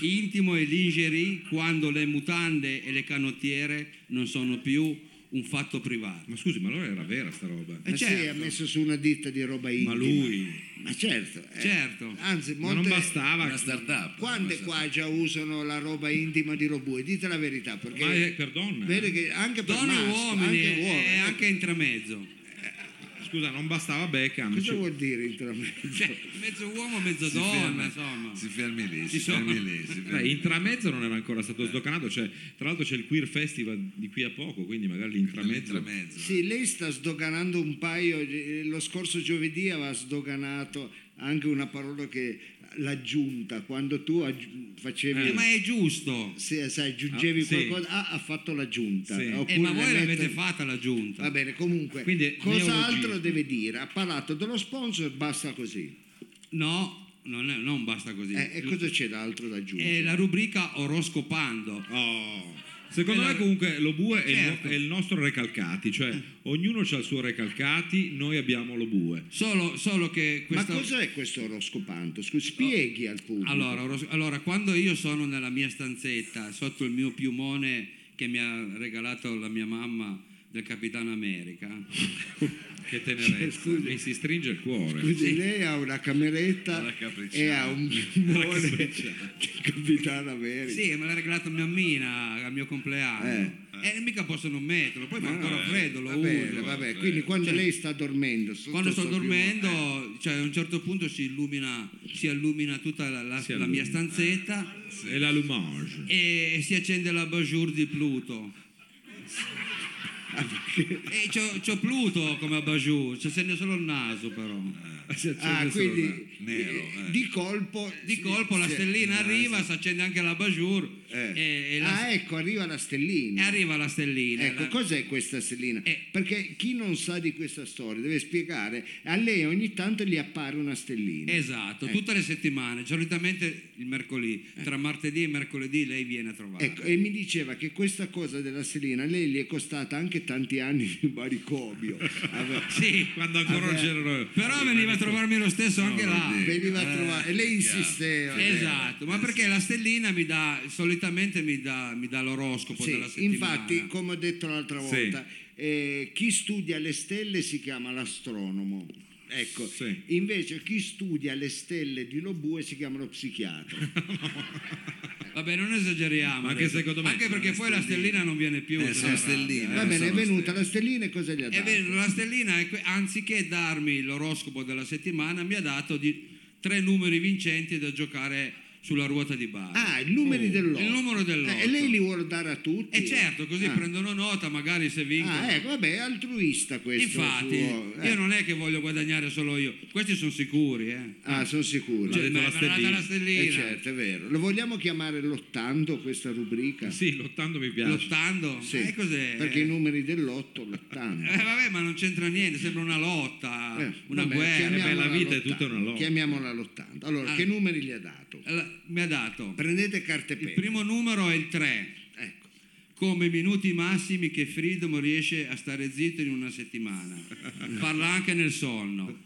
Speaker 3: intimo e lingerie quando le mutande e le canottiere non sono più un fatto privato.
Speaker 4: Ma scusi, ma allora era vera sta roba.
Speaker 3: Eh,
Speaker 2: Ma sì,
Speaker 3: certo.
Speaker 2: ha messo su una ditta di roba intima.
Speaker 4: Ma lui,
Speaker 2: Ma certo. eh.
Speaker 3: Certo.
Speaker 2: Anzi,
Speaker 4: ma non
Speaker 2: molte-
Speaker 4: bastava.
Speaker 1: Una startup.
Speaker 2: Quante
Speaker 1: Una
Speaker 2: qua già usano la roba intima di Robue? Dite la verità, perché
Speaker 4: Ma è per donna.
Speaker 2: vede che anche per
Speaker 3: Donne e
Speaker 2: maschio,
Speaker 3: uomini
Speaker 2: anche uomini,
Speaker 3: e
Speaker 2: eh.
Speaker 3: anche intramezzo.
Speaker 4: Scusa, non bastava Beckham.
Speaker 2: Cosa
Speaker 4: ci-
Speaker 2: vuol dire intramezzo?
Speaker 3: Cioè, mezzo uomo, mezzo
Speaker 1: Si ferma-
Speaker 3: donna, insomma.
Speaker 1: Si fermi lì, si
Speaker 3: Ci sono-
Speaker 1: fermi lì. si fermi
Speaker 4: Beh,
Speaker 1: lì.
Speaker 4: Eh, intramezzo non era ancora
Speaker 3: Eh.
Speaker 4: stato sdoganato, cioè, tra l'altro c'è il Queer Festival di qui a poco, quindi magari l'intramezzo.
Speaker 1: L'intramezzo.
Speaker 2: Sì, lei sta sdoganando un paio, eh, lo scorso giovedì aveva sdoganato anche una parola che l'aggiunta, quando tu aggi- facevi...
Speaker 3: Eh, ma è giusto.
Speaker 2: se sai, aggiungevi
Speaker 4: Ah, sì.
Speaker 2: qualcosa, ah, ha fatto l'aggiunta.
Speaker 4: Sì. Eh,
Speaker 3: Eh, ma voi
Speaker 2: metto-
Speaker 3: l'avete fatta la giunta.
Speaker 2: Va bene, comunque,
Speaker 4: Quindi,
Speaker 2: cos'altro
Speaker 4: neologismo.
Speaker 2: deve dire? Ha parlato dello sponsor, basta così.
Speaker 3: No, non, è- non basta così.
Speaker 2: Eh, e cosa c'è d'altro da aggiungere?
Speaker 3: È la rubrica Oroscopando.
Speaker 4: Oh. Secondo
Speaker 3: Eh,
Speaker 4: me
Speaker 3: no.
Speaker 4: comunque l'Obue è, il
Speaker 3: Certo.
Speaker 4: no- è il nostro Recalcati, cioè
Speaker 2: Eh.
Speaker 4: ognuno ha il suo Recalcati, noi abbiamo l'Obue.
Speaker 3: Solo, solo che
Speaker 2: Ma
Speaker 3: questa...
Speaker 2: cos'è questo oroscopanto? Scusi, spieghi al pubblico.
Speaker 3: Allora, oros- allora, quando io sono nella mia stanzetta, sotto il mio piumone che mi ha regalato la mia mamma del Capitano America,
Speaker 4: Che
Speaker 2: Cioè,
Speaker 4: tenerezza, mi si stringe il cuore.
Speaker 2: Scusi, lei ha una cameretta
Speaker 1: Alla capricciana.
Speaker 2: e ha un piumone del capitano America.
Speaker 3: sì, me l'ha regalato mia Mina al mio compleanno. E mica posso non metterlo, poi fa ancora freddo, lo
Speaker 2: Va bene,
Speaker 3: uso.
Speaker 2: vabbè, quindi quando
Speaker 3: Cioè,
Speaker 2: lei sta dormendo, sotto
Speaker 3: Quando sto
Speaker 2: sto eh. piumone-
Speaker 3: dormendo, cioè, a un certo punto si illumina, si illumina tutta la, la-
Speaker 4: Si
Speaker 3: la mia
Speaker 4: illumina.
Speaker 3: stanzetta
Speaker 4: È la Lumage.
Speaker 2: eh.
Speaker 3: e si accende la Bajour
Speaker 2: <laughs>
Speaker 3: di Pluto. E c'ho, c'ho Pluto come Bajour, ci accende solo il naso però.
Speaker 2: Ah, quindi
Speaker 1: Nero,
Speaker 2: eh,
Speaker 1: eh.
Speaker 2: di colpo
Speaker 3: Di colpo la
Speaker 2: sì.
Speaker 3: stellina arriva, si accende anche la Bajour
Speaker 2: Eh.
Speaker 3: e, e la-
Speaker 2: Ah, ecco, arriva la
Speaker 3: e
Speaker 2: stellina.
Speaker 3: arriva la stellina.
Speaker 2: Ecco,
Speaker 3: La-
Speaker 2: cos'è questa stellina?
Speaker 3: Eh.
Speaker 2: Perché chi non sa di questa storia deve spiegare, a lei ogni tanto gli appare una stellina.
Speaker 3: Esatto,
Speaker 2: eh.
Speaker 3: tutte le settimane, solitamente il mercoledì, tra martedì e mercoledì lei viene a trovare.
Speaker 2: Ecco, e mi diceva che questa cosa della stellina a lei gli è costata anche tanti anni di
Speaker 3: <laughs>
Speaker 2: manicomio. Vabbè,
Speaker 3: Sì,
Speaker 2: Ah,
Speaker 4: Quando ancora non c'erano...
Speaker 3: però veniva a trovarmi lo stesso anche là.
Speaker 2: Veniva a trovare e lei insisteva.
Speaker 3: Eh, Esatto, ma perché la stellina mi dà, solitamente mi dà, mi dà l'oroscopo
Speaker 2: Sì,
Speaker 3: della settimana.
Speaker 2: infatti, come ho detto l'altra
Speaker 4: Sì.
Speaker 2: volta, eh, chi studia le stelle si chiama l'astronomo. Ecco,
Speaker 4: Sì.
Speaker 2: invece chi studia le stelle di Lobue si chiama lo psichiatra.
Speaker 3: Vabbè, non esageriamo.
Speaker 4: Anche
Speaker 3: adesso.
Speaker 4: secondo me
Speaker 3: Anche
Speaker 4: sono
Speaker 3: perché
Speaker 4: le
Speaker 3: poi la stellina non viene più.
Speaker 1: Eh,
Speaker 3: se
Speaker 1: sono
Speaker 3: ne
Speaker 1: stelline.
Speaker 2: Va bene, è
Speaker 1: sono
Speaker 2: venuta
Speaker 1: stelle.
Speaker 2: la stellina e cosa gli ha
Speaker 3: arrabbia. È
Speaker 2: dato?
Speaker 3: vero, la stellina, è que- anziché darmi l'oroscopo della settimana, mi ha dato di- tre numeri vincenti da giocare sulla ruota di bar.
Speaker 2: Ah, i numeri dell'otto.
Speaker 3: Oh, il numero dell'otto.
Speaker 2: Eh, e lei li vuole dare a tutti?
Speaker 3: e certo, così
Speaker 2: Ah.
Speaker 3: prendono nota, magari se vincono.
Speaker 2: Ah, ecco, vabbè, è altruista questo.
Speaker 3: Infatti,
Speaker 2: suo- eh.
Speaker 3: io non è che voglio guadagnare solo io, questi sono sicuri, eh.
Speaker 2: Ah, sono sicuro.
Speaker 3: Cioè,
Speaker 4: detto
Speaker 3: me-
Speaker 4: la
Speaker 3: me l'ha data la stellina.
Speaker 2: Eh, certo, è vero. Lo vogliamo chiamare lottando questa rubrica?
Speaker 4: Sì, lottando mi piace.
Speaker 3: Lottando?
Speaker 2: Sì,
Speaker 3: Eh, cos'è?
Speaker 2: Perché i numeri dell'otto lottano.
Speaker 3: <laughs> Eh, vabbè, ma non c'entra niente, sembra una lotta,
Speaker 2: Eh,
Speaker 3: una
Speaker 2: vabbè,
Speaker 3: guerra.
Speaker 2: chiamiamola
Speaker 4: beh, la vita è
Speaker 2: lottando,
Speaker 4: tutta una lotta.
Speaker 2: Chiamiamola lottando. Allora,
Speaker 3: Ah.
Speaker 2: che numeri gli ha dato?
Speaker 3: Allora, Mi ha dato.
Speaker 2: Prendete carte e
Speaker 3: Il
Speaker 2: penna.
Speaker 3: primo numero è il 3,
Speaker 2: Ecco.
Speaker 3: come i minuti massimi che Freedom riesce a stare zitto in
Speaker 2: <laughs>
Speaker 3: una settimana. Parla anche nel sonno.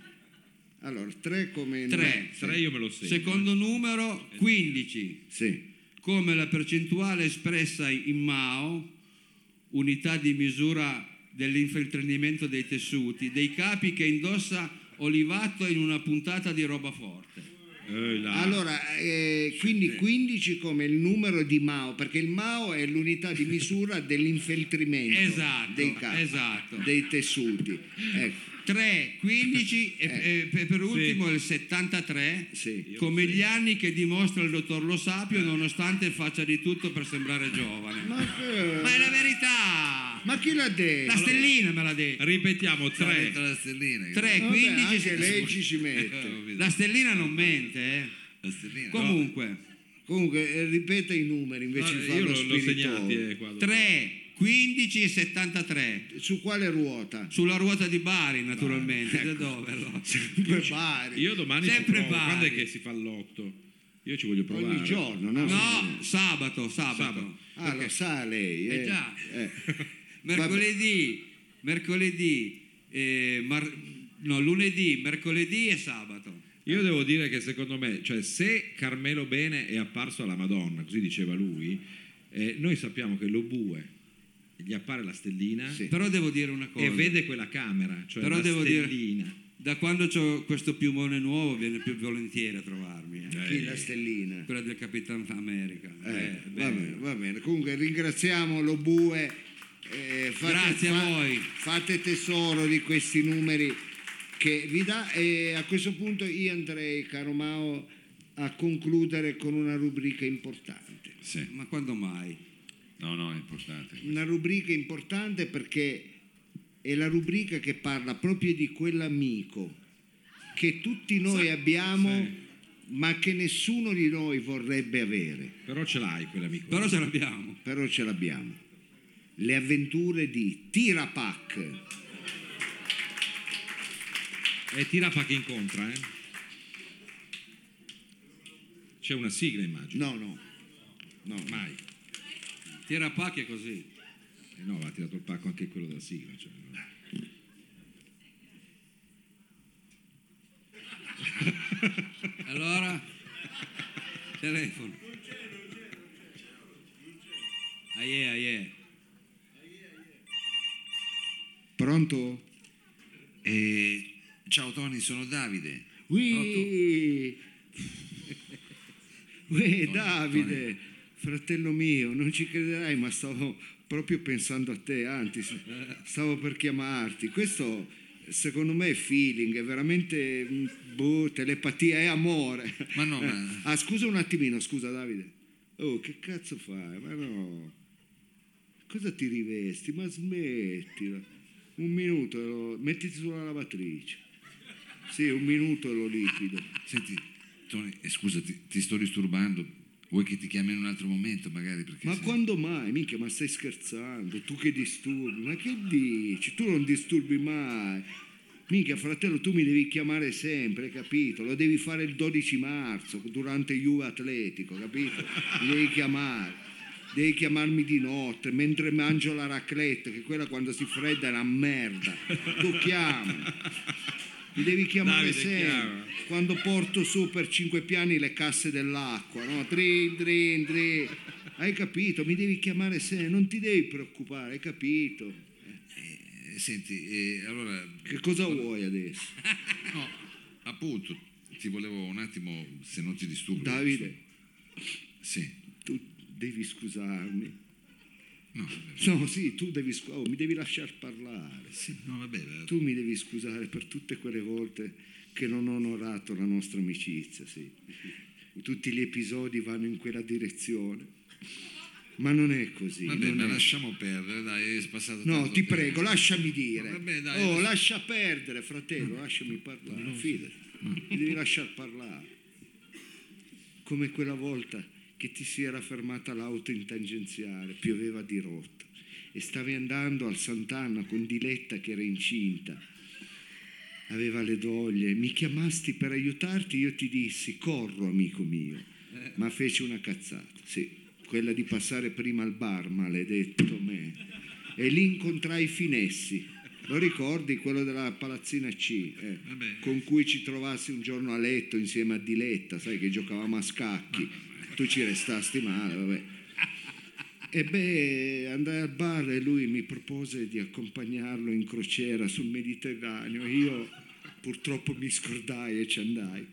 Speaker 2: Allora, 3 come...
Speaker 3: Tre.
Speaker 4: Tre io me lo segno.
Speaker 3: Secondo numero 15,
Speaker 2: Sì.
Speaker 3: come la percentuale espressa in Mao, unità di misura dell'infeltrinamento dei tessuti, dei capi che indossa Olivato in una puntata di roba forte.
Speaker 4: Eh, là.
Speaker 2: Allora, eh, quindi 15 come il numero di Mao, perché il Mao è l'unità di misura dell'infeltrimento
Speaker 3: Esatto,
Speaker 2: dei capi,
Speaker 3: esatto.
Speaker 2: dei tessuti. Ecco,
Speaker 3: 3, 15
Speaker 2: <laughs>
Speaker 3: e e per- per ultimo il 73,
Speaker 2: Eh, Sì.
Speaker 3: come gli anni che dimostra il dottor Lo Sapio nonostante faccia di tutto per sembrare giovane.
Speaker 2: Ma che-
Speaker 3: Ma è la verità!
Speaker 2: ma chi l'ha detto?
Speaker 3: La stellina me l'ha detto.
Speaker 4: Ripetiamo,
Speaker 1: Tre.
Speaker 4: 3.
Speaker 1: La stellina. che-
Speaker 3: 3,
Speaker 2: Vabbè,
Speaker 3: 15
Speaker 2: anche lei ci si
Speaker 1: Eh,
Speaker 2: mette.
Speaker 1: ho visto.
Speaker 3: La stellina non mente, eh.
Speaker 1: La stellina.
Speaker 3: Comunque,
Speaker 2: Comunque eh, ripeta i numeri invece di
Speaker 4: eh, io
Speaker 2: farlo
Speaker 4: l'ho, l'ho segnati
Speaker 2: spiritoso.
Speaker 4: eh, qua.
Speaker 3: 3, 15 e 73.
Speaker 2: Su quale ruota?
Speaker 3: Sulla ruota di Bari, naturalmente. Da dove? allora?
Speaker 2: Per Bari.
Speaker 4: Io domani ci
Speaker 3: Sempre
Speaker 4: provo.
Speaker 3: pari.
Speaker 4: Quando è che si fa l'otto? Io ci voglio provare.
Speaker 2: Ogni giorno, no?
Speaker 3: No, sabato, sabato.
Speaker 2: Ah, lo sa lei.
Speaker 3: Eh
Speaker 2: Eh,
Speaker 3: già.
Speaker 2: eh.
Speaker 3: <laughs> Mercoledì, mercoledì, eh, mar- no, lunedì, mercoledì e sabato.
Speaker 4: Io devo dire che secondo me, cioè, se Carmelo Bene è apparso alla Madonna, così diceva lui, eh, noi sappiamo che lo bue gli appare la stellina
Speaker 3: Però devo dire una cosa.
Speaker 4: e vede quella camera, cioè
Speaker 3: Però
Speaker 4: la
Speaker 3: devo dire-
Speaker 4: stellina.
Speaker 3: Da quando ho questo piumone nuovo viene più volentieri a trovarmi. eh.
Speaker 2: Chi la stellina?
Speaker 3: Quella del Capitan America.
Speaker 2: Eh,
Speaker 3: Eh,
Speaker 2: va
Speaker 3: beh.
Speaker 2: bene, va bene. Comunque ringraziamo lo Bue. eh, fate-
Speaker 3: Grazie a voi.
Speaker 2: Fate tesoro di questi numeri che vi dà e a questo punto io andrei, caro Mao, a concludere con una rubrica importante.
Speaker 1: Sì.
Speaker 3: Ma quando mai?
Speaker 1: No, no, è importante.
Speaker 2: Una rubrica importante perché è la rubrica che parla proprio di quell'amico che tutti noi abbiamo ma che nessuno di noi vorrebbe avere.
Speaker 4: Però ce l'hai quell'amico. eh.
Speaker 3: Però ce l'abbiamo.
Speaker 2: però ce l'abbiamo. Le avventure di Tirapak.
Speaker 4: E tira fa che incontra, eh. C'è una sigla, immagino.
Speaker 2: No, no, no.
Speaker 4: Mai.
Speaker 3: Tira pacchi è così.
Speaker 4: Eh no, va tirato il pacco anche quello della sigla. cioè, no.
Speaker 2: Ah.
Speaker 3: Allora, telefono. Aie, aie.
Speaker 2: Pronto?
Speaker 1: Eh, ciao Tony, sono Davide.
Speaker 2: <laughs> Ui, Ui, Davide, fratello mio, non ci crederai, ma stavo proprio pensando a te, anzi, stavo per chiamarti. Questo secondo me è feeling, è veramente mm, boh, telepatia, è amore.
Speaker 1: Ma no, ma-
Speaker 2: <laughs> Ah, scusa un attimino, scusa Davide. Oh, che cazzo fai? Ma no. Cosa ti rivesti? Ma smettila. Un minuto, lo- mettiti sulla lavatrice. Sì, un minuto e lo liquido.
Speaker 1: Senti, Tony, eh, scusa, ti, ti sto disturbando. Vuoi che ti chiami in un altro momento, magari? Perché
Speaker 2: Ma
Speaker 1: se-
Speaker 2: quando mai? Minchia, ma stai scherzando? Tu che disturbi? Ma che dici? Tu non disturbi mai. Minchia, fratello, tu mi devi chiamare sempre, hai capito? Lo devi fare il 12 marzo, durante Juve Atletico, capito? Mi devi chiamare. Devi chiamarmi di notte, mentre mangio la raclette, che quella quando si fredda è una merda. Tu chiami. Mi devi chiamare
Speaker 4: Davide,
Speaker 2: sempre.
Speaker 4: chiama.
Speaker 2: Quando porto su per cinque piani le casse dell'acqua, no? Drin, drin, drin. Hai capito? Mi devi chiamare sempre, non ti devi preoccupare, hai capito?
Speaker 1: Eh, Senti, eh, allora,
Speaker 2: Che cosa vuoi adesso?
Speaker 1: no, appunto, ti volevo un attimo, se non ti disturbo.
Speaker 2: Davide,
Speaker 1: Sì.
Speaker 2: tu devi scusarmi.
Speaker 1: No, vabbè.
Speaker 2: No, sì, tu devi scusarmi, mi devi lasciar parlare.
Speaker 1: Sì, no, vabbè, va-
Speaker 2: Tu mi devi scusare per tutte quelle volte che non ho onorato la nostra amicizia, sì. Tutti gli episodi vanno in quella direzione. Ma non è così.
Speaker 1: Vabbè,
Speaker 2: non
Speaker 1: ma
Speaker 2: è
Speaker 1: lasciamo perdere, dai, è passato
Speaker 2: No,
Speaker 1: tanto
Speaker 2: ti
Speaker 1: tempo.
Speaker 2: prego, lasciami dire.
Speaker 1: Vabbè, dai,
Speaker 2: oh,
Speaker 1: adesso-
Speaker 2: lascia perdere, fratello, lasciami parlare. fidati. Mi devi lasciar parlare. Come quella volta che ti si era fermata l'auto in tangenziale, pioveva di rotta e stavi andando al Sant'Anna con Diletta che era incinta. Aveva le doglie, mi chiamasti per aiutarti, io ti dissi corro amico mio, ma feci una cazzata, sì, quella di passare prima al bar, maledetto me. E lì incontrai Finessi, lo ricordi quello della palazzina C, eh, con cui ci trovassi un giorno a letto insieme a Diletta, sai che giocavamo a scacchi, tu ci restasti male, vabbè. E beh, andai al bar e lui mi propose di accompagnarlo in crociera sul Mediterraneo. Io purtroppo mi scordai e ci andai.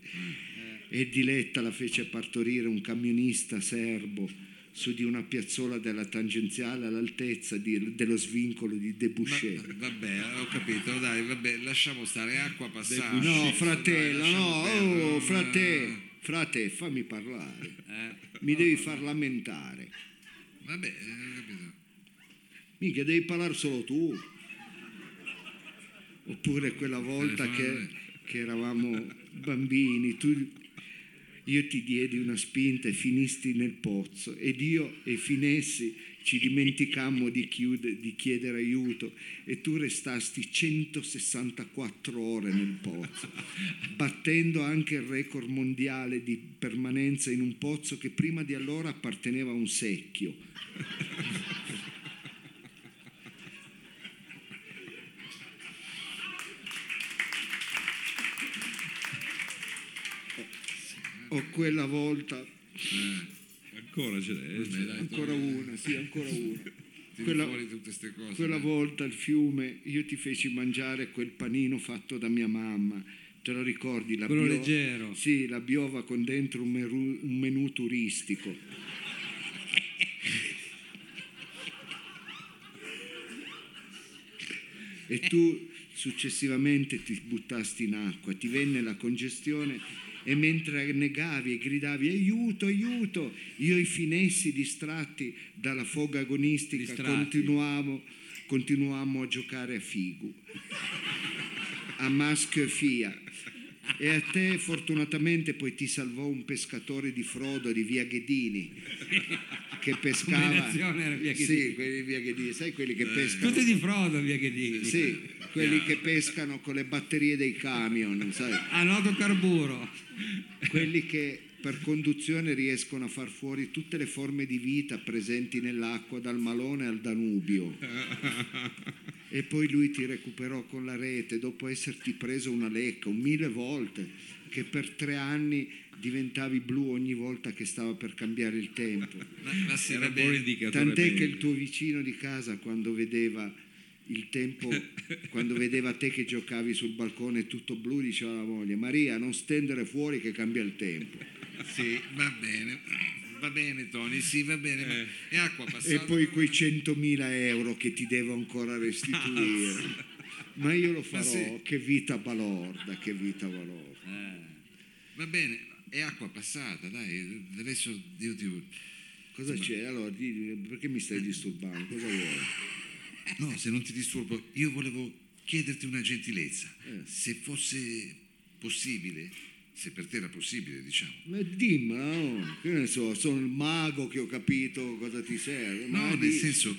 Speaker 2: e Diletta la fece partorire un camionista serbo su di una piazzola della tangenziale all'altezza di- dello svincolo di Debussé.
Speaker 1: Vabbè, ho capito, dai, vabbè, lasciamo stare acqua passata.
Speaker 2: No, fratello,
Speaker 1: Dai,
Speaker 2: no,
Speaker 1: lasciamo perdere, eh.
Speaker 2: oh,
Speaker 1: non-
Speaker 2: frate, frate, fammi parlare. Mi devi far lamentare.
Speaker 1: Vabbè, ho capito.
Speaker 2: Mica devi parlare solo tu. Oppure quella volta che, che eravamo bambini, tu, io ti diedi una spinta e finisti nel pozzo ed io e Finessi ci dimenticammo di, chiude- di chiedere aiuto e tu restasti 164 ore nel pozzo, battendo anche il record mondiale di permanenza in un pozzo che prima di allora apparteneva a un secchio. O quella volta
Speaker 4: Ancora ce l'è.
Speaker 1: Vabbè, dai,
Speaker 2: Ancora
Speaker 1: torna-
Speaker 2: una, sì, ancora una.
Speaker 1: tiri
Speaker 2: Quella,
Speaker 1: fuori tutte queste cose.
Speaker 2: quella
Speaker 1: dai.
Speaker 2: volta al fiume io ti feci mangiare quel panino fatto da mia mamma, te lo ricordi? La
Speaker 3: Quello leggero.
Speaker 2: Sì, la biova con dentro un, meru- un menù turistico. e tu successivamente ti buttasti in acqua, ti venne la congestione e mentre negavi e gridavi aiuto, aiuto, io e i finessi distratti dalla foga agonistica
Speaker 3: Distratti.
Speaker 2: continuavamo, continuavamo a giocare a figu, a maschio e fia. E a te fortunatamente poi ti salvò un pescatore di frodo di Via Ghedini
Speaker 3: <laughs>
Speaker 2: che pescava.
Speaker 3: Combinazione era Via Ghedini. Eh.
Speaker 2: Sì, quelli di Via Ghedini, sai quelli che pescano
Speaker 3: Tutti di frodo, via che dici.
Speaker 2: sì, quelli che pescano con le batterie dei camion,
Speaker 3: <laughs>
Speaker 2: sai?
Speaker 3: A noto carburo.
Speaker 2: quelli che per conduzione riescono a far fuori tutte le forme di vita presenti nell'acqua, dal malone al Danubio. E poi lui ti recuperò con la rete dopo esserti preso una lecca, un mille volte, che per tre anni diventavi blu ogni volta che stava per cambiare il tempo.
Speaker 1: Ma, ma sì,
Speaker 4: Era
Speaker 1: va
Speaker 4: un buon
Speaker 1: bene.
Speaker 4: indicatore.
Speaker 2: Tant'è
Speaker 4: per-
Speaker 2: che il tuo vicino di casa quando vedeva il tempo, quando vedeva te che giocavi sul balcone tutto blu, diceva alla moglie Maria non stendere fuori che cambia il tempo.
Speaker 1: Sì, va bene. Va bene, Tony, sì, va bene. ma- E acqua passata.
Speaker 2: Eh. E poi quei 100.000 euro che ti devo ancora
Speaker 1: <laughs>
Speaker 2: restituire. Ma io lo farò,
Speaker 1: sì.
Speaker 2: che vita balorda, che vita balorda.
Speaker 1: Va bene, è acqua passata, dai. Adesso io ti...
Speaker 2: Cosa c'è? Allora, di- perché mi stai disturbando? Cosa vuoi?
Speaker 1: Eh, No, se non ti disturbo, io volevo chiederti una gentilezza.
Speaker 2: Eh.
Speaker 1: Se fosse possibile, se per te era possibile, diciamo.
Speaker 2: Ma dimmela, no? Che ne so, sono il mago che ho capito cosa ti serve.
Speaker 1: No,
Speaker 2: ma
Speaker 1: nel
Speaker 2: di-
Speaker 1: senso,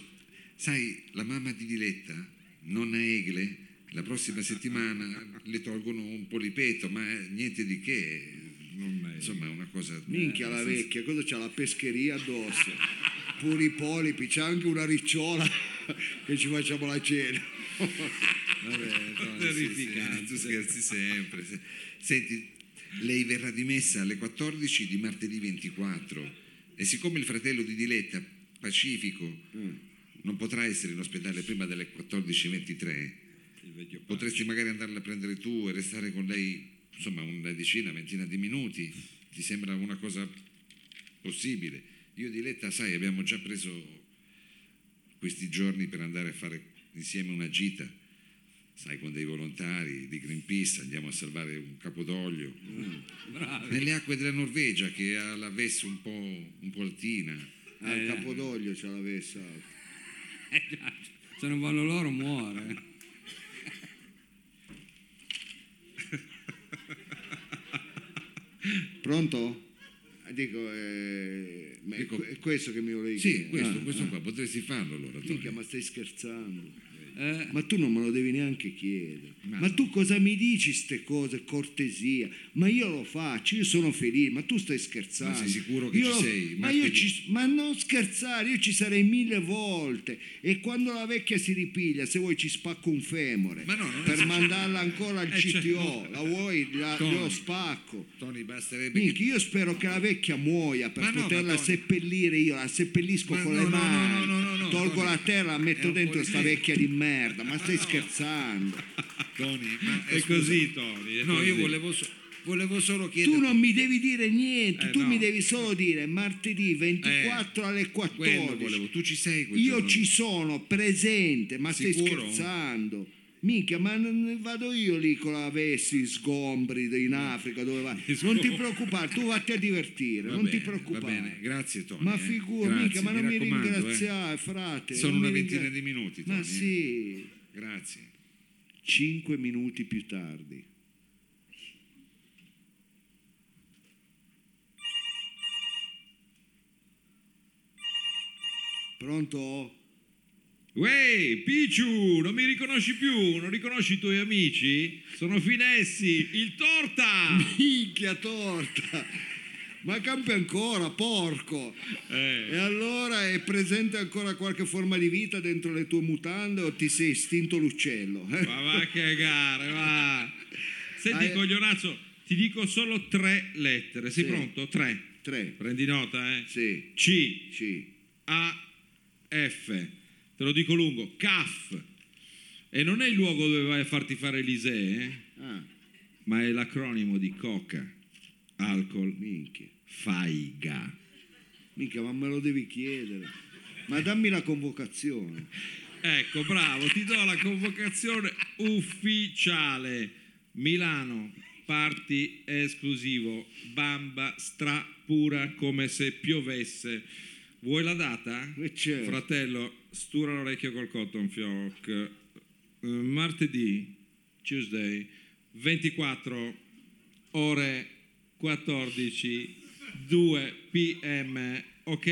Speaker 1: sai, la mamma di Diletta, nonna Egle, la prossima settimana le tolgono un polipeto, ma eh, niente di che. Insomma, è una cosa.
Speaker 2: Minchia la vecchia, cosa c'ha la pescheria
Speaker 1: <laughs>
Speaker 2: addosso? Pure i polipi, c'è anche una ricciola <laughs> che ci facciamo la cena.
Speaker 1: Terrificante. tu scherzi sempre. se- Senti, lei verrà dimessa alle 14 di martedì 24 e siccome il fratello di Diletta, Pacifico, non potrà essere in ospedale prima delle 14.23, potresti magari andarla a prendere tu e restare con lei, insomma, una decina, ventina di minuti. Ti sembra una cosa possibile? Io e Diletta, sai, abbiamo già preso questi giorni per andare a fare insieme una gita, sai, con dei volontari di Greenpeace, andiamo a salvare un capodoglio nelle acque della Norvegia che ha la vessa un po', un po' altina.
Speaker 2: Al Ah, capodoglio c'ha la vessa.
Speaker 3: Eh, già, Se non vanno loro muore.
Speaker 2: Pronto? Dico, eh, ma è
Speaker 1: Dico-
Speaker 2: que- è questo che mi volevi
Speaker 1: Sì,
Speaker 2: chiedere.
Speaker 1: questo, questo qua, potresti farlo allora.
Speaker 2: Ah,
Speaker 1: Tony.
Speaker 2: minchia, ma stai scherzando.
Speaker 3: Eh,
Speaker 2: Ma tu non me lo devi neanche chiedere. Ma, tu cosa mi dici ste cose? Cortesia. Ma io lo faccio, io sono felice, ma tu stai scherzando.
Speaker 1: Ma sei sicuro che
Speaker 2: Io
Speaker 1: ci
Speaker 2: lo-
Speaker 1: sei?
Speaker 2: Ma, io
Speaker 1: Martedì-
Speaker 2: ci- ma non scherzare, io ci sarei mille volte. E quando la vecchia si ripiglia, se vuoi ci spacco un femore.
Speaker 1: Ma no, non è
Speaker 2: per
Speaker 1: successo.
Speaker 2: mandarla ancora al
Speaker 4: Eh, cioè,
Speaker 2: CTO. La vuoi? La,
Speaker 1: Tony.
Speaker 2: lo spacco.
Speaker 1: Tony, basterebbe che...
Speaker 2: Minchia, io spero che la vecchia muoia per
Speaker 1: Ma no, ma
Speaker 2: poterla
Speaker 1: Tony-
Speaker 2: seppellire io, la seppellisco
Speaker 1: Ma
Speaker 2: con
Speaker 1: no,
Speaker 2: le
Speaker 1: no, no,
Speaker 2: mani,
Speaker 1: no, no, no, no,
Speaker 2: tolgo
Speaker 1: Tony,
Speaker 2: la terra, la
Speaker 1: è
Speaker 2: metto
Speaker 1: un
Speaker 2: dentro sta
Speaker 1: politico.
Speaker 2: vecchia di merda, ma stai scherzando?
Speaker 1: <laughs> Tony, ma... eh,
Speaker 4: È
Speaker 1: scusa.
Speaker 4: così, Tony. è
Speaker 1: No, io
Speaker 4: così.
Speaker 1: volevo... so- Volevo solo
Speaker 2: Tu
Speaker 1: chiedere.
Speaker 2: non mi devi dire niente,
Speaker 4: Eh,
Speaker 2: tu
Speaker 4: no.
Speaker 2: mi devi solo dire martedì 24 alle
Speaker 1: Eh. Quello
Speaker 2: 14.
Speaker 1: volevo. Tu ci sei quel
Speaker 2: Io
Speaker 1: giorno?
Speaker 2: ci sono presente, ma stai
Speaker 1: Sicuro?
Speaker 2: scherzando. Minchia, ma non vado io lì con la vesti sgombri in Africa dove vai. Non ti preoccupare, tu vatti a divertire,
Speaker 1: Va
Speaker 2: non ti
Speaker 1: bene, Va bene,
Speaker 2: preoccupare.
Speaker 1: grazie Tony.
Speaker 2: Ma
Speaker 1: eh.
Speaker 2: figura,
Speaker 1: Grazie,
Speaker 2: mica, ma non mi
Speaker 1: raccomando, eh.
Speaker 2: ringraziare, frate.
Speaker 1: Sono
Speaker 2: non mi
Speaker 1: una ventina
Speaker 2: ringra-
Speaker 1: di minuti,
Speaker 2: Ma
Speaker 1: Tony, eh.
Speaker 2: sì,
Speaker 1: Grazie.
Speaker 2: cinque minuti più tardi. Pronto?
Speaker 4: Uè, Picciu, non mi riconosci più? Non riconosci i tuoi amici? Sono Finessi, il
Speaker 2: <laughs>
Speaker 4: Torta!
Speaker 2: Minchia torta! Ma cambia ancora, porco!
Speaker 4: Eh.
Speaker 2: E allora è presente ancora qualche forma di vita dentro le tue mutande o ti sei estinto l'uccello? eh?
Speaker 4: Ma va a cagare, va! Senti,
Speaker 2: Hai-
Speaker 4: coglionazzo, ti dico solo tre lettere. Sei
Speaker 2: Sì.
Speaker 4: pronto? Tre.
Speaker 2: Tre.
Speaker 4: Prendi nota, eh?
Speaker 2: Sì,
Speaker 4: C,
Speaker 2: sì.
Speaker 4: A, F. Te lo dico lungo. CAF. E non è il luogo dove vai a farti fare l'ISEE, eh?
Speaker 2: Ah,
Speaker 4: ma è l'acronimo di coca, alcol,
Speaker 2: minchia.
Speaker 4: faiga.
Speaker 2: Minchia, ma me lo devi chiedere. Ma dammi la convocazione.
Speaker 4: Ecco, bravo, ti do la convocazione ufficiale. Milano, party esclusivo, bamba stra pura come se piovesse. Vuoi la data?
Speaker 2: Eh, certo.
Speaker 4: Fratello, stura l'orecchio col cotton fioc. Eh, Martedì, Tuesday, 24 ore 14 2 pm, ok?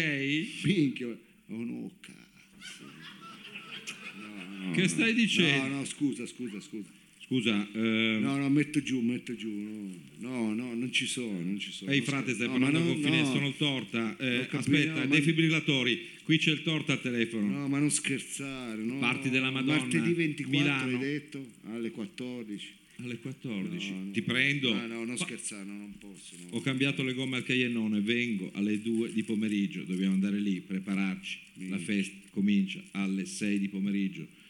Speaker 2: Minchia. Oh no, cazzo.
Speaker 4: Che stai dicendo?
Speaker 2: No, no, scusa, scusa, scusa.
Speaker 4: Scusa, ehm,
Speaker 2: No, no, metto giù, metto giù. No, no, no, non ci sono, non ci sono.
Speaker 4: ehi Eh, frate, stai
Speaker 2: No,
Speaker 4: parlando
Speaker 2: ma no,
Speaker 4: con Fines,
Speaker 2: no.
Speaker 4: sono il torta. Eh,
Speaker 2: Ho capito,
Speaker 4: aspetta,
Speaker 2: no, ma-
Speaker 4: defibrillatori, qui c'è il torta al telefono.
Speaker 2: No, ma non scherzare. No,
Speaker 4: Parti della Madonna,
Speaker 2: Martedì 24
Speaker 4: Milano.
Speaker 2: hai detto? Alle 14.
Speaker 4: Alle 14.
Speaker 2: No, no.
Speaker 4: Ti prendo.
Speaker 2: Ah, no, non scherzare, no, non posso. no.
Speaker 4: Ho cambiato le gomme al Caiennone, vengo alle 2 di pomeriggio, dobbiamo andare lì, prepararci. La festa comincia alle 6 di pomeriggio.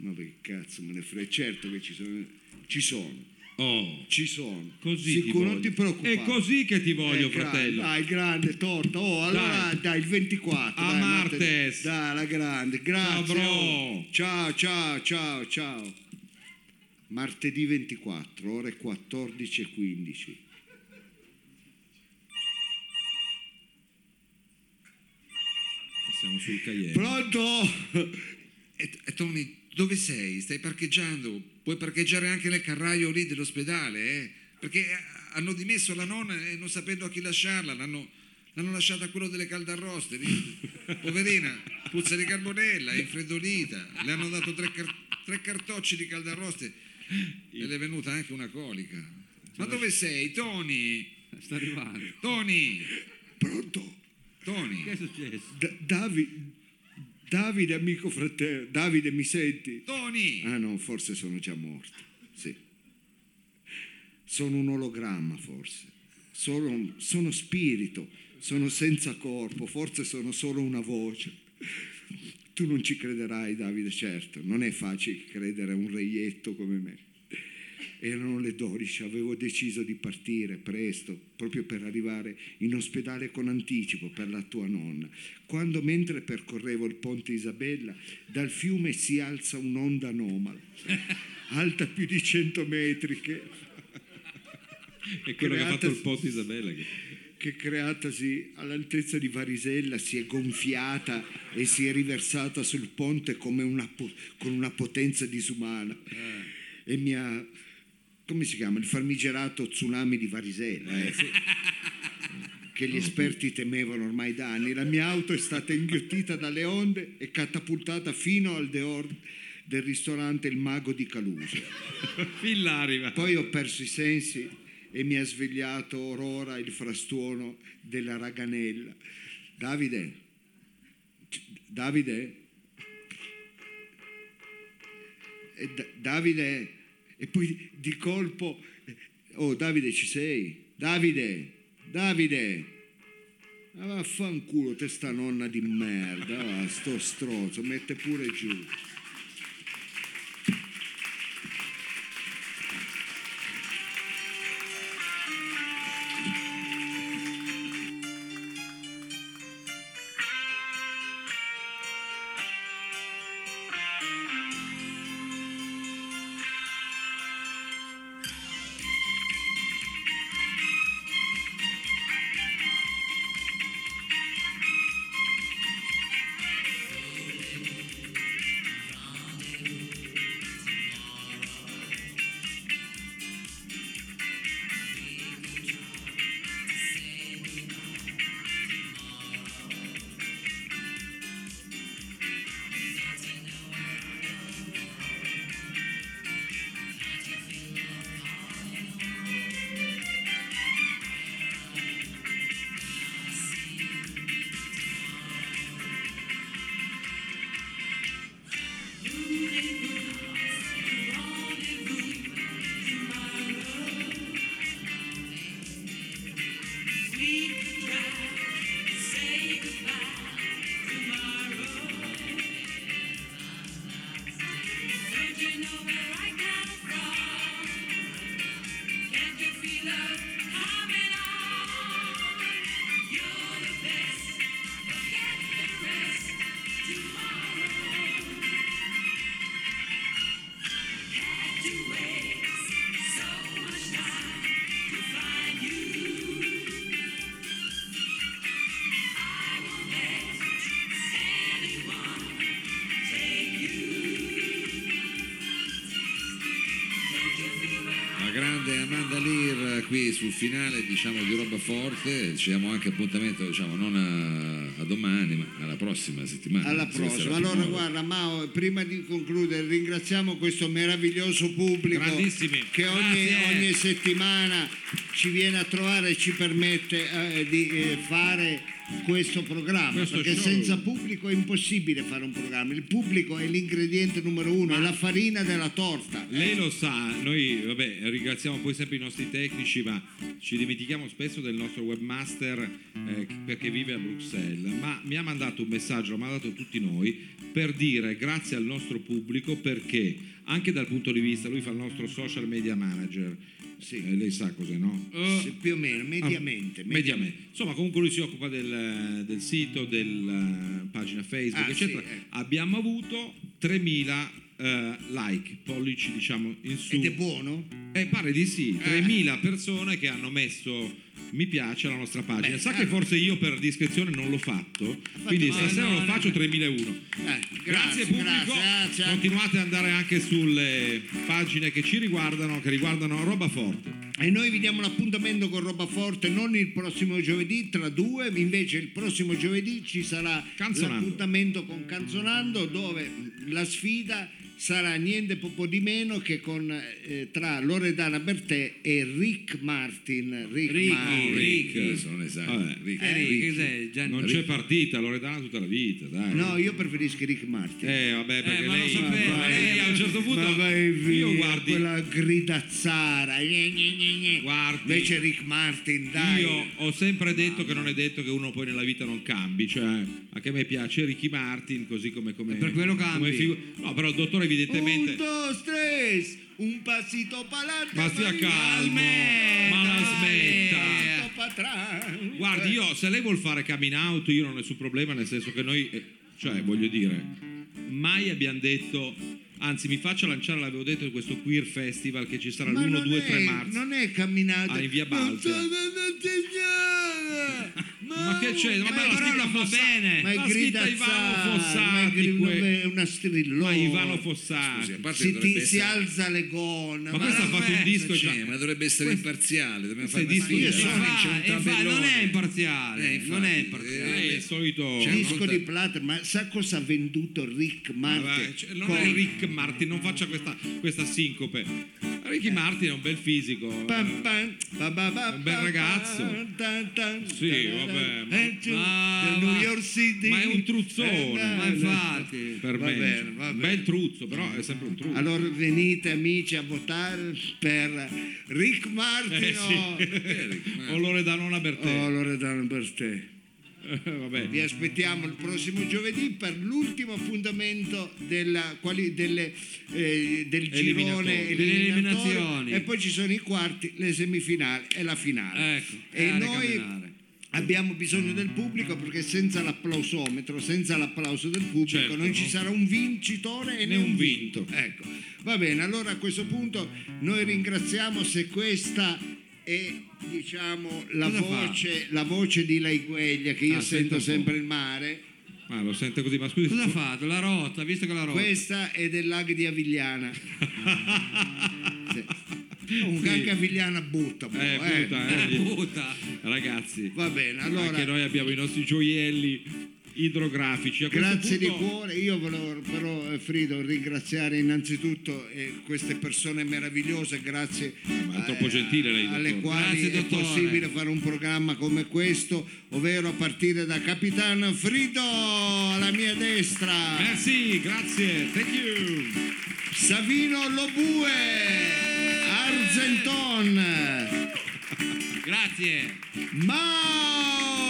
Speaker 2: Ma che cazzo me ne frega? Certo che ci sono. Ci sono,
Speaker 4: Oh,
Speaker 2: ci sono.
Speaker 4: così ti
Speaker 2: Sicuro, non
Speaker 4: voglio.
Speaker 2: ti preoccupare.
Speaker 4: È così che ti voglio,
Speaker 2: Eh, gra-
Speaker 4: fratello.
Speaker 2: Dai, grande torta. Oh, allora dai, il 24.
Speaker 4: A
Speaker 2: dai, martedì.
Speaker 4: martes.
Speaker 2: Dai, la grande. Grazie.
Speaker 4: bro.
Speaker 2: oh. Ciao, ciao, ciao, ciao. Martedì 24, ore 14 e 15.
Speaker 4: Siamo sul Cayenne.
Speaker 2: Pronto?
Speaker 1: E, e Tony, dove sei? Stai parcheggiando? Puoi parcheggiare anche nel carraio lì dell'ospedale, eh? Perché eh, hanno dimesso la nonna e non sapendo a chi lasciarla, l'hanno, l'hanno lasciata a quello delle caldarroste. lì. <laughs> Poverina, puzza di carbonella, è infreddolita. Le hanno dato tre, car- tre cartocci di caldarroste e le è venuta anche una colica. Ma dove sei, Tony?
Speaker 5: Sta arrivando.
Speaker 1: Tony!
Speaker 2: Pronto?
Speaker 1: Tony!
Speaker 5: Che è successo?
Speaker 2: Da- Davi- Davide, amico fratello. Davide, mi senti?
Speaker 1: Tony!
Speaker 2: Ah no, forse sono già morto. Sì. Sono un ologramma, forse. Sono, sono spirito, sono senza corpo, forse sono solo una voce. Tu non ci crederai, Davide, certo. Non è facile credere a un reietto come me. Erano le 12, avevo deciso di partire presto, proprio per arrivare in ospedale con anticipo per la tua nonna. Quando mentre percorrevo il ponte Isabella, dal fiume si alza un'onda anomala, <laughs> alta più di 100 metri, che,
Speaker 4: È quello che ha fatto
Speaker 2: creata-
Speaker 4: il post Isabella. Che...
Speaker 2: che creatasi all'altezza di Varisella si è gonfiata e si è riversata sul ponte come una po- con una potenza disumana. E mi ha... come si chiama? Il famigerato tsunami di Varisella. eh. Che gli esperti temevano ormai da anni. La mia auto è stata inghiottita dalle onde e catapultata fino al deor del ristorante Il Mago di Caluso.
Speaker 4: Fin là arriva.
Speaker 2: Poi ho perso i sensi e mi ha svegliato orora il frastuono della raganella. Davide, C- Davide, E Eh, Da- Davide, e poi di colpo, oh Davide ci sei? Davide, Davide, ma vaffanculo te sta nonna di merda, va, sto stronzo, mette pure giù.
Speaker 1: grande Amanda Lear eh, qui sul finale diciamo di roba forte ci diamo anche appuntamento diciamo non a, a domani ma alla prossima settimana
Speaker 2: Alla
Speaker 1: Se sarà più
Speaker 2: prossima. Allora,
Speaker 1: nuovo.
Speaker 2: guarda, Mao, prima di concludere, ringraziamo questo meraviglioso pubblico
Speaker 4: Grandissimi.
Speaker 2: che ogni,
Speaker 4: Grazie.
Speaker 2: ogni settimana ci viene a trovare e ci permette eh, di eh, fare questo programma.
Speaker 4: Questo
Speaker 2: perché
Speaker 4: show.
Speaker 2: senza pubblico è impossibile fare un programma. Il pubblico è l'ingrediente numero uno, è la farina della torta.
Speaker 4: Lei lo sa, noi vabbè, ringraziamo poi sempre i nostri tecnici, ma ci dimentichiamo spesso del nostro webmaster eh, perché vive a Bruxelles. Ma mi ha mandato un messaggio, l'ha mandato a tutti noi, per dire grazie al nostro pubblico perché anche dal punto di vista, lui fa il nostro social media manager. Eh, lei sa cos'è, no? Eh,
Speaker 2: Se più o meno, mediamente.
Speaker 4: Ah, mediamente. Insomma, comunque lui si occupa del, del sito, della pagina Facebook,
Speaker 2: Ah,
Speaker 4: eccetera.
Speaker 2: sì, ecco.
Speaker 4: Abbiamo avuto 3000 eh, like, pollici diciamo in su.
Speaker 2: Ed è buono?
Speaker 4: Eh, pare di sì, 3000 persone che hanno messo mi piace alla nostra pagina.
Speaker 2: Beh,
Speaker 4: Sa che
Speaker 2: allora.
Speaker 4: forse io per discrezione non l'ho fatto, quindi
Speaker 2: male,
Speaker 4: stasera
Speaker 2: no,
Speaker 4: lo
Speaker 2: no,
Speaker 4: faccio 3001.
Speaker 2: Eh,
Speaker 4: Grazie,
Speaker 2: grazie,
Speaker 4: pubblico,
Speaker 2: eh, certo. grazie.
Speaker 4: continuate ad andare anche sulle pagine che ci riguardano, che riguardano roba forte.
Speaker 2: E noi vi diamo l'appuntamento con Roba Forte non il prossimo giovedì, tra due, invece il prossimo giovedì ci sarà
Speaker 4: Canzonando.
Speaker 2: l'appuntamento con Canzonando dove la sfida sarà niente poco di meno che con, eh, tra Loredana Bertè e Rick Martin. Rick
Speaker 3: Ricky,
Speaker 2: Martin.
Speaker 1: Rick,
Speaker 3: Ricky.
Speaker 1: adesso non esatto
Speaker 4: Vabbè.
Speaker 1: Rick.
Speaker 3: Eh, Ricky, cos'è? Gian-
Speaker 4: Non c'è partita, Loredana tutta la vita, dai.
Speaker 2: No, io preferisco Rick Martin.
Speaker 4: Eh, vabbè, perché
Speaker 3: Eh, ma lo
Speaker 4: lei,
Speaker 3: sapevo,
Speaker 4: ma
Speaker 3: lei-
Speaker 4: lei a un certo punto
Speaker 2: Ma vai
Speaker 4: io
Speaker 2: via,
Speaker 4: guardi,
Speaker 2: quella gridazzara. gne, gne, gne, gne.
Speaker 4: Guardi.
Speaker 2: Invece Rick Martin, dai.
Speaker 4: io ho sempre detto che non è detto che uno poi nella vita non cambi, cioè anche a me piace Ricky Martin così come come
Speaker 3: E per quello
Speaker 4: come
Speaker 3: cambi.
Speaker 4: no, però il dottore
Speaker 2: Un,
Speaker 4: evidentemente
Speaker 2: dos, tres, un pasito pa'lante.
Speaker 4: Ma stia
Speaker 2: poi-
Speaker 4: calmo, ma la smetta.
Speaker 2: Un pasito pa' tra-
Speaker 4: Guardi, io se lei vuol fare coming out, io non ho nessun problema, nel senso che noi, eh, cioè, voglio dire, mai abbiamo detto, anzi, mi faccio lanciare, l'avevo detto, in questo queer festival che ci sarà
Speaker 2: Ma
Speaker 4: l'1,
Speaker 2: non
Speaker 4: 2, 3
Speaker 2: è-
Speaker 4: marzo.
Speaker 2: Non è camminato.
Speaker 4: Ah, in via Baltica.
Speaker 2: Non sono una signora,
Speaker 4: Ma che c'è? Ma,
Speaker 3: ma
Speaker 4: la
Speaker 3: però
Speaker 4: scritta
Speaker 3: non va
Speaker 4: Fossati-
Speaker 3: bene.
Speaker 2: Ma è
Speaker 4: la scritta
Speaker 2: gridazzare,
Speaker 4: Ivano
Speaker 2: ma è
Speaker 4: Fossati,
Speaker 2: gri-
Speaker 4: que-
Speaker 2: è una strillona.
Speaker 4: ma Ivano Fossati.
Speaker 1: Scusi, a parte che
Speaker 2: Si, ti-
Speaker 1: dovrebbe
Speaker 2: si
Speaker 1: essere,
Speaker 2: alza le gonne.
Speaker 4: ma, questo ha fatto un
Speaker 3: aspetta,
Speaker 4: disco già.
Speaker 1: Sì, ma dovrebbe essere imparziale dobbiamo
Speaker 4: questo è
Speaker 1: fare una
Speaker 4: disco-
Speaker 1: sfida.
Speaker 2: io sono-
Speaker 1: C'è un
Speaker 3: Fa-
Speaker 4: Eh,
Speaker 3: e fa- non
Speaker 1: tabellone.
Speaker 3: è imparziale,
Speaker 1: Eh, infatti,
Speaker 3: non è
Speaker 1: eh,
Speaker 3: imparziale.
Speaker 4: Lei è il solito.
Speaker 1: C'è un-
Speaker 2: disco
Speaker 1: non-
Speaker 2: di plata, ma sa cosa ha venduto Rick
Speaker 4: Ah,
Speaker 2: Martin?
Speaker 4: vai, cioè, non
Speaker 2: Con-
Speaker 4: è Rick Martin, non faccia questa, questa sincope. Ricky Martin è un bel fisico.
Speaker 2: Pam, pam, pa, pa, pa,
Speaker 4: È un bel
Speaker 2: pa,
Speaker 4: ragazzo.
Speaker 2: pa, tan, tan,
Speaker 4: Sì,
Speaker 2: tan,
Speaker 4: vabbè,
Speaker 2: tan,
Speaker 4: ma- Ah,
Speaker 2: eh, tu,
Speaker 3: ma-
Speaker 2: del New York City.
Speaker 4: ma è un truzzone,
Speaker 2: Eh,
Speaker 3: Ma
Speaker 2: dai,
Speaker 3: infatti,
Speaker 4: per
Speaker 2: va
Speaker 4: me.
Speaker 2: bene, va
Speaker 4: Un
Speaker 2: bene.
Speaker 4: bel truzzo, però è sempre un truzzo.
Speaker 2: Allora venite amici a votare per Rick Martin Oh,
Speaker 4: Eh, sì.
Speaker 2: o-
Speaker 4: <laughs> o Loredanona per te.
Speaker 2: o Loredana Oh, per te.
Speaker 4: <laughs> Vabbè.
Speaker 2: Vi aspettiamo il prossimo giovedì per l'ultimo appuntamento della quali- delle, eh, del girone
Speaker 4: Eliminatori.
Speaker 3: Delle
Speaker 2: eliminatorio.
Speaker 3: eliminazioni.
Speaker 2: e poi ci sono i quarti, le semifinali e la finale.
Speaker 3: Ecco,
Speaker 2: e
Speaker 3: dai,
Speaker 2: noi
Speaker 3: camminare.
Speaker 2: abbiamo bisogno del pubblico perché senza l'applausometro, senza l'applauso del pubblico
Speaker 4: Certo,
Speaker 2: non ci
Speaker 4: no?
Speaker 2: sarà un vincitore e né, un vinto. Ecco. Va bene, allora a questo punto noi ringraziamo se questa è diciamo la
Speaker 3: Cosa fa?
Speaker 2: voce, la voce di Laigueglia che io
Speaker 4: Ah, senta
Speaker 2: sento
Speaker 4: un po'.
Speaker 2: sempre il mare.
Speaker 4: Ah, lo sente così, ma scusi.
Speaker 3: Cosa ha fatto? La rotta, visto che la rotta.
Speaker 2: Questa è del lago di Avigliana. Sì. Comunque anche Avigliana butta un po',
Speaker 4: Eh,
Speaker 2: eh.
Speaker 4: puta, eh,
Speaker 3: Eh, puta.
Speaker 4: Ragazzi,
Speaker 2: Va bene, allora
Speaker 4: anche noi abbiamo i nostri gioielli idrografici. A questo
Speaker 2: Grazie
Speaker 4: punto-
Speaker 2: di cuore, io volevo però eh, Frido ringraziare innanzitutto eh, queste persone meravigliose, grazie
Speaker 4: ma è
Speaker 2: eh,
Speaker 4: troppo gentile lei,
Speaker 2: alle
Speaker 4: dottore.
Speaker 2: quali
Speaker 3: Grazie,
Speaker 2: è
Speaker 3: dottore.
Speaker 2: possibile fare un programma come questo, ovvero a partire da Capitan Frido alla mia destra,
Speaker 4: Merci, grazie, thank you.
Speaker 2: Savino Lobue, Argenton,
Speaker 3: Grazie.
Speaker 2: Mao,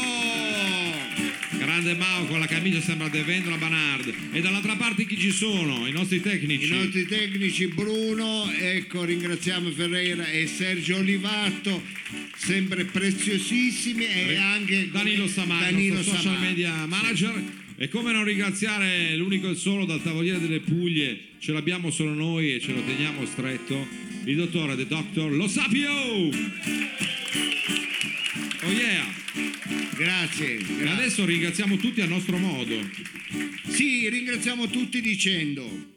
Speaker 4: Grande Mao con la camicia sembra De Vendola Banard. E dall'altra parte chi ci sono? I nostri tecnici.
Speaker 2: i nostri tecnici Bruno, ecco ringraziamo Ferreira e Sergio Olivato, sempre preziosissimi e anche come-
Speaker 4: Danilo Samai,
Speaker 2: Danilo
Speaker 4: nostro social
Speaker 2: Samai.
Speaker 4: media manager. E come non ringraziare l'unico e solo dal tavoliere delle Puglie, ce l'abbiamo solo noi e ce lo teniamo stretto, il dottore, the doctor Lo Sapio! Oh yeah!
Speaker 2: Grazie.
Speaker 4: E
Speaker 2: grazie.
Speaker 4: adesso ringraziamo tutti a nostro modo.
Speaker 2: Sì, ringraziamo tutti dicendo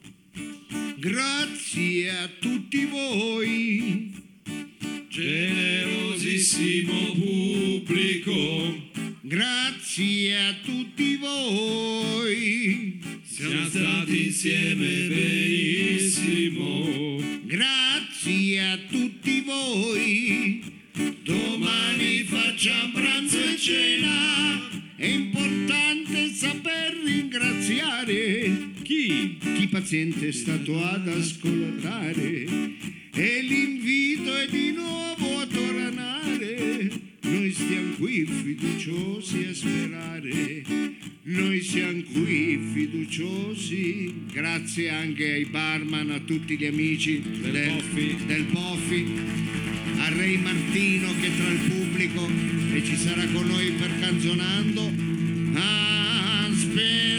Speaker 2: grazie a tutti voi
Speaker 4: Generosissimo pubblico,
Speaker 2: Grazie a tutti voi,
Speaker 4: siamo stati insieme benissimo.
Speaker 2: grazie a tutti voi. Domani facciamo pranzo e cena, è importante saper ringraziare
Speaker 4: Chi?
Speaker 2: chi paziente è stato ad ascoltare e l'invito è di nuovo a tornare. Noi stiamo qui fiduciosi a sperare, noi siamo qui fiduciosi, grazie anche ai barman, a tutti gli amici del,
Speaker 4: Poffi.
Speaker 2: del Poffi, a Re Martino che è tra il pubblico e ci sarà con noi per canzonando. Ah, spe-